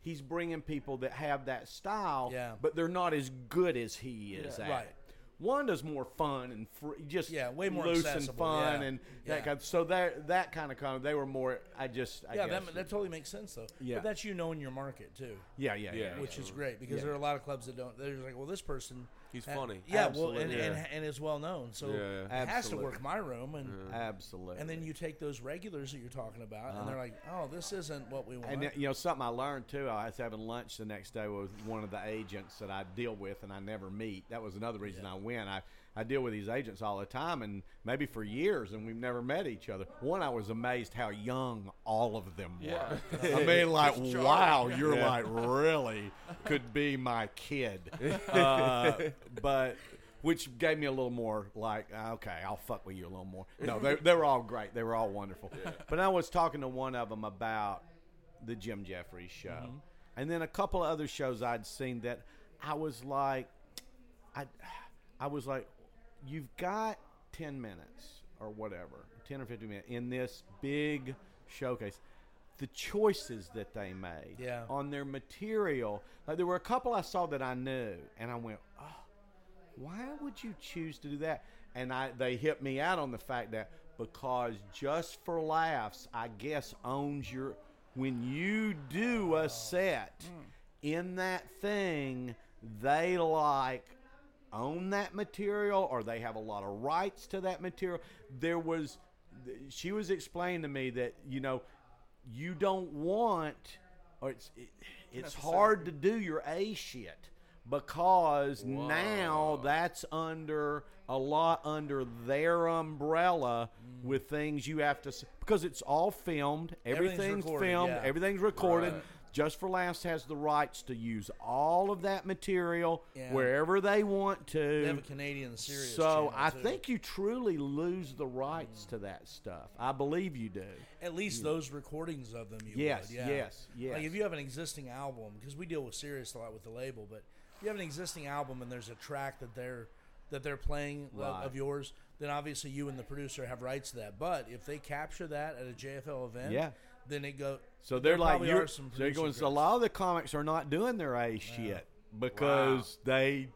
S3: he's bringing people that have that style,
S5: Yeah.
S3: but they're not as good as he is at.
S5: Right.
S3: It. Wanda's more fun and free, just
S5: Yeah, way more
S3: loose and
S5: accessible,
S3: fun
S5: yeah.
S3: and
S5: Yeah.
S3: that kind. So that that kind of comedy, they were more. I just I
S5: yeah,
S3: guess,
S5: that, that totally makes sense though.
S3: Yeah.
S5: but that's you knowing your market too,
S3: yeah, yeah, yeah,
S1: Yeah.
S5: which is great because
S3: Yeah.
S5: there are a lot of clubs that don't. They're just like, well, this person,
S7: He's
S5: ha-
S7: funny.
S5: yeah, well,
S3: Absolutely.
S5: and, and,
S7: Yeah.
S5: and is well known, so
S7: Yeah,
S3: yeah.
S5: it has to
S3: Absolutely.
S5: work my room, and
S3: absolutely.
S5: and then you take those regulars that you're talking about, and they're like, oh, this isn't what we want.
S3: Uh-huh. And you know something I learned too. I was having lunch the next day with one of the agents that I deal with and I never meet. That was another reason I went. I I deal with these agents all the time and maybe for years and we've never met each other. One, I was amazed how young all of them were. I mean, like wow, you're like really could be my kid. Uh, but which gave me a little more like, uh, okay, I'll fuck with you a little more. No, they, they were all great. They were all wonderful. But I was talking to one of them about the Jim Jeffries show, and then a couple of other shows I'd seen that I was like, I, I was like, you've got ten minutes or whatever, ten or fifteen minutes in this big showcase. The choices that they made
S5: Yeah.
S3: on their material, like there were a couple I saw that I knew, and I went, oh, why would you choose to do that? And I they hit me out on the fact that because just for laughs, I guess owns your when you do a set in that thing, they like own that material or they have a lot of rights to that material. There was th- she was explaining to me that you know you don't want or it's it, it's hard to do your A shit because now that's under a lot under their umbrella
S5: Mm.
S3: with things you have to s- because it's all filmed everything's,
S5: Everything's recorded,
S3: filmed
S5: yeah.
S3: everything's recorded
S1: Right.
S3: just for laughs has the rights to use all of that material
S5: Yeah.
S3: wherever they want to
S5: They have a Canadian series.
S3: so
S5: channel,
S3: I
S5: too. Mm.
S3: think you truly lose the rights to that stuff. I believe you do.
S5: at least those recordings of them. You
S3: Yes,
S5: would, yeah.
S3: yes, yes.
S5: Like if you have an existing album, because we deal with Sirius a lot with the label, but if you have an existing album and there's a track that they're that they're playing lo-
S3: Right.
S5: of yours, then obviously you and the producer have rights to that. But if they capture that at a JFL event,
S3: Yeah.
S5: then it go.
S3: So they're
S5: there
S3: like,
S5: probably
S3: you're,
S5: are some
S3: they're
S5: producer
S3: going. A
S5: credits.
S3: lot of the comics are not doing their A shit because they,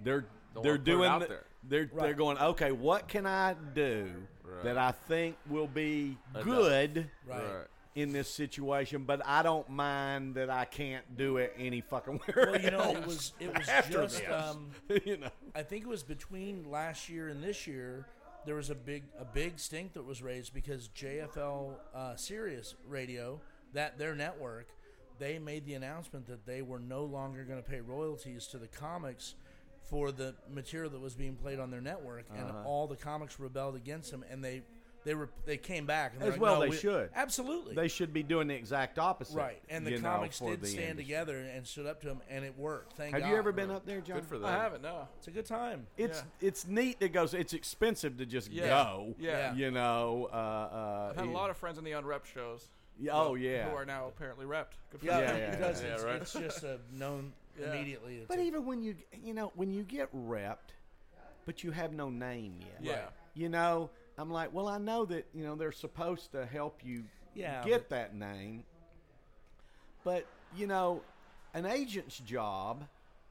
S3: they're
S1: Don't
S3: they're
S1: wanna put it
S3: doing
S1: out
S3: the-
S1: there.
S3: they're they're
S5: Right.
S3: going. Okay, what can I do
S1: Right.
S3: that I think will be
S1: Enough.
S3: good
S5: right.
S1: Right.
S3: in this situation? But I don't mind that I can't do it any fucking where
S5: Well, you know, it
S3: else
S5: was it was
S3: after
S5: just
S3: this.
S5: um,
S3: you know.
S5: I think it was between last year and this year. There was a big a big stink that was raised because JFL uh, Sirius Radio, that their network, they made the announcement that they were no longer going to pay royalties to the comics for the material that was being played on their network,
S3: Uh-huh.
S5: and all the comics rebelled against them, and they they were they came back and they're
S3: As
S5: like,
S3: well
S5: "No,
S3: they
S5: we-
S3: should.
S5: absolutely
S3: They should be doing the exact opposite.
S5: right, and the
S3: you know,
S5: comics
S3: for
S5: did
S3: the
S5: stand
S3: industry.
S5: together and stood up to them, and it worked. Thank
S3: Have
S5: God.
S3: you ever been up there, John?
S1: Good for them.
S4: I haven't. No.
S5: It's a good time.
S3: It's it's neat to go. so It's expensive to just
S4: Yeah.
S3: go.
S4: Yeah.
S3: You know. Uh, uh,
S4: I've had a lot of friends in the unrep shows.
S3: Yeah, Oh yeah.
S4: Who are now apparently repped. Good for
S5: Yeah,
S3: Yeah,
S4: them.
S3: yeah,
S5: because
S1: yeah.
S5: it's,
S1: Yeah, right.
S5: it's just a known
S4: Yeah.
S5: immediately. It's
S3: But
S5: a-
S3: even when you you know when you get repped, but you have no name yet.
S4: Yeah.
S5: Right.
S3: You know, I'm like, well, I know that you know they're supposed to help you
S5: Yeah,
S3: get that name, but you know, an agent's job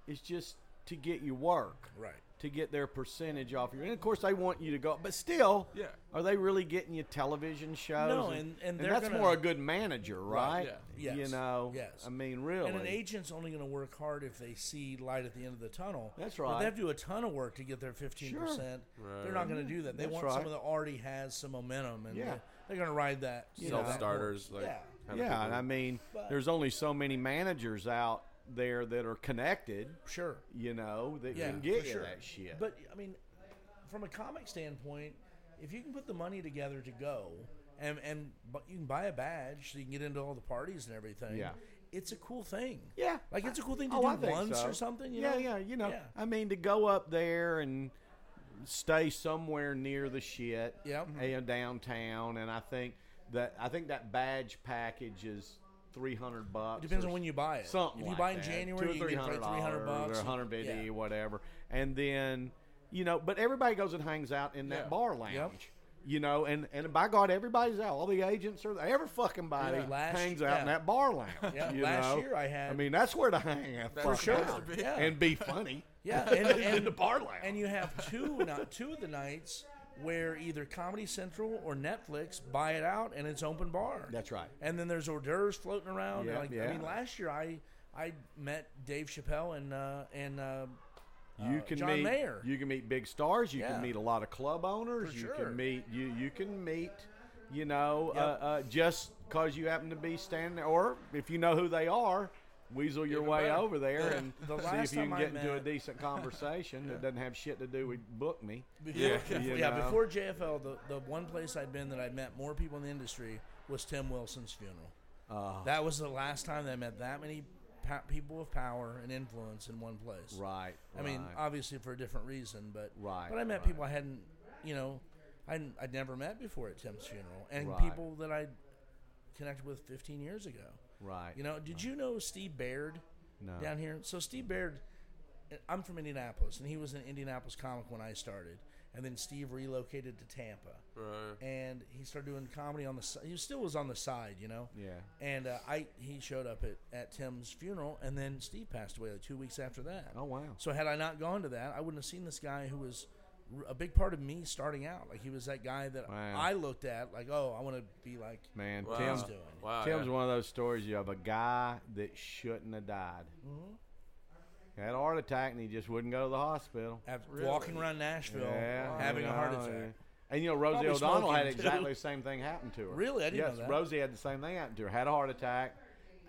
S3: is just to get you work.
S5: right,
S3: to get their percentage off you. And of course, they want you to go, but still,
S4: Yeah.
S3: are they really getting you television shows?
S5: No, and- and they're
S3: that's
S5: gonna-
S3: more a good manager, right?
S5: yeah.
S3: You
S5: Yes,
S3: know,
S5: yes.
S3: I mean, really.
S5: and an agent's only going to work hard if they see light at the end of the tunnel.
S3: That's
S5: But
S3: right.
S5: they have to do a ton of work to get their fifteen percent. They're not going to do that. They
S3: That's
S5: want
S3: right.
S5: someone that already has some momentum, and
S3: Yeah.
S5: they're, going to ride that you know, that
S1: Self starters.
S5: horse.
S1: Like,
S5: yeah.
S1: kind of
S3: yeah,
S1: people.
S3: and I mean,
S5: But-
S3: there's only so many managers out there that are connected,
S5: Sure,
S3: you know, that
S5: Yeah,
S3: can get
S5: for
S3: you
S5: sure.
S3: that shit.
S5: but I mean, from a comic standpoint, if you can put the money together to go, and and but you can buy a badge so you can get into all the parties and everything.
S3: Yeah.
S5: it's a cool thing.
S3: yeah,
S5: Like it's a cool thing to
S3: Oh, I
S5: do
S3: think
S5: once
S3: so.
S5: or something. You
S3: yeah,
S5: know?
S3: yeah, you know,
S5: Yeah.
S3: I mean, to go up there and stay somewhere near the shit,
S5: Yep.
S3: and downtown, and I think that I think that badge package is three hundred bucks.
S5: It depends
S3: or
S5: on when you buy it.
S3: Something.
S5: If you
S3: like
S5: buy in
S3: that.
S5: January,
S3: Two or
S5: you can
S3: three
S5: get for
S3: hundred
S5: like 300 bucks.
S3: or hundred fifty,
S5: Yeah.
S3: whatever, and then you know, but everybody goes and hangs out in that
S4: Yeah.
S3: bar lounge. You know, and, and by God, everybody's out. All the agents are there. Every fucking body
S5: Yeah. Last-
S3: hangs out in
S5: yeah.
S3: that bar lounge.
S5: Yeah,
S3: you
S5: last
S3: know?
S5: year I had-
S3: I mean, that's where to hang out.
S4: That's
S3: fuck
S4: supposed
S3: out.
S4: to be.
S5: Yeah.
S3: and be funny.
S5: Yeah, and, and
S3: in the bar lounge.
S5: And you have two not two of the nights where either Comedy Central or Netflix buy it out and it's open bar.
S3: That's right.
S5: And then there's hors d'oeuvres floating around.
S3: Yeah,
S5: and like,
S3: yeah.
S5: I mean, last year I I met Dave Chappelle and uh, and uh,
S3: you can
S5: John
S3: meet
S5: Mayer.
S3: you can meet big stars. You
S5: Yeah.
S3: can meet a lot of club owners.
S5: For
S3: you
S5: sure.
S3: can meet you you can meet you know
S5: Yep.
S3: uh, uh, just because you happen to be standing there, or if you know who they are, weasel your
S4: Even
S3: way
S4: better.
S3: over there and
S5: The
S3: see
S5: last
S3: if you can
S5: time I
S3: get into a
S5: met-
S3: decent conversation that doesn't have shit to do with book me.
S5: before,
S1: Yeah.
S5: yeah,
S3: You know.
S5: before JFL, the, the one place I'd been that I met more
S3: Uh-huh.
S5: people in the industry was Tim Wilson's funeral. that was the last time that I met that many po- people of power and influence in one place.
S3: Right.
S5: I mean,
S3: right.
S5: obviously for a different reason, but
S3: Right,
S5: But I met
S3: right.
S5: people I hadn't, you know, I hadn't- I'd never met before at Tim's funeral, and
S3: Right.
S5: people that I connected with 15 years ago.
S3: right.
S5: You know, did you know Steve Baird
S3: No.
S5: down here? So Steve Baird, uh, I'm from Indianapolis, and he was an Indianapolis comic when I started, and then Steve relocated to Tampa,
S1: Right.
S5: and he started doing comedy on the. si- He still was on the side, you know.
S3: Yeah.
S5: And uh, I he showed up at, at Tim's funeral, and then Steve passed away like two weeks after that.
S3: Oh wow.
S5: So had I not gone to that, I wouldn't have seen this guy who was r- a big part of me starting out. Like he was that guy that
S3: Wow.
S5: I looked at, like, oh, I want to be like
S3: Man,
S1: Wow.
S3: Tim,
S5: he's doing.
S4: Oh,
S1: Wow.
S3: Tim's
S1: yeah.
S3: one of those stories you have a guy that shouldn't have died.
S5: Mm-hmm.
S3: He had a heart attack and he just wouldn't go to the hospital.
S5: Af- walking around Nashville,
S3: Yeah,
S5: having
S3: you
S5: a heart
S3: know,
S5: attack.
S3: yeah. And you know, Rosie
S5: Probably
S3: O'Donnell had
S5: smoking, too.
S3: exactly the same thing happen to her.
S5: Really? I didn't know
S3: yes,
S5: that.
S3: Rosie had the same thing happen to her. Had a heart attack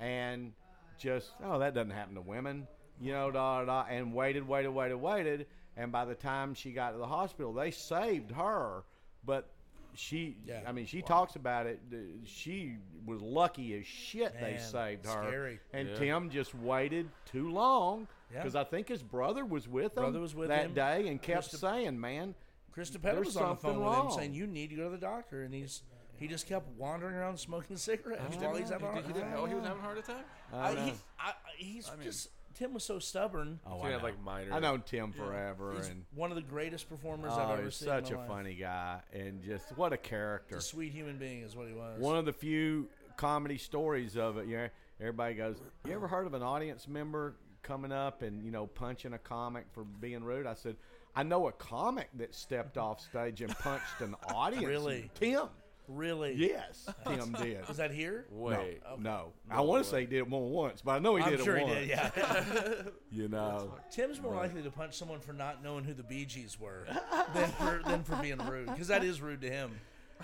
S3: and just, oh, that doesn't happen to women. You know, da da da. And waited, waited, waited, waited. And by the time she got to the hospital, they saved her. But she,
S5: Yeah.
S3: I mean, she talks about it. th- She was lucky as shit they
S5: Man,
S3: saved her.
S5: scary.
S3: And
S1: Yeah.
S3: Tim just waited too long
S5: Yeah.
S3: because I think his brother was with him
S5: Brother was with
S3: that
S5: him.
S3: day and kept
S5: Christop-
S3: saying, man,
S5: Krista Petty
S3: There's
S5: was on the
S3: something
S5: phone with
S3: wrong.
S5: him saying, "You need to go to the doctor," and he's he just kept wandering around smoking cigarettes while he's having a
S4: He,
S5: heart
S4: he didn't
S5: attack.
S4: know he was having a heart attack.
S5: I,
S3: know.
S5: he, I, he's
S4: mean-
S5: just Tim was so stubborn.
S1: So
S3: Oh, I
S1: you
S3: know.
S1: have like minor.
S3: I know Tim forever,
S5: He's
S3: and
S5: one of the greatest performers I've
S3: oh,
S5: ever
S3: he's
S5: seen. in
S3: such
S5: my
S3: a
S5: life.
S3: funny guy, and just what a character.
S5: a sweet human being is what he was.
S3: One of the few comedy stories of it. You know, everybody goes, "You ever heard of an audience member coming up and you know punching a comic for being rude?" I said, "I know a comic that stepped off stage and punched an audience."
S5: Really?
S3: Tim?
S5: really?
S3: Yes, Tim did.
S5: Was that here?
S1: Wait.
S3: No, no. I want to say he did it more once, but I know he
S5: I'm
S3: did
S5: sure
S3: it
S5: he
S3: once.
S5: did. Yeah.
S3: You know,
S5: Tim's more likely to punch someone for not knowing who the Bee Gees were than for than for being rude, because that is rude to him.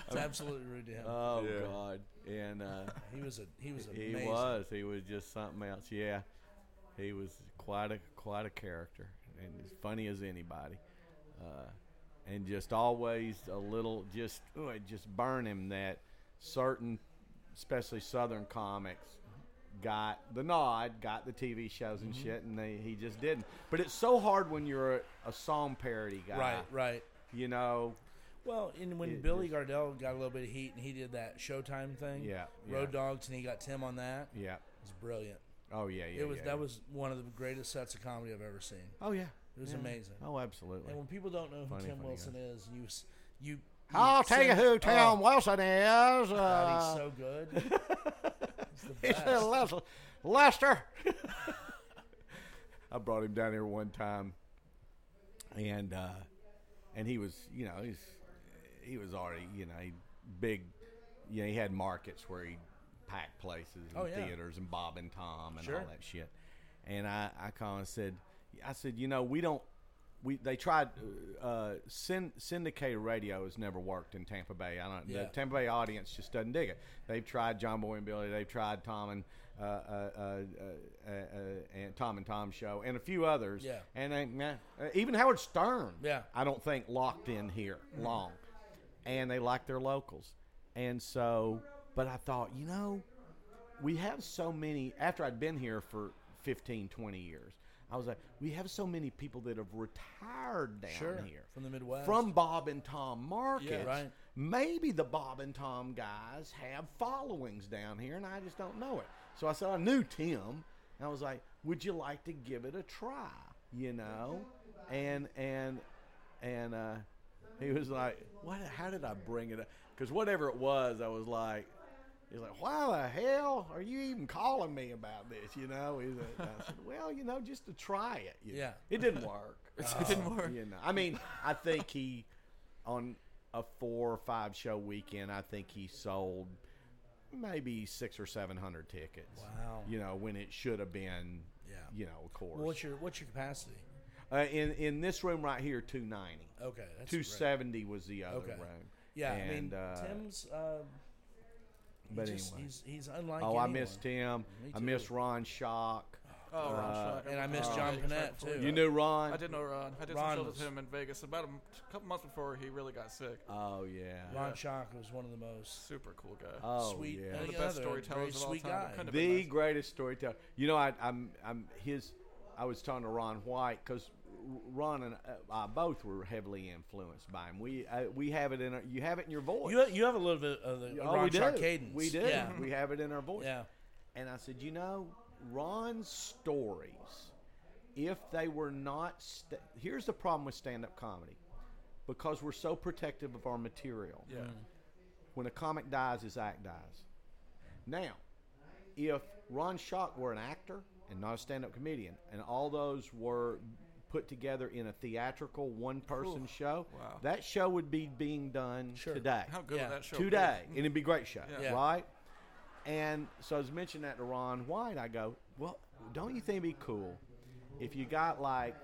S5: It's absolutely rude to him.
S3: oh
S1: Yeah.
S3: god, and. uh
S5: he was a he was
S3: He
S5: amazing.
S3: was. He was just something else. Yeah, he was quite a quite a character, and as funny as anybody, uh, and just always a little just ooh, it just burn him that certain, especially Southern comics. Got the nod, got the TV shows
S5: Mm-hmm.
S3: and shit, and they, he just didn't. But it's so hard when you're a, a song parody guy,
S5: Right, right.
S3: You know,
S5: Well, and when
S3: It
S5: Billy Gardell got a little bit of heat and he did that Showtime thing,
S3: Yeah,
S5: Road
S3: yeah.
S5: Dogs, and he got Tim on that, it
S3: yeah.
S5: was brilliant.
S3: Oh yeah, yeah.
S5: it was
S3: yeah,
S5: that
S3: yeah.
S5: was one of the greatest sets of comedy I've ever seen.
S3: Oh yeah,
S5: It was
S3: Yeah.
S5: amazing.
S3: Oh, absolutely.
S5: And when people don't know who
S3: Funny,
S5: Tim
S3: funny
S5: Wilson is, you s- you.
S3: I'll tell you
S5: send-
S3: who Tim
S5: Oh,
S3: Wilson is.
S5: God,
S3: Uh,
S5: he's so good.
S3: he said, "Les- Lester. I brought him down here one time, and uh, and he was, you know, he's he was already, you know, he big. You know, he had markets where he packed places and
S5: Oh, yeah.
S3: theaters and Bob and Tom and
S5: Sure.
S3: all that shit. And I, I called and said, I said, you know, we don't. We, they tried uh, syn- syndicated radio has never worked in Tampa Bay. I don't.
S5: Yeah.
S3: The Tampa Bay audience just doesn't dig it. They've tried John Boy and Billy. They've tried Tom and uh, uh, uh, uh, uh, and Tom and Tom show and a few others.
S5: Yeah.
S3: And they, nah, uh, even Howard Stern.
S5: Yeah.
S3: I don't think locked in here long, and they like their locals, and so. But I thought, you know, we have so many after i'd been here for 15 20 years i was like we have so many people that have retired down
S5: Sure,
S3: here
S5: from the Midwest.
S3: from bob and tom markets
S5: right.
S3: maybe the bob and tom guys have followings down here and i just don't know it so i said i knew tim and i was like would you like to give it a try you know and and and uh he was like what how did i bring it up because whatever it was i was like He's like, why the hell are you even calling me about this? You know, he's like, I said, well, you know, just to try it. you know.
S5: Yeah.
S3: it didn't work. Uh,
S4: it didn't work.
S3: you know, I mean, I think he on a four or five show weekend, I think he sold maybe six or seven hundred tickets.
S5: Wow.
S3: You know, when it should have been,
S5: Yeah.
S3: you know, of course.
S5: Well, what's your what's your capacity?
S3: uh, in in this room right here, two ninety.
S5: Okay, that's
S3: Two
S5: great.
S3: seventy was the other
S5: Okay.
S3: room.
S5: Yeah, I
S3: And,
S5: mean
S3: uh,
S5: Tim's. Um, he
S3: but
S5: just,
S3: anyway.
S5: he's he's unlike.
S3: Oh, I
S5: anyone.
S3: missed him.
S5: Me
S3: I missed
S5: too.
S3: Ron Shock.
S4: Oh, Ron
S3: Uh,
S4: Schleck.
S5: and I miss
S4: Oh.
S5: John
S4: Schleck
S5: Panette,
S4: before he
S5: too.
S3: You
S4: died.
S3: knew Ron.
S4: I did know Ron. I did
S5: Ron
S4: some shows with
S5: was-
S4: him in Vegas about a m- couple months before he really got sick.
S3: Oh yeah.
S5: Ron Schock was one of the most
S4: Super cool guy.
S3: Oh
S5: sweet,
S3: yeah.
S5: and
S4: One of the
S5: another
S4: best storytellers
S5: very
S4: of all
S5: sweet
S4: time.
S5: guy.
S4: Couldn't have been
S3: the
S4: nicer.
S3: greatest storyteller. You know, I, I'm, I'm his. I was talking to Ron White because Ron and uh, I both were heavily influenced by him. We uh, we have it in our, you have it in your voice.
S5: You have, you have a little bit of the
S3: Oh,
S5: Ron
S3: we
S5: Schock
S3: do.
S5: cadence.
S3: We do.
S5: Yeah.
S3: We have it in our voice.
S5: yeah.
S3: And I said, you know, Ron's stories, if they were not, st- here's the problem with stand-up comedy, because we're so protective of our material
S4: Yeah. Mm-hmm.
S3: when a comic dies, his act dies. Now, if Ron Schock were an actor and not a stand up comedian, and all those were put together in a theatrical one person show,
S4: wow.
S3: that show would be being done
S5: Sure.
S3: today.
S4: How good
S5: Yeah.
S4: would that show be?
S3: today. And it'd be a great show,
S4: Yeah.
S5: Yeah.
S3: right? And so I was mentioning that to Ron White. I go, well, don't you think it'd be cool if you got like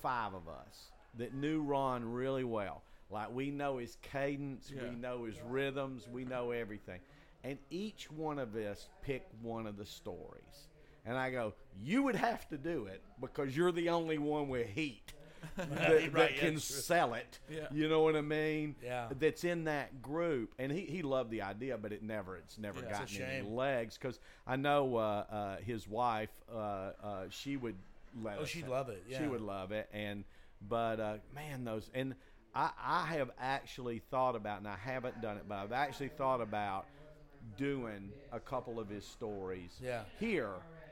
S3: five of us that knew Ron really well. Like we know his cadence,
S4: Yeah.
S3: we know his rhythms, we know everything. And each one of us picked one of the stories. And I go, you would have to do it because you're the only one with heat that, that
S5: yeah,
S3: can
S5: true.
S3: sell it.
S4: Yeah.
S3: You know what I mean?
S5: Yeah.
S3: That's in that group. And he, he loved the idea, but it never it's never
S4: Yeah.
S3: gotten
S5: It's a
S3: any
S5: shame.
S3: legs because I know uh, uh, his wife, uh, uh, she would let
S5: Oh,
S3: us
S5: she'd
S3: have-
S5: love it,
S3: She
S5: yeah.
S3: would love it. And but uh, man, those and I, I have actually thought about, and I haven't done it, but I've actually thought about doing a couple of his stories.
S5: Yeah.
S3: Here,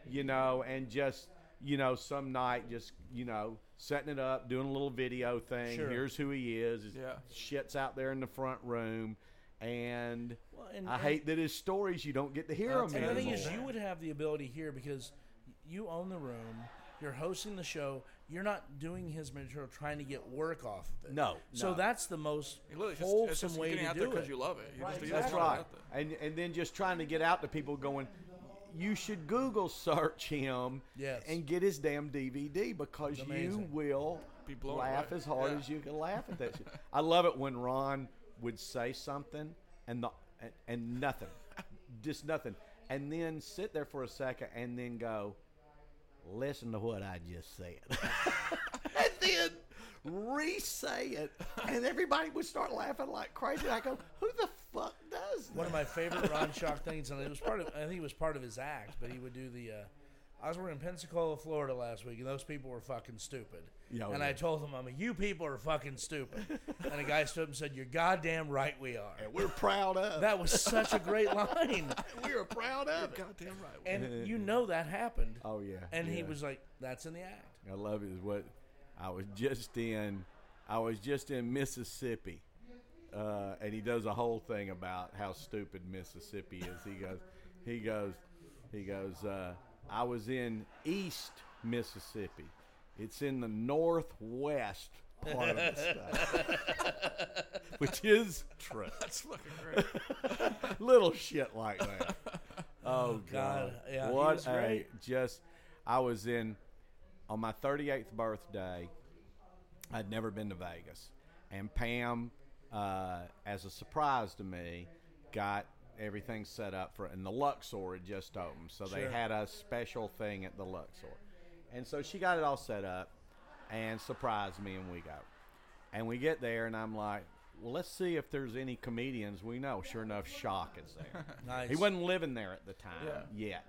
S3: you know, and just you know, some night just you know setting it up, doing a little video thing.
S5: Sure.
S3: Here's who he is. His
S4: Yeah.
S3: Shit's out there in the front room. And,
S5: Well, and-
S3: I
S5: and-
S3: hate that his stories you don't get to hear
S4: I'll
S3: them
S4: tell
S5: And the thing
S3: anymore.
S5: is, you would have the ability here because you own the room. You're hosting the show. You're not doing his material, trying to get work off of it.
S3: No,
S5: So
S3: no.
S5: that's the most
S4: You literally just, it's
S5: wholesome
S4: just
S5: way
S4: getting
S5: to
S4: out there
S5: do it.
S4: because you love it. You just- you
S3: That's
S4: just wanna
S3: right.
S4: get out there.
S3: And and then just trying to get out to people going, you should Google search him
S5: Yes.
S3: and get his damn DVD because
S5: It's
S3: you
S5: amazing.
S3: will
S4: Be blown
S3: laugh
S4: away.
S3: as hard
S4: Yeah.
S3: as you can laugh at that shit. I love it when Ron would say something and the and, and nothing, just nothing, and then sit there for a second and then go, listen to what I just said. and then re-say it, and everybody would start laughing like crazy. I go, "Who the fuck does
S5: One
S3: that?"
S5: of my favorite Ron Shock things, and it was part of. I think it was part of his act, but he would do the. Uh, I was working in Pensacola, Florida last week, and those people were fucking stupid.
S3: Yeah, oh,
S5: and
S3: yeah.
S5: I told them, I'm like, you people are fucking stupid. and a guy stood up and said, You're goddamn right we are.
S3: We're proud of.
S5: That was such a great line.
S3: we were proud of it.
S4: Goddamn right.
S5: And you know that happened.
S3: Oh yeah.
S5: And he
S3: yeah.
S5: was like, That's in the act.
S3: I love it. Is what I was just in. I was just in Mississippi, uh, and he does a whole thing about how stupid Mississippi is. He goes, he goes, he goes. Uh, I was in East Mississippi. It's in the northwest part of the state, which is true.
S4: That's fucking great.
S3: little shit like that. Oh God!
S5: God. Yeah, he
S3: what
S5: was
S3: a
S5: great.
S3: just! I was in on my 38th birthday. I'd never been to Vegas, and Pam, uh, as a surprise to me, got everything set up for. And the Luxor had just opened, so they
S5: Sure.
S3: had a special thing at the Luxor, and so she got it all set up and surprised me, and we go. And we get there, and I'm like, "Well, let's see if there's any comedians we know." Sure enough, Shock is there.
S5: Nice.
S3: He wasn't living there at the time
S4: Yeah.
S3: yet,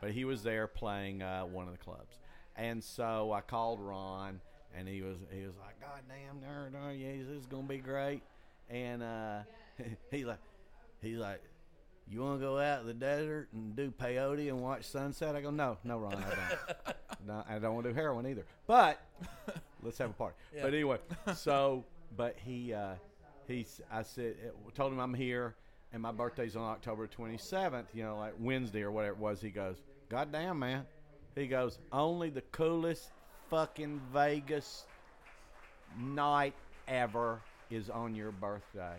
S3: but he was there playing uh, one of the clubs. And so I called Ron, and he was he was like, "God damn, nerd, are you? This is gonna be great." And uh, he's like, he's like, "You want to go out in the desert and do peyote and watch sunset?" I go, "No, no, Ron, I don't. no, I don't want to do heroin either." But let's have a party. But anyway, so but he uh, he s- I said uh, told him I'm here and my birthday's on October 27th. You know, like Wednesday or whatever it was. He goes, God damn man. He goes, only the coolest fucking Vegas night ever is on your birthday.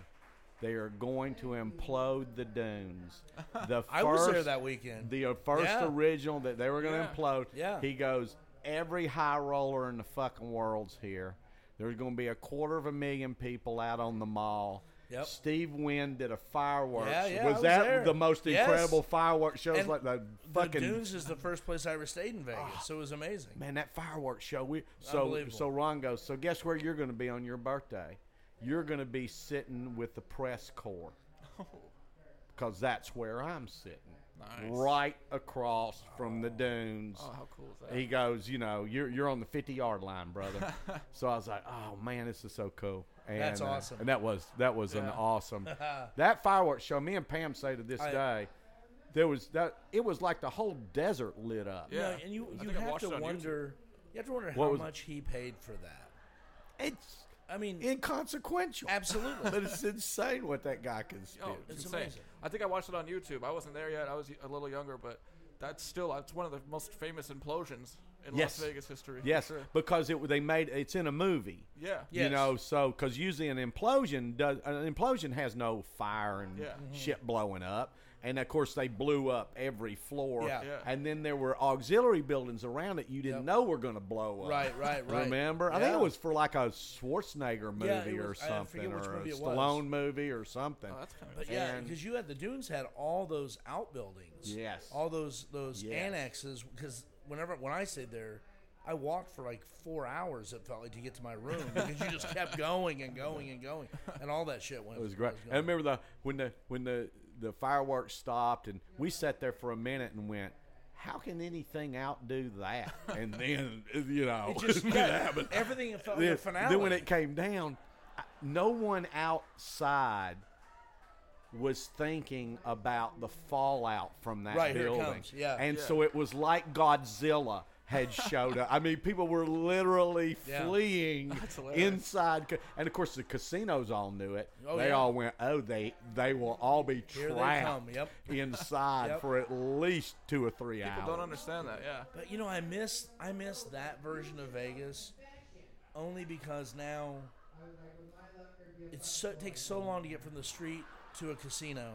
S3: They are going to implode the dunes. The first,
S5: I was there that weekend.
S3: The uh, first
S5: Yeah.
S3: original that they were going to
S4: Yeah.
S3: implode.
S5: Yeah.
S3: He goes, every high roller in the fucking world's here. There's going to be a quarter of a million people out on the mall.
S5: Yep.
S3: Steve Wynn did a fireworks.
S5: Yeah, yeah, I
S3: was,
S5: was
S3: that
S5: there.
S3: the most
S5: Yes.
S3: incredible fireworks shows
S5: And
S3: like the
S5: The
S3: fucking Ah,
S5: Dunes is the first place I ever stayed in Vegas, so it was amazing.
S3: man that fireworks show? We so
S5: Unbelievable.
S3: so Ron goes. So guess where you're going to be on your birthday? You're going to be sitting with the press corps because that's where I'm sitting.
S4: Nice.
S3: Right across from the dunes.
S4: Oh, how cool is that?
S3: He goes, you know, you're you're on the 50 yard line, brother. so I was like, oh man, this is so cool. And,
S5: That's
S3: uh,
S5: awesome.
S3: and that was that was an awesome. that fireworks show. Me and Pam say to this
S5: I-
S3: day, there was that it was like the whole desert lit up.
S5: No,
S4: Yeah.
S5: and you,
S4: I
S5: you
S4: think I
S5: have
S4: watched
S5: to
S4: it on YouTube.
S5: wonder, you have to wonder
S3: What
S5: how
S3: was-
S5: much he paid for that.
S3: It's
S5: I mean,
S3: inconsequential,
S5: absolutely.
S3: but it's insane what that guy can spit.
S4: Oh,
S5: It's
S4: it's insane.
S5: amazing.
S4: I think I watched it on YouTube. I wasn't there yet. I was y- a little younger, but that's still that's one of the most famous implosions in
S3: Yes.
S4: Las Vegas history. for
S3: yes,
S4: sure.
S3: because it they made it's in a movie.
S4: Yeah.
S5: Yes.
S3: You know, so because usually an implosion does an implosion has no fire and
S4: Yeah.
S5: Mm-hmm.
S4: Mhm.
S3: shit blowing up, and of course they blew up every floor,
S5: Yeah.
S4: Yeah.
S3: and then there were auxiliary buildings around it you didn't
S5: Yep.
S3: know were going to blow up.
S5: right, right, right.
S3: Remember, I think
S5: Yeah.
S3: it was for like a Schwarzenegger movie
S5: Yeah, it
S3: or
S5: was- I
S3: something,
S5: forget which
S3: or a
S5: movie it was.
S3: Stallone movie or something.
S4: Oh, that's kind of
S5: But yeah,
S3: And-
S5: because you had the dunes had all those outbuildings.
S3: Yes.
S5: All those those
S3: Yes.
S5: annexes. Because whenever when I stayed there, I walked for like four hours. It felt like to get to my room because you just kept going and going and going, and all that shit went.
S3: It was great.
S5: going.
S3: I remember the when the when the the fireworks stopped and we sat there for a minute and went, "How can anything outdo that?" And then you know,
S5: It just
S3: what
S5: yeah,
S3: happened.
S5: everything it felt like
S3: Then,
S5: a finale.
S3: then when it came down, I- no one outside was thinking about the fallout from that
S5: Right, here it
S3: building.
S5: comes. Yeah.
S3: and
S4: Yeah.
S3: so it was like Godzilla had showed up. I mean, people were literally
S5: Yeah.
S3: fleeing
S4: hilarious.
S3: inside, ca- and of course the casinos all knew it.
S5: Oh,
S3: they
S5: yeah.
S3: all went, "Oh, they they will all be
S5: Here they
S3: trapped
S5: come, yep.
S3: inside
S5: Yep.
S3: for at least two or three hours."
S4: people don't understand that. Yeah.
S5: But you know, I miss I miss that version of Vegas, only because now it's so, it takes so long to get from the street to a casino,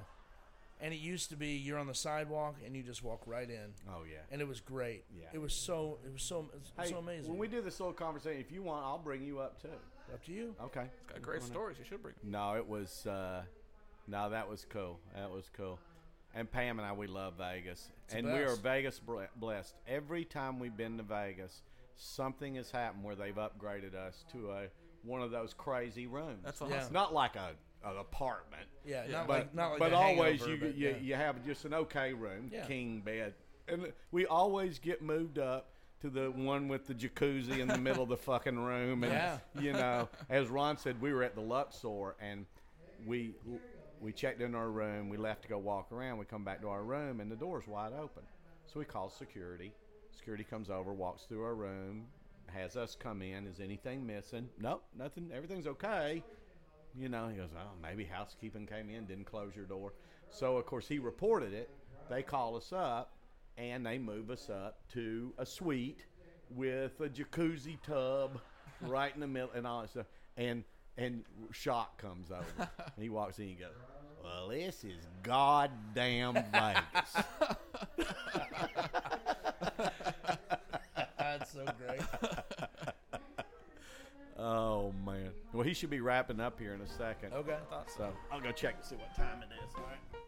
S5: and it used to be you're on the sidewalk and you just walk right in,
S3: Oh yeah.
S5: and it was great.
S3: Yeah.
S5: It was so it was so it was
S3: Hey,
S5: so amazing.
S3: When we do this little conversation, if you want, I'll bring you up too.
S5: Up to you.
S3: Okay.
S4: Got great stories. You should bring. 'em.
S3: No, it was. Uh, no, that was cool. That was cool. And Pam and I, we love Vegas,
S5: the
S3: and we are
S5: best.
S3: Vegas ble- blessed. Every time we've been to Vegas, something has happened where they've upgraded us to a one of those crazy rooms.
S4: That's
S5: Yeah.
S4: awesome.
S3: Not like a an apartment,
S5: Yeah,
S4: Yeah,
S5: not
S3: but
S5: like not like
S3: but
S5: the
S3: always
S5: hangover,
S3: you
S5: but
S3: you,
S5: yeah.
S3: you have just an okay room,
S5: Yeah.
S3: king bed, and we always get moved up. To the one with the jacuzzi in the middle of the fucking room, and
S5: Yeah.
S3: you know, as Ron said, we were at the Luxor, and we we checked in our room. We left to go walk around. We come back to our room, and the door's wide open. So we call security. Security comes over, walks through our room, has us come in. Is anything missing? Nope, nothing. Everything's okay. You know, he goes, oh, maybe housekeeping came in, didn't close your door. So of course he reported it. They call us up, and they move us up to a suite with a jacuzzi tub right in the middle and all that stuff. And and shock comes over. and he walks in and goes, Well, this is goddamn Vegas.
S5: That's so great.
S3: oh man. Well he should be wrapping up here in a second.
S5: Okay.
S3: So I'll go check and see what time it is. All right.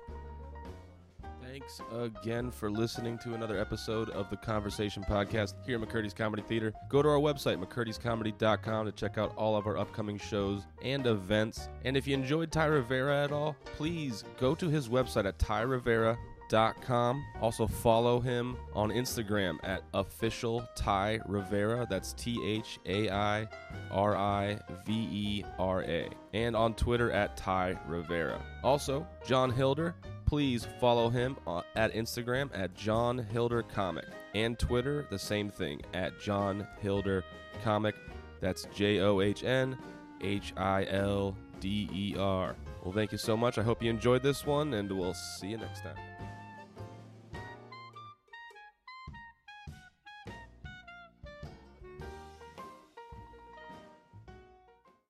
S1: Thanks again for listening to another episode of the Conversation Podcast here at McCurdy's Comedy Theater. Go to our website, McCurdy'sComedy.com, to check out all of our upcoming shows and events. And if you enjoyed Ty Rivera at all, please go to his website at tyrivera.com. Also, follow him on Instagram at official Ty Rivera. That's T H A I R I V E R A. And on Twitter at Ty Rivera. Also, John Hilder please follow him on, at Instagram at John Hilder Comic and Twitter, the same thing at John Hilder Comic. That's J O H N H I L D E R. Well, thank you so much. I hope you enjoyed this one, and we'll see you next time.